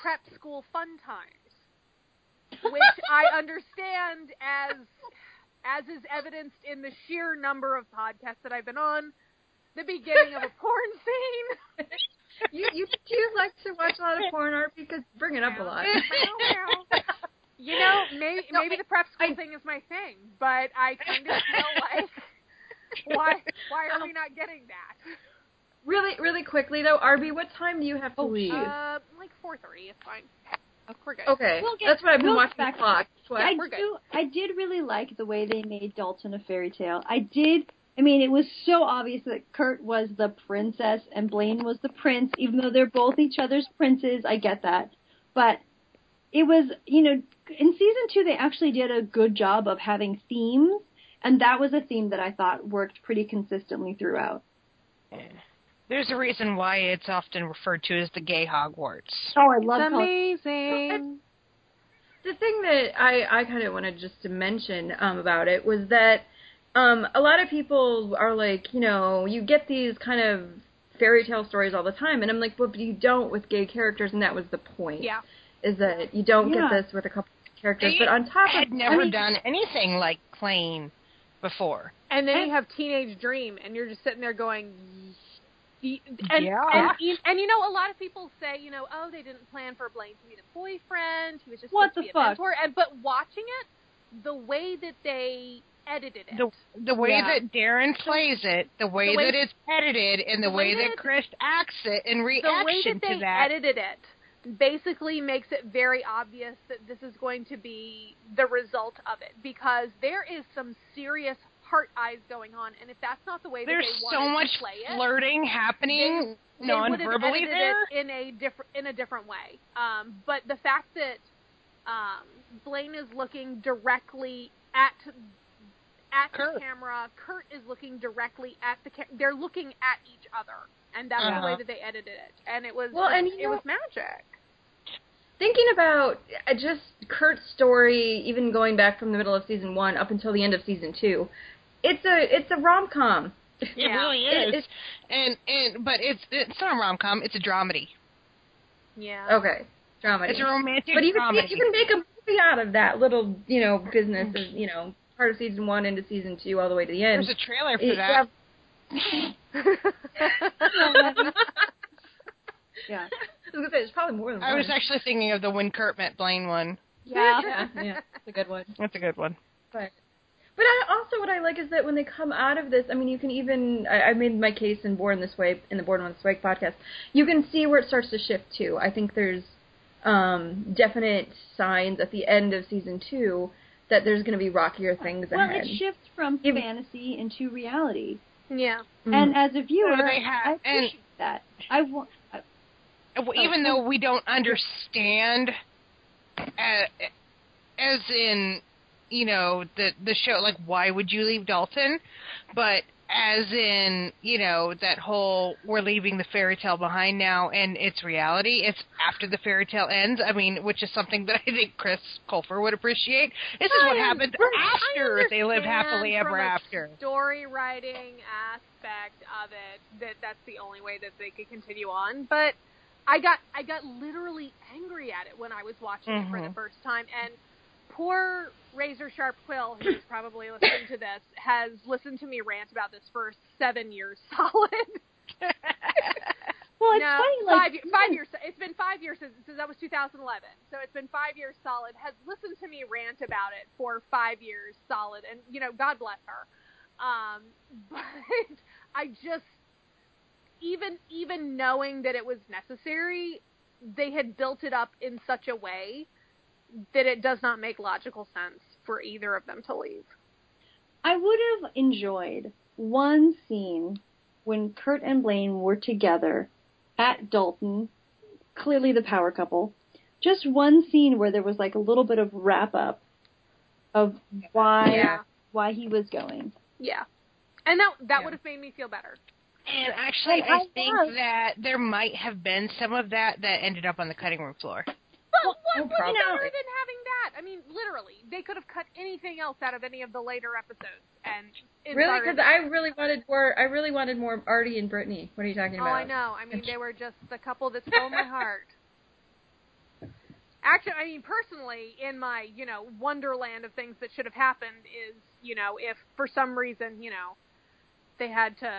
prep school fun times, which I understand as as is evidenced in the sheer number of podcasts that I've been on. The beginning of a porn scene.
you you do like to watch a lot of porn art because you bring it up a lot.
you know, may,
No,
maybe
I-
the prep school
I-
thing is my thing, but I kind of feel like why why are
Um,
we not getting that?
Really, really quickly though, Arby, what time do you have to leave?
Uh, like four thirty, it's fine. We're good.
okay,
we'll get-
that's what I've been
we'll
watching
get back
the
to
clock. That's what-
I
we're good.
do. I did really like the way they made Dalton a fairy tale. I did. I mean, it was so obvious that Kurt was the princess and Blaine was the prince, even though they're both each other's princes. I get that, but it was you know in season two they actually did a good job of having themes, and that was a theme that I thought worked pretty consistently throughout.
There's a reason why it's often referred to as the gay Hogwarts.
Oh, I love. Colin-
amazing.
the thing that I, I kind of wanted just to mention um, about it was that um, a lot of people are like, you know, you get these kind of fairy tale stories all the time, and I'm like, well, but you don't with gay characters, and that was the point.
Yeah.
Is that you don't
Yeah.
get this with a couple of characters,
They
but on top
had
of
never
I mean,
done anything like Klain before.
And then you
And-
have Teenage Dream, and you're just sitting there going, "Ye- and,
Yeah.
and, e, and, you know, a lot of people say, you know, oh, they didn't plan for Blaine to be the boyfriend. He was just
What
supposed
the
to be a
fuck?
mentor. And but watching it, the way that they edited it,
The, the way
Yeah.
that Darren plays it, the way,
The way-
that it's edited, and the,
the way
way,
that
that
it-
Chris acts it in
the
reaction
way that they
to that.
edited it basically makes it very obvious that this is going to be the result of it because there is some serious heart eyes going on, and if that's not the way
There's
that they
so
wanted
much
to play it,
flirting happening
they would have
non-verbally
edited
there.
it in a different in a different way. Um, but the fact that um, Blaine is looking directly at at the
Kurt.
camera, Kurt is looking directly at the camera. They're looking at each other, and that's the way
Uh-huh.
that they edited it. And it was
Well, and you
it was magic.
thinking about uh, just Kurt's story, even going back from the middle of season one up until the end of season two, it's a it's a rom com.
It really
It-
is.
it's-
and and but it's it's not a rom com. It's a dramedy.
Yeah.
Okay, dramedy.
It's a romantic
but even
dramedy.
you can make a movie out of that little you know
Mm-hmm.
business of you know part of season one into season two all the way to the end.
There's a trailer
It-
for that.
yeah.
Yeah.
I was gonna say there's probably more than
I
one.
was actually thinking of the when Kurt met Blaine one.
Yeah.
yeah, yeah, it's a good one.
That's a good one.
But I, also, what I like is that when they come out of this, I mean, you can even I, I made my case in Born This Way in the Born This Way podcast. You can see where it starts to shift to. I think there's um, definite signs at the end of season two that there's going to be rockier things
Well,
ahead.
it shifts from
If-
fantasy into reality,
Yeah.
Mhm.
and as a viewer,
So they have-
I appreciate that. I want.
Well, even though we don't understand, uh, as in, you know, the the show, like why would you leave Dalton? But as in, you know, that whole we're leaving the fairy tale behind now, and it's reality. It's after the fairy tale ends. I mean, which is something that I think Chris Colfer would appreciate. This is what
I
happened
under- I
after they lived
understand
happily ever
from a
after.
Story writing aspect of it that that's the only way that they could continue on, but I got I got literally angry at it when I was watching it for the
Mhm.
first time and poor razor sharp quill who's probably listening to this has listened to me rant about this for 7 years solid.
Well, it's
no,
funny,
five,
like
ye- five years. It's been five years since, since that was 2011. So it's been five years solid. Has listened to me rant about it for five years solid, and you know, God bless her. Um, but I just, even even knowing that it was necessary, they had built it up in such a way that it does not make logical sense for either of them to leave.
I would have enjoyed one scene when Kurt and Blaine were together at Dalton, clearly the power couple. Just one scene where there was like a little bit of wrap up of why
Yeah.
why he was going.
Yeah, and that that
Yeah.
would have made me feel better.
And actually,
I
I think
was.
that there might have been some of that that ended up on the cutting room floor.
Well, what
no
would be
problem.
better than having that? I mean, literally, they could have cut anything else out of any of the later episodes, and it's
really,
already-
because I really wanted more. I really wanted more Artie and Brittany. What are you talking
oh,
about?
I know. I mean, they were just the couple that stole my heart. Actually, I mean, personally, in my you know wonderland of things that should have happened is you know if for some reason you know they had to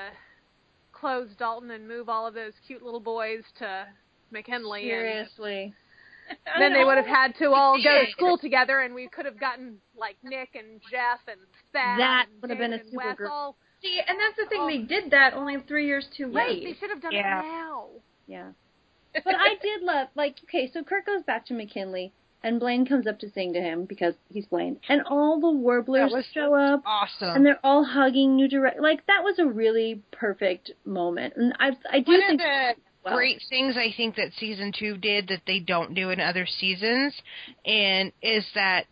close Dalton and move all of those cute little boys to McKinley and
Seriously.
then they would have had to all go to school together, and we could have gotten like Nick and Jeff and Thad.
That
and
would have been
Jake
a
and
super
Wes,
group.
all-
See, and that's the thing.
Oh.
They did that only three years too
Right, they
late.
should have done
Yeah.
it now.
Yeah. But I did love like okay, so Kurt goes back to McKinley and Blaine comes up to sing to him because he's Blaine. And all the warblers
That was-
show up.
Awesome.
and they're all hugging New Direct. Like that was a really perfect moment, and I I do
One of
think
the
well.
great things I think that season two did that they don't do in other seasons, and is that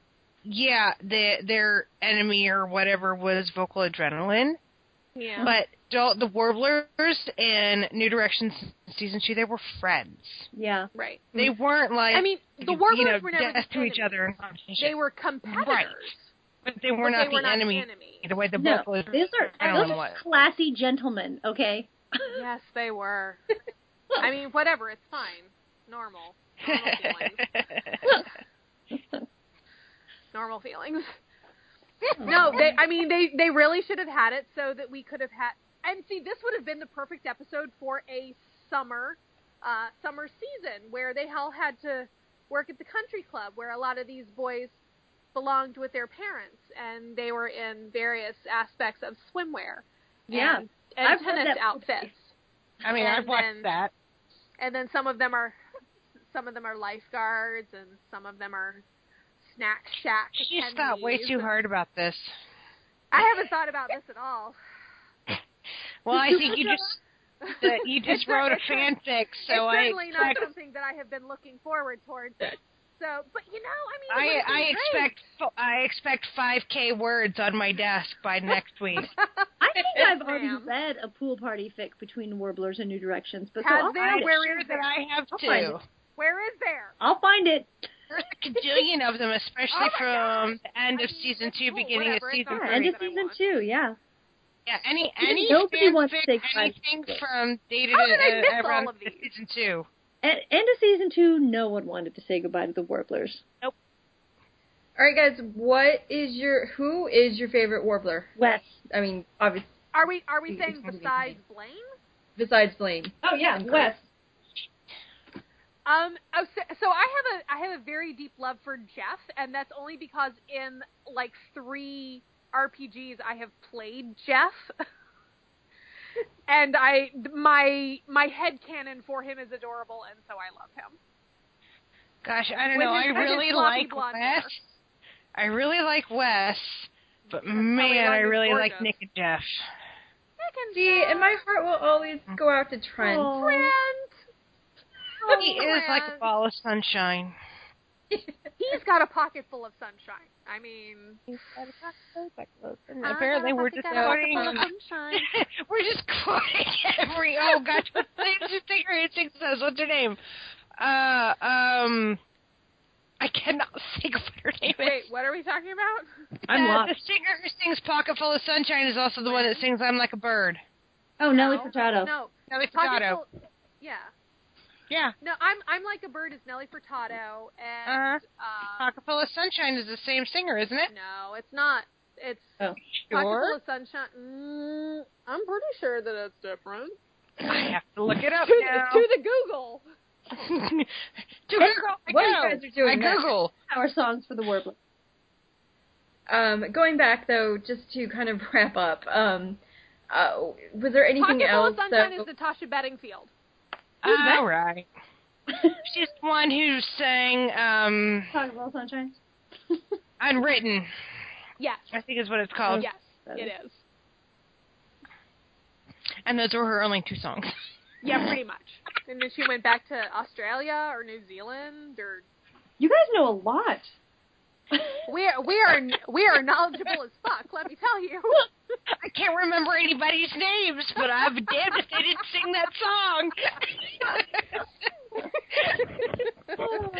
yeah, the, their enemy or whatever was vocal adrenaline,
Yeah.
but Dal- the Warblers and New Directions season two they were friends.
yeah,
right.
They weren't like
Mm-hmm. I mean, the
you
Warblers
know,
were never
death
just
to
enemies.
each other, in
They
competition,
were competitors.
but they
but
were not
they were
the
not
enemy.
enemies.
The way the
no,
vocal
these
I
are
don't
those
know
are
what-
classy gentlemen. Okay,
Yes, they were. I mean, whatever. It's fine. Normal. Normal feelings. normal feelings.
Oh.
no, they. I mean, they they really should have had it so that we could have had. And see, this would have been the perfect episode for a summer, uh, summer season where they all had to work at the country club, where a lot of these boys belonged with their parents, and they were in various aspects of swimwear.
Yeah.
and,
I've
and
heard
tennis
that-
outfits,
I mean, I've
And then-
watched that.
and then some of them are, some of them are lifeguards, and some of them are snack shack.
She just thought way
attendees,
too
and-
hard about this.
I haven't thought about this at all.
Well, I think you just that you just
It's not-
wrote a
it's not-
fanfic, so
it's
I
certainly not
expect
something that I have been looking forward towards. So, but you know, I mean, it
I
would've been
I
great.
expect fo- I expect five k words on my desk by next week.
I think I've already
Ma'am.
read a pool party fic between Warblers and New Directions, but so
Has
I'll,
there?
find it.
Where
Sure
is
that
it?
I have
I'll find
two.
Where is there?
I'll find it.
There's a cajillion of them, especially
Oh my
from
gosh.
the end
I
of
mean,
season
it's
two,
cool,
beginning
whatever,
of
it's
season
not
Yeah, end
three,
of
that I
season
want.
two. Yeah,
Yeah, any any
Nobody wants to
fanfic,
take five
anything
minutes.
from dated
How did I
uh,
miss
around
all of these?
season two.
At end of season two, no one wanted to say goodbye to the Warblers.
All right, guys. What is your who is your favorite warbler?
Wes.
I mean, obviously,
Are we are we
It's
saying
gonna be
besides Blaine?
besides Blaine.
Oh yeah,
And
Wes.
Um. Oh, so, so I have a I have a very deep love for Jeff, and that's only because in like three RPGs I have played Jeff, and I my my head canon for him is adorable, and so I love him.
Gosh, I don't
With
know. I
his- with his
really
floppy
like
blonde
Wes. I really like Wes, but
probably
man,
why
I
he's
really like
gorgeous.
Nick and Jeff.
Second
See, and my heart will always go out to Trent.
friend,
he is like
man.
a ball of sunshine.
he's got a pocket full of sunshine. I mean,
Apparently, we're just quoting.
sunshine.
we're just quoting every. Oh gosh, what's the name? Stingray sings those. What's her name? Uh, um, I cannot think of what her name
Wait,
is.
what are we talking about?
I'm
Uh,
lost.
the singer who sings "Pocket Full of Sunshine" is also the one that sings "I'm Like a Bird."
Oh, Nelly Furtado.
No,
Nelly
Pocket
Furtado.
Full- Yeah.
Yeah.
No, I'm I'm like a bird is Nelly Furtado and um,
Pocket Full of Sunshine is the same singer, isn't it?
no, it's not. It's
Oh.
Pocket Full
Sure.
of Sunshine. Mm, I'm pretty sure that it's different.
I have to look it up
To,
now.
to the Google.
to Google. I
What you
go.
guys are doing
I
next.
Google.
Our songs for the Warblers.
Um, going back though, just to kind of wrap up. Um, uh, was there anything
Pocket Full
else?
of Sunshine
that-
is Natasha Bedingfield.
All right. She's the one who sang um,
Talk about sunshine.
"Unwritten."
Yes.
I think is what it's called.
Yes, it is.
And those were her only two songs.
Yeah, pretty much. And then she went back to Australia or New Zealand or
You guys know a lot.
we are we are we are knowledgeable as fuck. Let me tell you.
I can't remember anybody's names, but I'm damned if they didn't sing that song.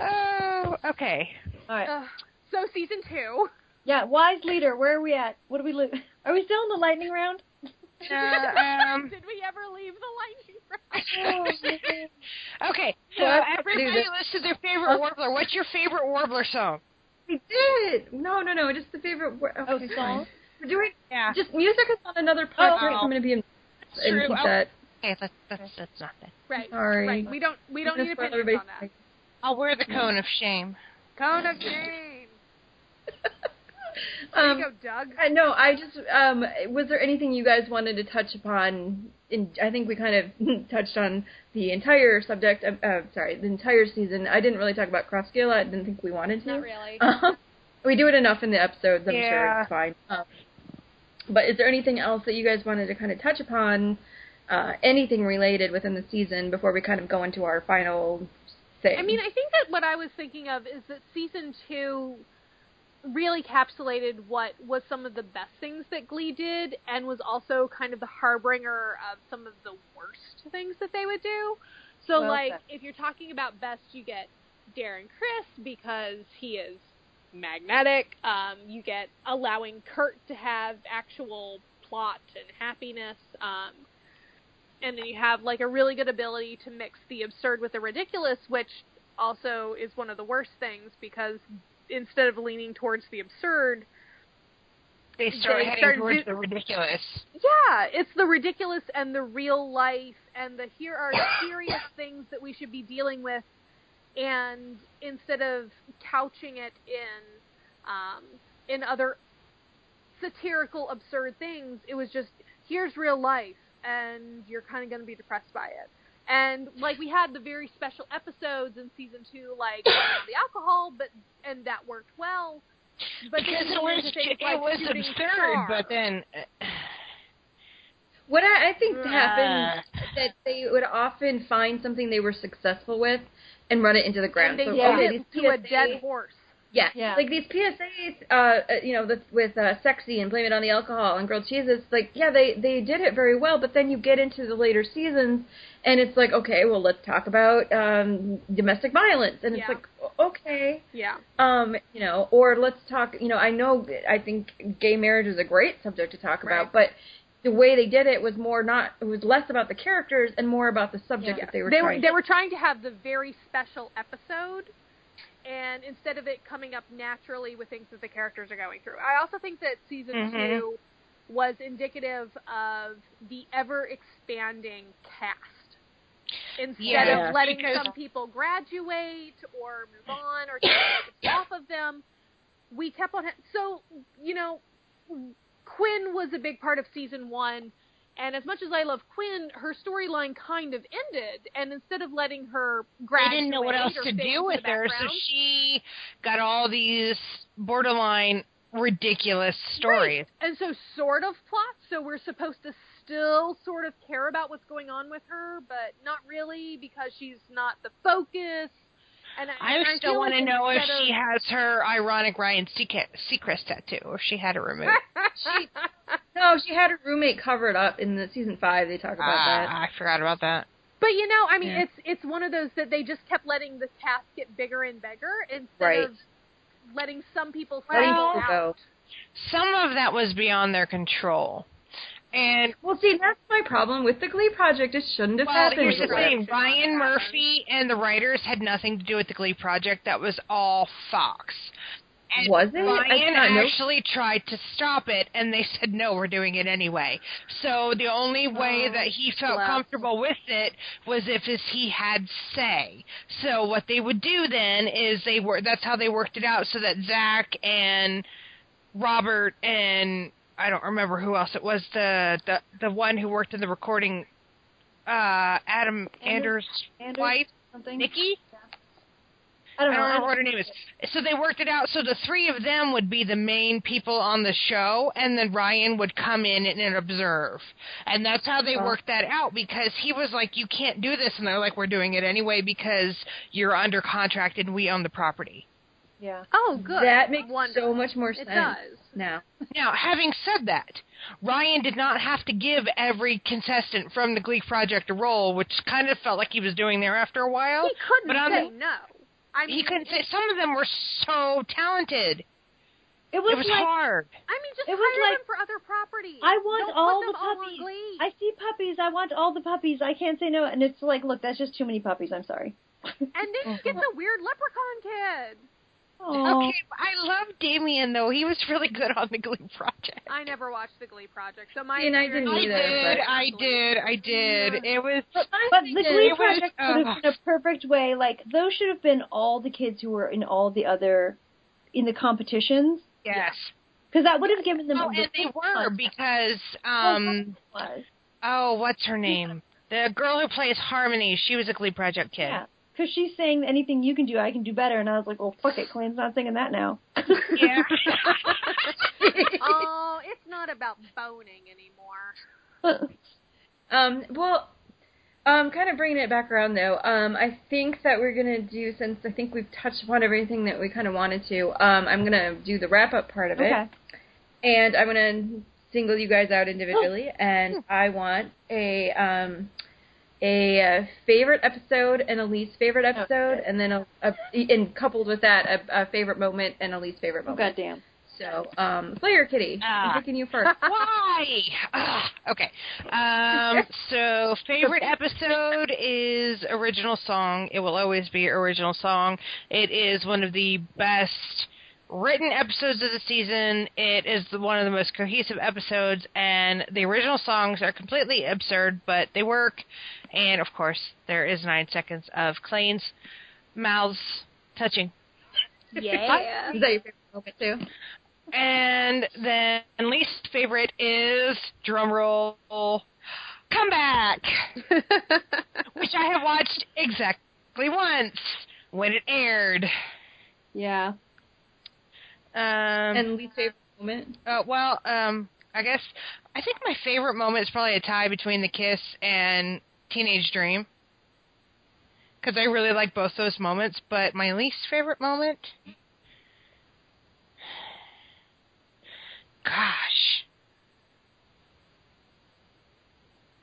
oh, okay.
All right.
Ugh. so season two.
Yeah, wise leader. Where are we at? What do we lo- Are we still in the lightning round?
Uh, um,
Did we ever leave the lightning round?
okay, so
Well, I have to do
everybody
this.
listed their favorite warbler. What's your favorite warbler song?
We did. No, no, no. Just the favorite. wor-
Oh,
Okay, fine.
song.
We're doing
Yeah.
just music is on another podcast.
Oh.
I'm going to be in and
true.
keep
Oh.
that.
Okay, that's that's, that's not that.
Right.
Sorry.
Right. We don't we don't
Just
need
for
opinions
everybody's
on that.
sake.
I'll wear the cone of shame.
Cone of shame. There
um,
you go, Doug.
I no, I just um, was there anything you guys wanted to touch upon? In I think we kind of touched on the entire subject. Of, uh, sorry, the entire season. I didn't really talk about cross scale. I didn't think we wanted to.
Not really.
Um, we do it enough in the episodes. I'm sure
Yeah.
it's fine. Um, but is there anything else that you guys wanted to kind of touch upon? Uh, anything related within the season before we kind of go into our final thing?
I mean, I think that what I was thinking of is that season two really capsulated what was some of the best things that Glee did, and was also kind of the harbinger of some of the worst things that they would do. So,
Well
like,
said.
if you're talking about best, you get Darren Chris because he is magnetic. Um, you get allowing Kurt to have actual plot and happiness. Um, and then you have like a really good ability to mix the absurd with the ridiculous, which also is one of the worst things because instead of leaning towards the absurd,
They start
They
heading
start
towards
do-
the ridiculous.
yeah, it's the ridiculous and the real life and the here are serious things that we should be dealing with, and instead of couching it in um, in other satirical absurd things, it was just here's real life and you're kind of going to be depressed by it. And like we had the very special episodes in season two, like around the alcohol, but and that worked well. But then
because
you
it
went
was
into things
it
like
was
shooting
absurd,
stars.
but then uh,
What I, I think
Hmm.
Uh.
happened that they would often find something they were successful with and run it into the ground.
and they
so,
did
okay,
it
these
to a
PSA
dead horse.
Yeah.
Yeah.
Like these PSAs, uh, uh, you know, with, with uh, sexy and blame it on the alcohol and grilled cheese. It's like, yeah, they they did it very well, but then you get into the later seasons, and it's like, okay, well, let's talk about um, domestic violence, and it's
Yeah.
like, o- okay,
Yeah.
um, you know, or let's talk. You know, I know, I think gay marriage is a great subject to talk about, but. The way they did it was more not it was less about the characters and more about the subject that they were
they
trying.
were they were trying to have the very special episode and instead of it coming up naturally with things that the characters are going through i also think that season
Mm-hmm.
Mhm.
two was indicative of the ever expanding cast instead
Yeah,
of letting
because-
some people graduate or move on or take focus off of them we kept on ha- so you know quinn was a big part of season one and as much as I love Quinn, her storyline kind of ended. And instead of letting her
They
graduate,
didn't know what
or
else
fade
to
into
do with
the
her, so
background-
she got all these borderline ridiculous stories.
and so sort of plot. So we're supposed to still sort of care about what's going on with her, but not really because she's not the focus. And I,
I
and I
still
feel
want to
like
know if
instead
she
of-
has her ironic Ryan Seac- Seacrest tattoo, or if she had it removed.
she, no, she had her roommate covered up in the season five. They talk about that.
Ah, I forgot about that.
But you know, I mean,
Yeah.
it's it's one of those that they just kept letting the cast get bigger and bigger instead
Right.
of letting some people
Letting
fade
people
out.
go.
Some of that was beyond their control, and
Well, see, that's my problem with the Glee project. It shouldn't have
Well,
happened.
here's the
but
thing:
Correct.
Ryan Murphy and the writers had nothing to do with the Glee project. That was all Fox. And
Was it? I
Ryan
did not know.
actually tried to stop it, and they said no, we're doing it anyway. So the only way
Oh,
that he felt
bless.
comfortable with it was if is he had say. So what they would do then is they were that's how they worked it out so that Zach and Robert and I don't remember who else it was the the, the one who worked in the recording uh Adam Anders,
Anders- Anders
wife
something.
Nikki Uh,
I don't
I
know.
don't remember what her name is. So they worked it out so the three of them would be the main people on the show and then Ryan would come in and, and observe. And that's how
Uh-huh.
they worked that out because he was like you can't do this and they're like we're doing it anyway because you're under contract and we own the property.
Yeah.
Oh, good.
That makes
Wonderful.
so much more
It
sense
does.
now.
Now, having said that, Ryan did not have to give every contestant from the Glee Project a role, which kind of felt like he was doing there after a while.
He couldn't
But on
say
the-
no. I mean,
He couldn't say some of them were so talented.
It was,
It was
like
hard.
I mean, just
It was
hire
like,
them for other properties.
I want
Don't
all
put
the
them all on
puppies.
Glee.
I see puppies. I want all the puppies. I can't say no. And it's like, look, that's just too many puppies. I'm sorry.
and then you get the weird leprechaun kid.
Aw.
Okay, I love Damien though. He was really good on the Glee Project.
I never watched the Glee Project, so my
See, and I didn't
I
Me
experience-
either,
did,
but-
I did, I did. It was
But the Glee
was- uh,
Project would
ugh.
have been a perfect way. Like those should have been all the kids who were in all the other, in the competitions,
yes.
because that would have given them.
Oh,
a
and they were
fun-
because
Oh,
um
was.
oh, what's her name? The girl who plays Harmony, she was a Glee Project kid.
Yeah. Because she's saying anything you can do, I can do better, and I was like, "Well, fuck it, Clayton's not singing that now."
Yeah.
oh, it's not about boning anymore.
Um, well, um, kind of bringing it back around though. Um, I think that we're gonna do since I think we've touched upon everything that we kind of wanted to. Um, I'm gonna do the wrap up part of it.
okay.
and I'm gonna single you guys out individually, and I want a um a uh, favorite episode and a least favorite episode, and then a, a and coupled with that a, a favorite moment and a least favorite
Oh,
moment.
goddamn.
So, um, Slayer Kitty,
Ah.
I'm picking you first.
Why? Ugh, okay. Um, so, favorite episode is original song. It will always be original song. It is one of the best written episodes of the season. It is the, one of the most cohesive episodes, and the original songs are completely absurd, but they work. And of course, there is nine seconds of Clayne's mouths touching.
Yeah.
Is that your favorite moment too?
And then least favorite is drumroll comeback, which I have watched exactly once when it aired.
Yeah.
Um,
And least favorite moment.
uh, well, um, I guess I think my favorite moment is probably a tie between the kiss and Teenage Dream because I really like both those moments. But my least favorite moment Gosh,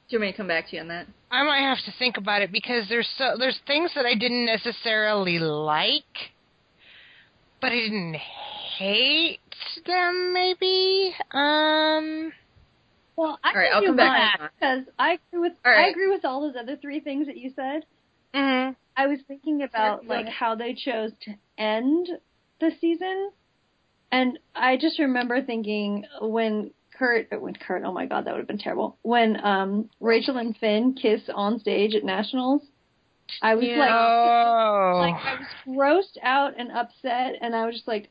Do you want me to come back to you on that?
I might have to think about it because there's so there's things that I didn't necessarily like, but I didn't hate them. Maybe. Um.
Well, I
All right,
think
I'll
you
come back
might, because I agree with
All
I
right.
agree with all those other three things that you said.
mhm.
I was thinking about
Sorry, go
like
ahead.
how they chose to end the season, and I just remember thinking when Kurt, when Kurt, oh my god, that would have been terrible. When um Rachel and Finn kiss on stage at nationals, I was
Oh.
like, like I was grossed out and upset, and I was just like,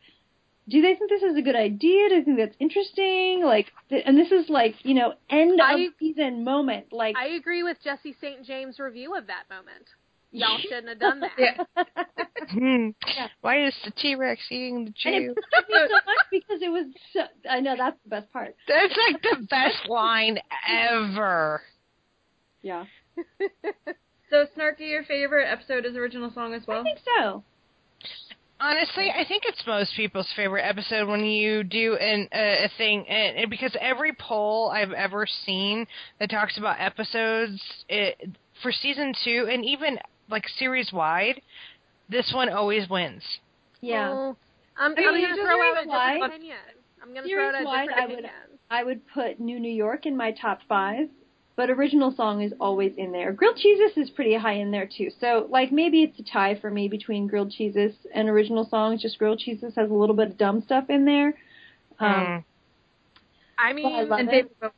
do they think this is a good idea? Do they think that's interesting? Like, th- and this is like you know end
I-
of season moment, like.
I agree with Jesse St. James' review of that moment. Y'all shouldn't have done that.
Yeah.
Hmm. Why is the T Rex eating the
and
Jew?
it bothered me so much because it was so, I know that's the best part.
That's like the best line ever.
Yeah.
So, Snarky, your favorite episode is original song as well?
I think so.
Honestly, I think it's most people's favorite episode when you do an, a, a thing, and, and because every poll I've ever seen that talks about episodes it, for season two and even like series wide, this one always wins.
Yeah.
Well, um, I'm,
I mean,
I'm going to
just
throw out a
series
different
wide-
opinion. I'm going to throw out a
series
different
wide, I would-
opinion.
I would put New New York in my top five, but original song is always in there. Grilled Cheeses is pretty high in there too. So like maybe it's a tie for me between Grilled Cheeses and original songs. Just Grilled Cheeses has a little bit of dumb stuff in there. Um,
Mm.
I
but I
mean,
love
and
it.
Baby Bo-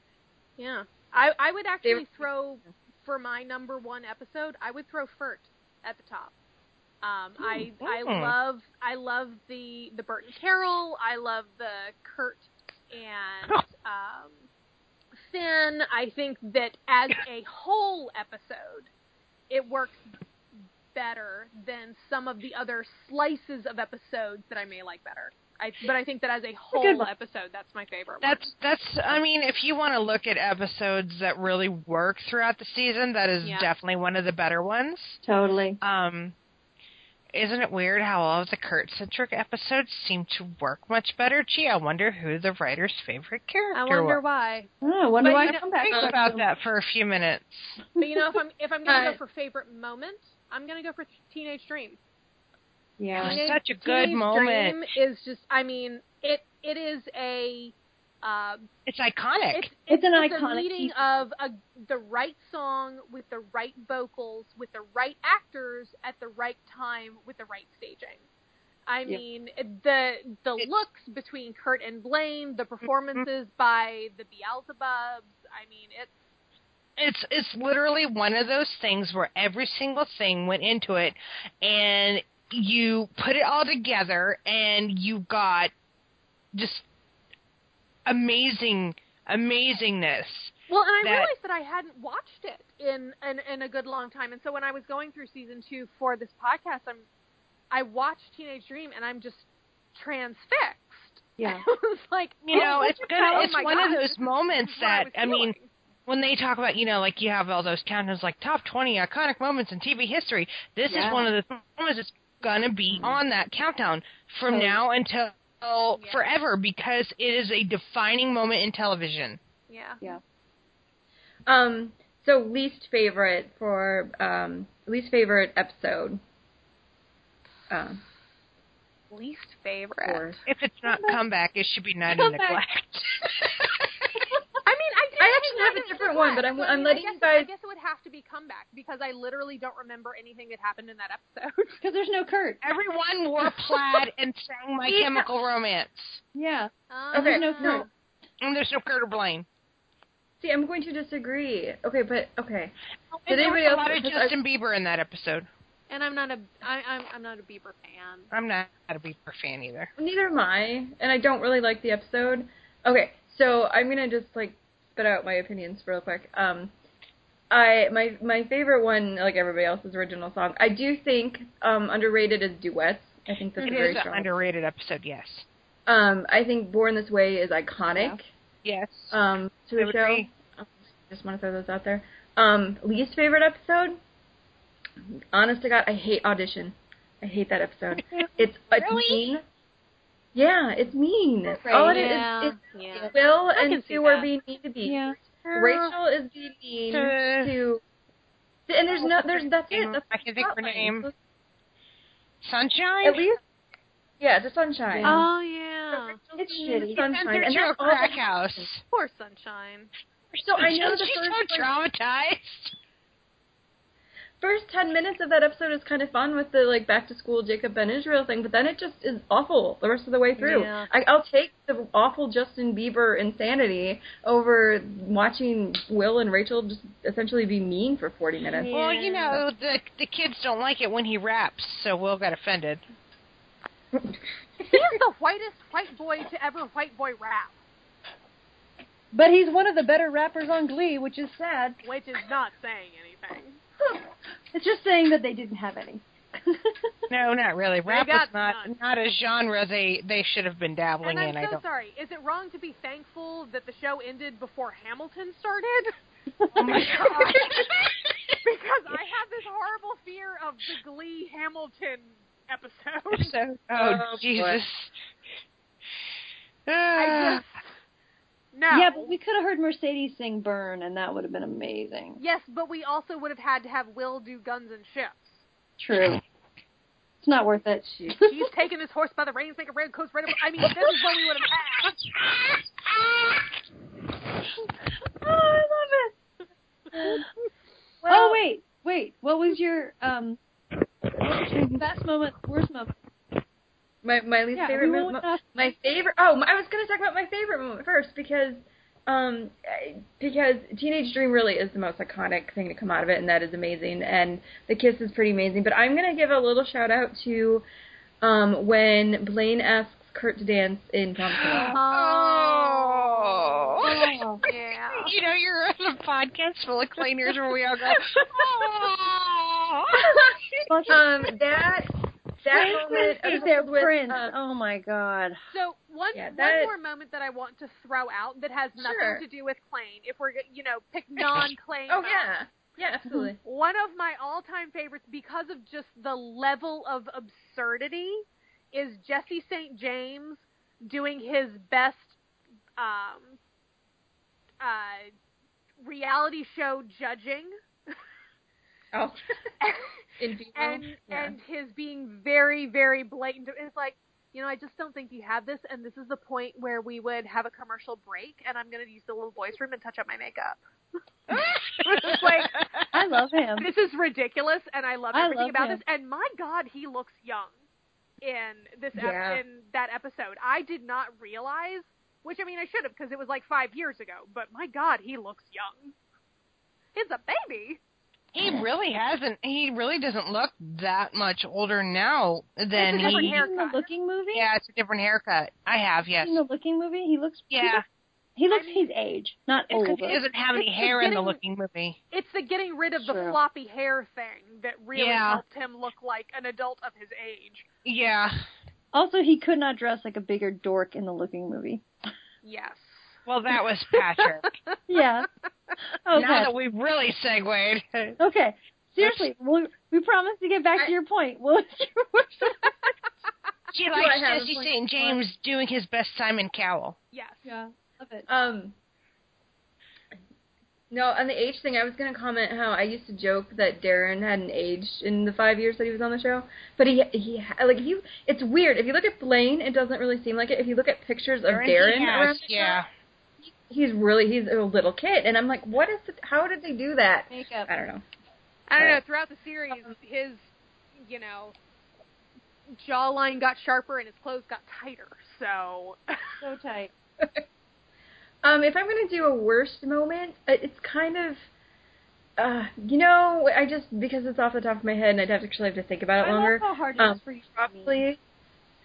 yeah. I, I would actually
Favorite-
throw, for my number one episode, I would throw Furt at the top. Um, I I
mm.
love I love the the Burton Carroll. I love the Kurt and um, Finn. I think that as a whole episode, it works better than some of the other slices of episodes that I may like better. I, but I think that as a whole
one.
episode, that's my favorite.
That's that's. I mean, if you want to look at episodes that really work throughout the season, that is
Yeah.
definitely one of the better ones.
Totally.
Um, isn't it weird how all of the Kurt centric episodes seem to work much better? Gee, I wonder who the writer's favorite character
I wonder
was.
why.
Oh, I wonder
But
why
you
I
know,
come back.
Think about that for a few minutes.
But you know, if I'm if I'm gonna
But-
go for favorite moment, I'm gonna go for Teenage Dream.
Yeah.
It was
Teenage-
such a good
Teenage
moment.
Dream is just, I mean, it it is a. Uh,
It's iconic.
it's,
It's an
it's
iconic
a meeting
piece.
of a, the right song with the right vocals with the right actors at the right time with the right staging. I
Yeah.
mean, the the
It- Mm-hmm.
looks between Kurt and Blaine, the performances by the Beelzebubs. I mean, it's
It's it's literally one of those things where every single thing went into it, and you put it all together, and you got just amazing amazingness.
Well, and I
that-
realized that I hadn't watched it in, in in a good long time, and so when I was going through season two for this podcast, I'm I watched Teenage Dream, and I'm just transfixed.
Yeah.
I was like,
You know,
oh,
it's gonna,
oh
it's
my
one
God,
of
this
those
is
moments
what
that
was
I mean,
feeling.
when they talk about, you know, like you have all those countdowns, like top 20 iconic moments in TV history, this
Yeah.
is one of the moments that's going to be
Mm-hmm.
on that countdown from
Totally.
now until
Yeah.
forever because it is a defining moment in television.
yeah.
Um, so, least favorite for um, least favorite episode. Um,
least favorite.
for
If it's not comeback, it should be not in
Comeback.
neglect.
I mean, I, did
I actually have a different one, but I'm-
so, I
I'm
mean,
letting
I guess,
you guys-
I guess it would have to be comeback because I literally don't remember anything that happened in that episode.
Because there's no Kurt.
Everyone wore plaid and sang My
Yeah.
Chemical Romance.
Yeah.
Um,
Okay,
no Kurt.
And there's no Kurt or Blaine.
See, I'm going to disagree. Okay, but okay. Did
And there was
anybody
a
else?
lot of
because I-
Justin Bieber in that episode.
And I'm not a I, I'm I'm not a Bieber fan.
I'm not a Bieber fan either.
Neither am I, and I don't really like the episode. Okay, so I'm gonna just like spit out my opinions real quick. Um, I my my favorite one, like everybody else's original song. I do think um, underrated is duets. I think that's
It
very
is an
strong.
underrated episode, yes.
um, I think Born This Way is iconic.
Yes.
Um, to
I
the
would
show.
agree.
Um, Just want to throw those out there. Um, least favorite episode. Honest to God, I hate audition. I hate that episode. It's it's mean. Yeah, it's mean. All it is
yeah.
is,
yeah.
is Will
I can
and
see
Sue are
that.
being mean to be.
Yeah.
Rachel is being mean
Uh,
to, and there's no, there's that's it. That's
I can think of her
the plotline.
name.
So
Sunshine?
At least, yeah, to Sunshine.
Oh
So
yeah.
Rachel's
It's
being mean to
shitty.
Sunshine,
Sent her
and
to a
that's all
crack
that
house.
Poor Sunshine.
So I know the
She's
first
so
like,
traumatized.
first ten minutes of that episode is kind of fun with the like back to school Jacob and Israel thing, but then it just is awful the rest of the way through.
Yeah.
I, I'll take the awful Justin Bieber insanity over watching Will and Rachel just essentially be mean for forty minutes.
Well, you know, the the kids don't like it when he raps, so Will got offended.
He is the whitest white boy to ever white boy rap,
But he's one of the better rappers on Glee, which is sad.
which is not saying anything.
It's just saying that they didn't have any.
No, not really. Rap was
got
not
none.
not a genre they they should have been dabbling
And I'm
in. I
so
don't.
sorry. Is it wrong to be thankful that the show ended before Hamilton started?
Oh my god.
because I have this horrible fear of the Glee Hamilton episode.
So- oh,
Oh, boy.
Jesus. uh,
I just no.
yeah, but we could have heard Mercedes sing "Burn," and that would have been amazing.
yes, but we also would have had to have Will do guns and ships.
True. It's not worth it.
He's taking his horse by the reins, making red coats red. I mean, this is what we would have had.
oh wait, wait. What was your um? What was your best moment, worst moment?
My my least
Yeah,
favorite
we
mo-
won't
mo-
ask-
my favorite. Oh, my- I was gonna talk about my favorite moment first because um I- because Teenage Dream really is the most iconic thing to come out of it, and that is amazing. And the kiss is pretty amazing. But I'm gonna give a little shout out to um when Blaine asks Kurt to dance in Prom King.
Oh.
Yeah.
You know, you're on a podcast full of cleaners where we all go, oh.
um that that moment
Is
coupled
their
with,
prince?
uh,
oh my god.
So one
Yeah,
one
that-
more moment that I want to throw out that has nothing
Sure.
to do with Klain. If we're g- you know pick non Klain.
oh yeah yeah absolutely
One of my all-time favorites because of just the level of absurdity is Jesse St. James doing his best um, uh, reality show judging
Mm-hmm.
oh in Vivo,
and
Um,
yeah.
and his being very very blatant it's like you know i just don't think you have this and this is the point where we would have a commercial break and i'm going to use the little boys room and touch up my makeup It's like
I love him.
this is ridiculous and i love
I
everything
love
about
him.
this and my god he looks young in this ep-
Yeah.
in that episode i did not realize which i mean i should have because it was like five years ago but my god he looks young he's a baby
He really hasn't. He really doesn't look that much older now than
It's a different
he.
haircut.
In the looking movie.
Yeah, it's a different haircut. I have yes.
In the looking movie, he looks. he
Yeah,
looks- He looks
I mean-
his age, not
it's because
older.
he doesn't have any
It's
hair in the
beginning-
looking movie.
It's the getting rid of the
True.
floppy hair thing that really
Yeah.
helped him look like an adult of his age.
Yeah.
Also, he could not dress like a bigger dork in the looking movie.
Yes.
Well, that was Patrick.
Yeah. Okay.
Now that we've really segued.
Okay. Seriously, we, we promise to get back to your point. What was your worst?
She
I
likes
have a
Jesse
point?
St. James doing his best Simon Cowell.
Yes.
Yeah, love it.
Um, no, on the age thing, I was going to comment how I used to joke that Darren hadn't aged in the five years that he was on the show, but he he ha- like he it's weird. If you look at Blaine, it doesn't really seem like it. If you look at pictures of
Or
Darren,
he has,
around the
yeah.
show, he's really he's a little kid, and I'm like, what is? The, how did they do that?
Makeup.
I don't know.
I don't know. Throughout the series, his, you know, jawline got sharper and his clothes got tighter. So
So tight.
Um, if I'm going to do a worst moment, uh, it's kind of, uh, you know, I just because it's off the top of my head, and I'd have to actually have to think about it
I
longer.
love how hard it is
Um,
for you. to meet.
probably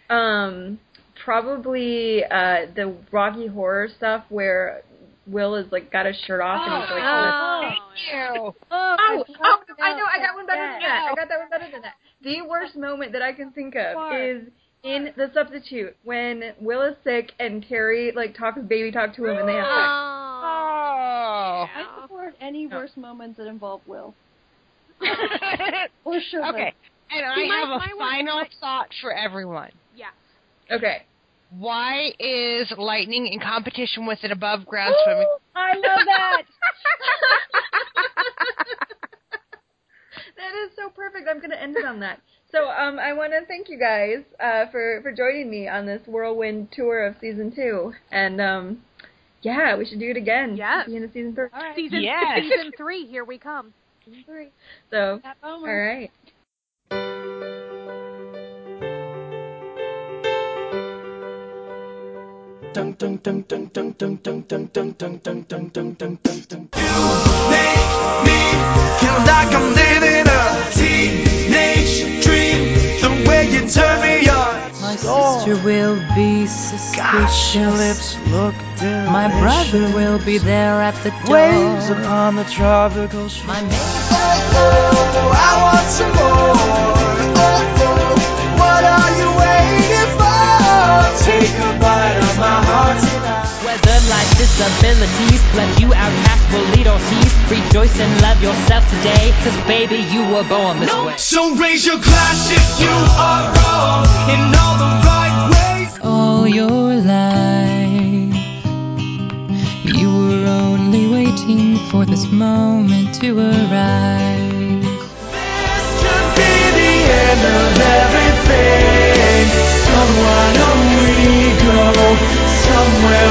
um probably uh the rocky horror stuff where will is like got his shirt off and he's like
Oh.
Ew.
Oh,
Oh,
I'd
oh,
love to
I
know
know. I got
about
one better than
that.
that. I got that one better than that. The worst moment that I can think of
Far.
is in The Substitute when Will is sick and Carrie like talks baby talk to him and they have sex.
Oh.
Oh.
I support any worst moments that involve Will
okay.
or Sugar.
And I
See, my-
have a
my one-
final thought for everyone.
Yes.
Okay.
Why is lightning in competition with an above ground swimming?
I love that.
that is so perfect. I'm going to end it on that. So um, I want to thank you guys uh, for for joining me on this whirlwind tour of season two, and um, yeah, we should do it again.
Yes.
at the end of season three.
season
Oh. Yes.
season three, here we come.
So
That
all
moment.
right.
Make me feel like I'm living a teenage dream. The way you turn me on.
My sister will be
Gosh, your
suspicious.
lips look delicious.
My brother will be there at the
Waves
door.
upon the tropical shore.
My maid
Oh, I want some more. What are you waiting for? Take a bite of my heart tonight.
Whether life's disabilities left you outcast will lead or tease, rejoice and love yourself today, cause baby you were born this way.
So raise your glass if you are wrong in all the right ways.
all your life. You were only waiting for this moment to arrive.
This could be the end of everything. Someone only go somewhere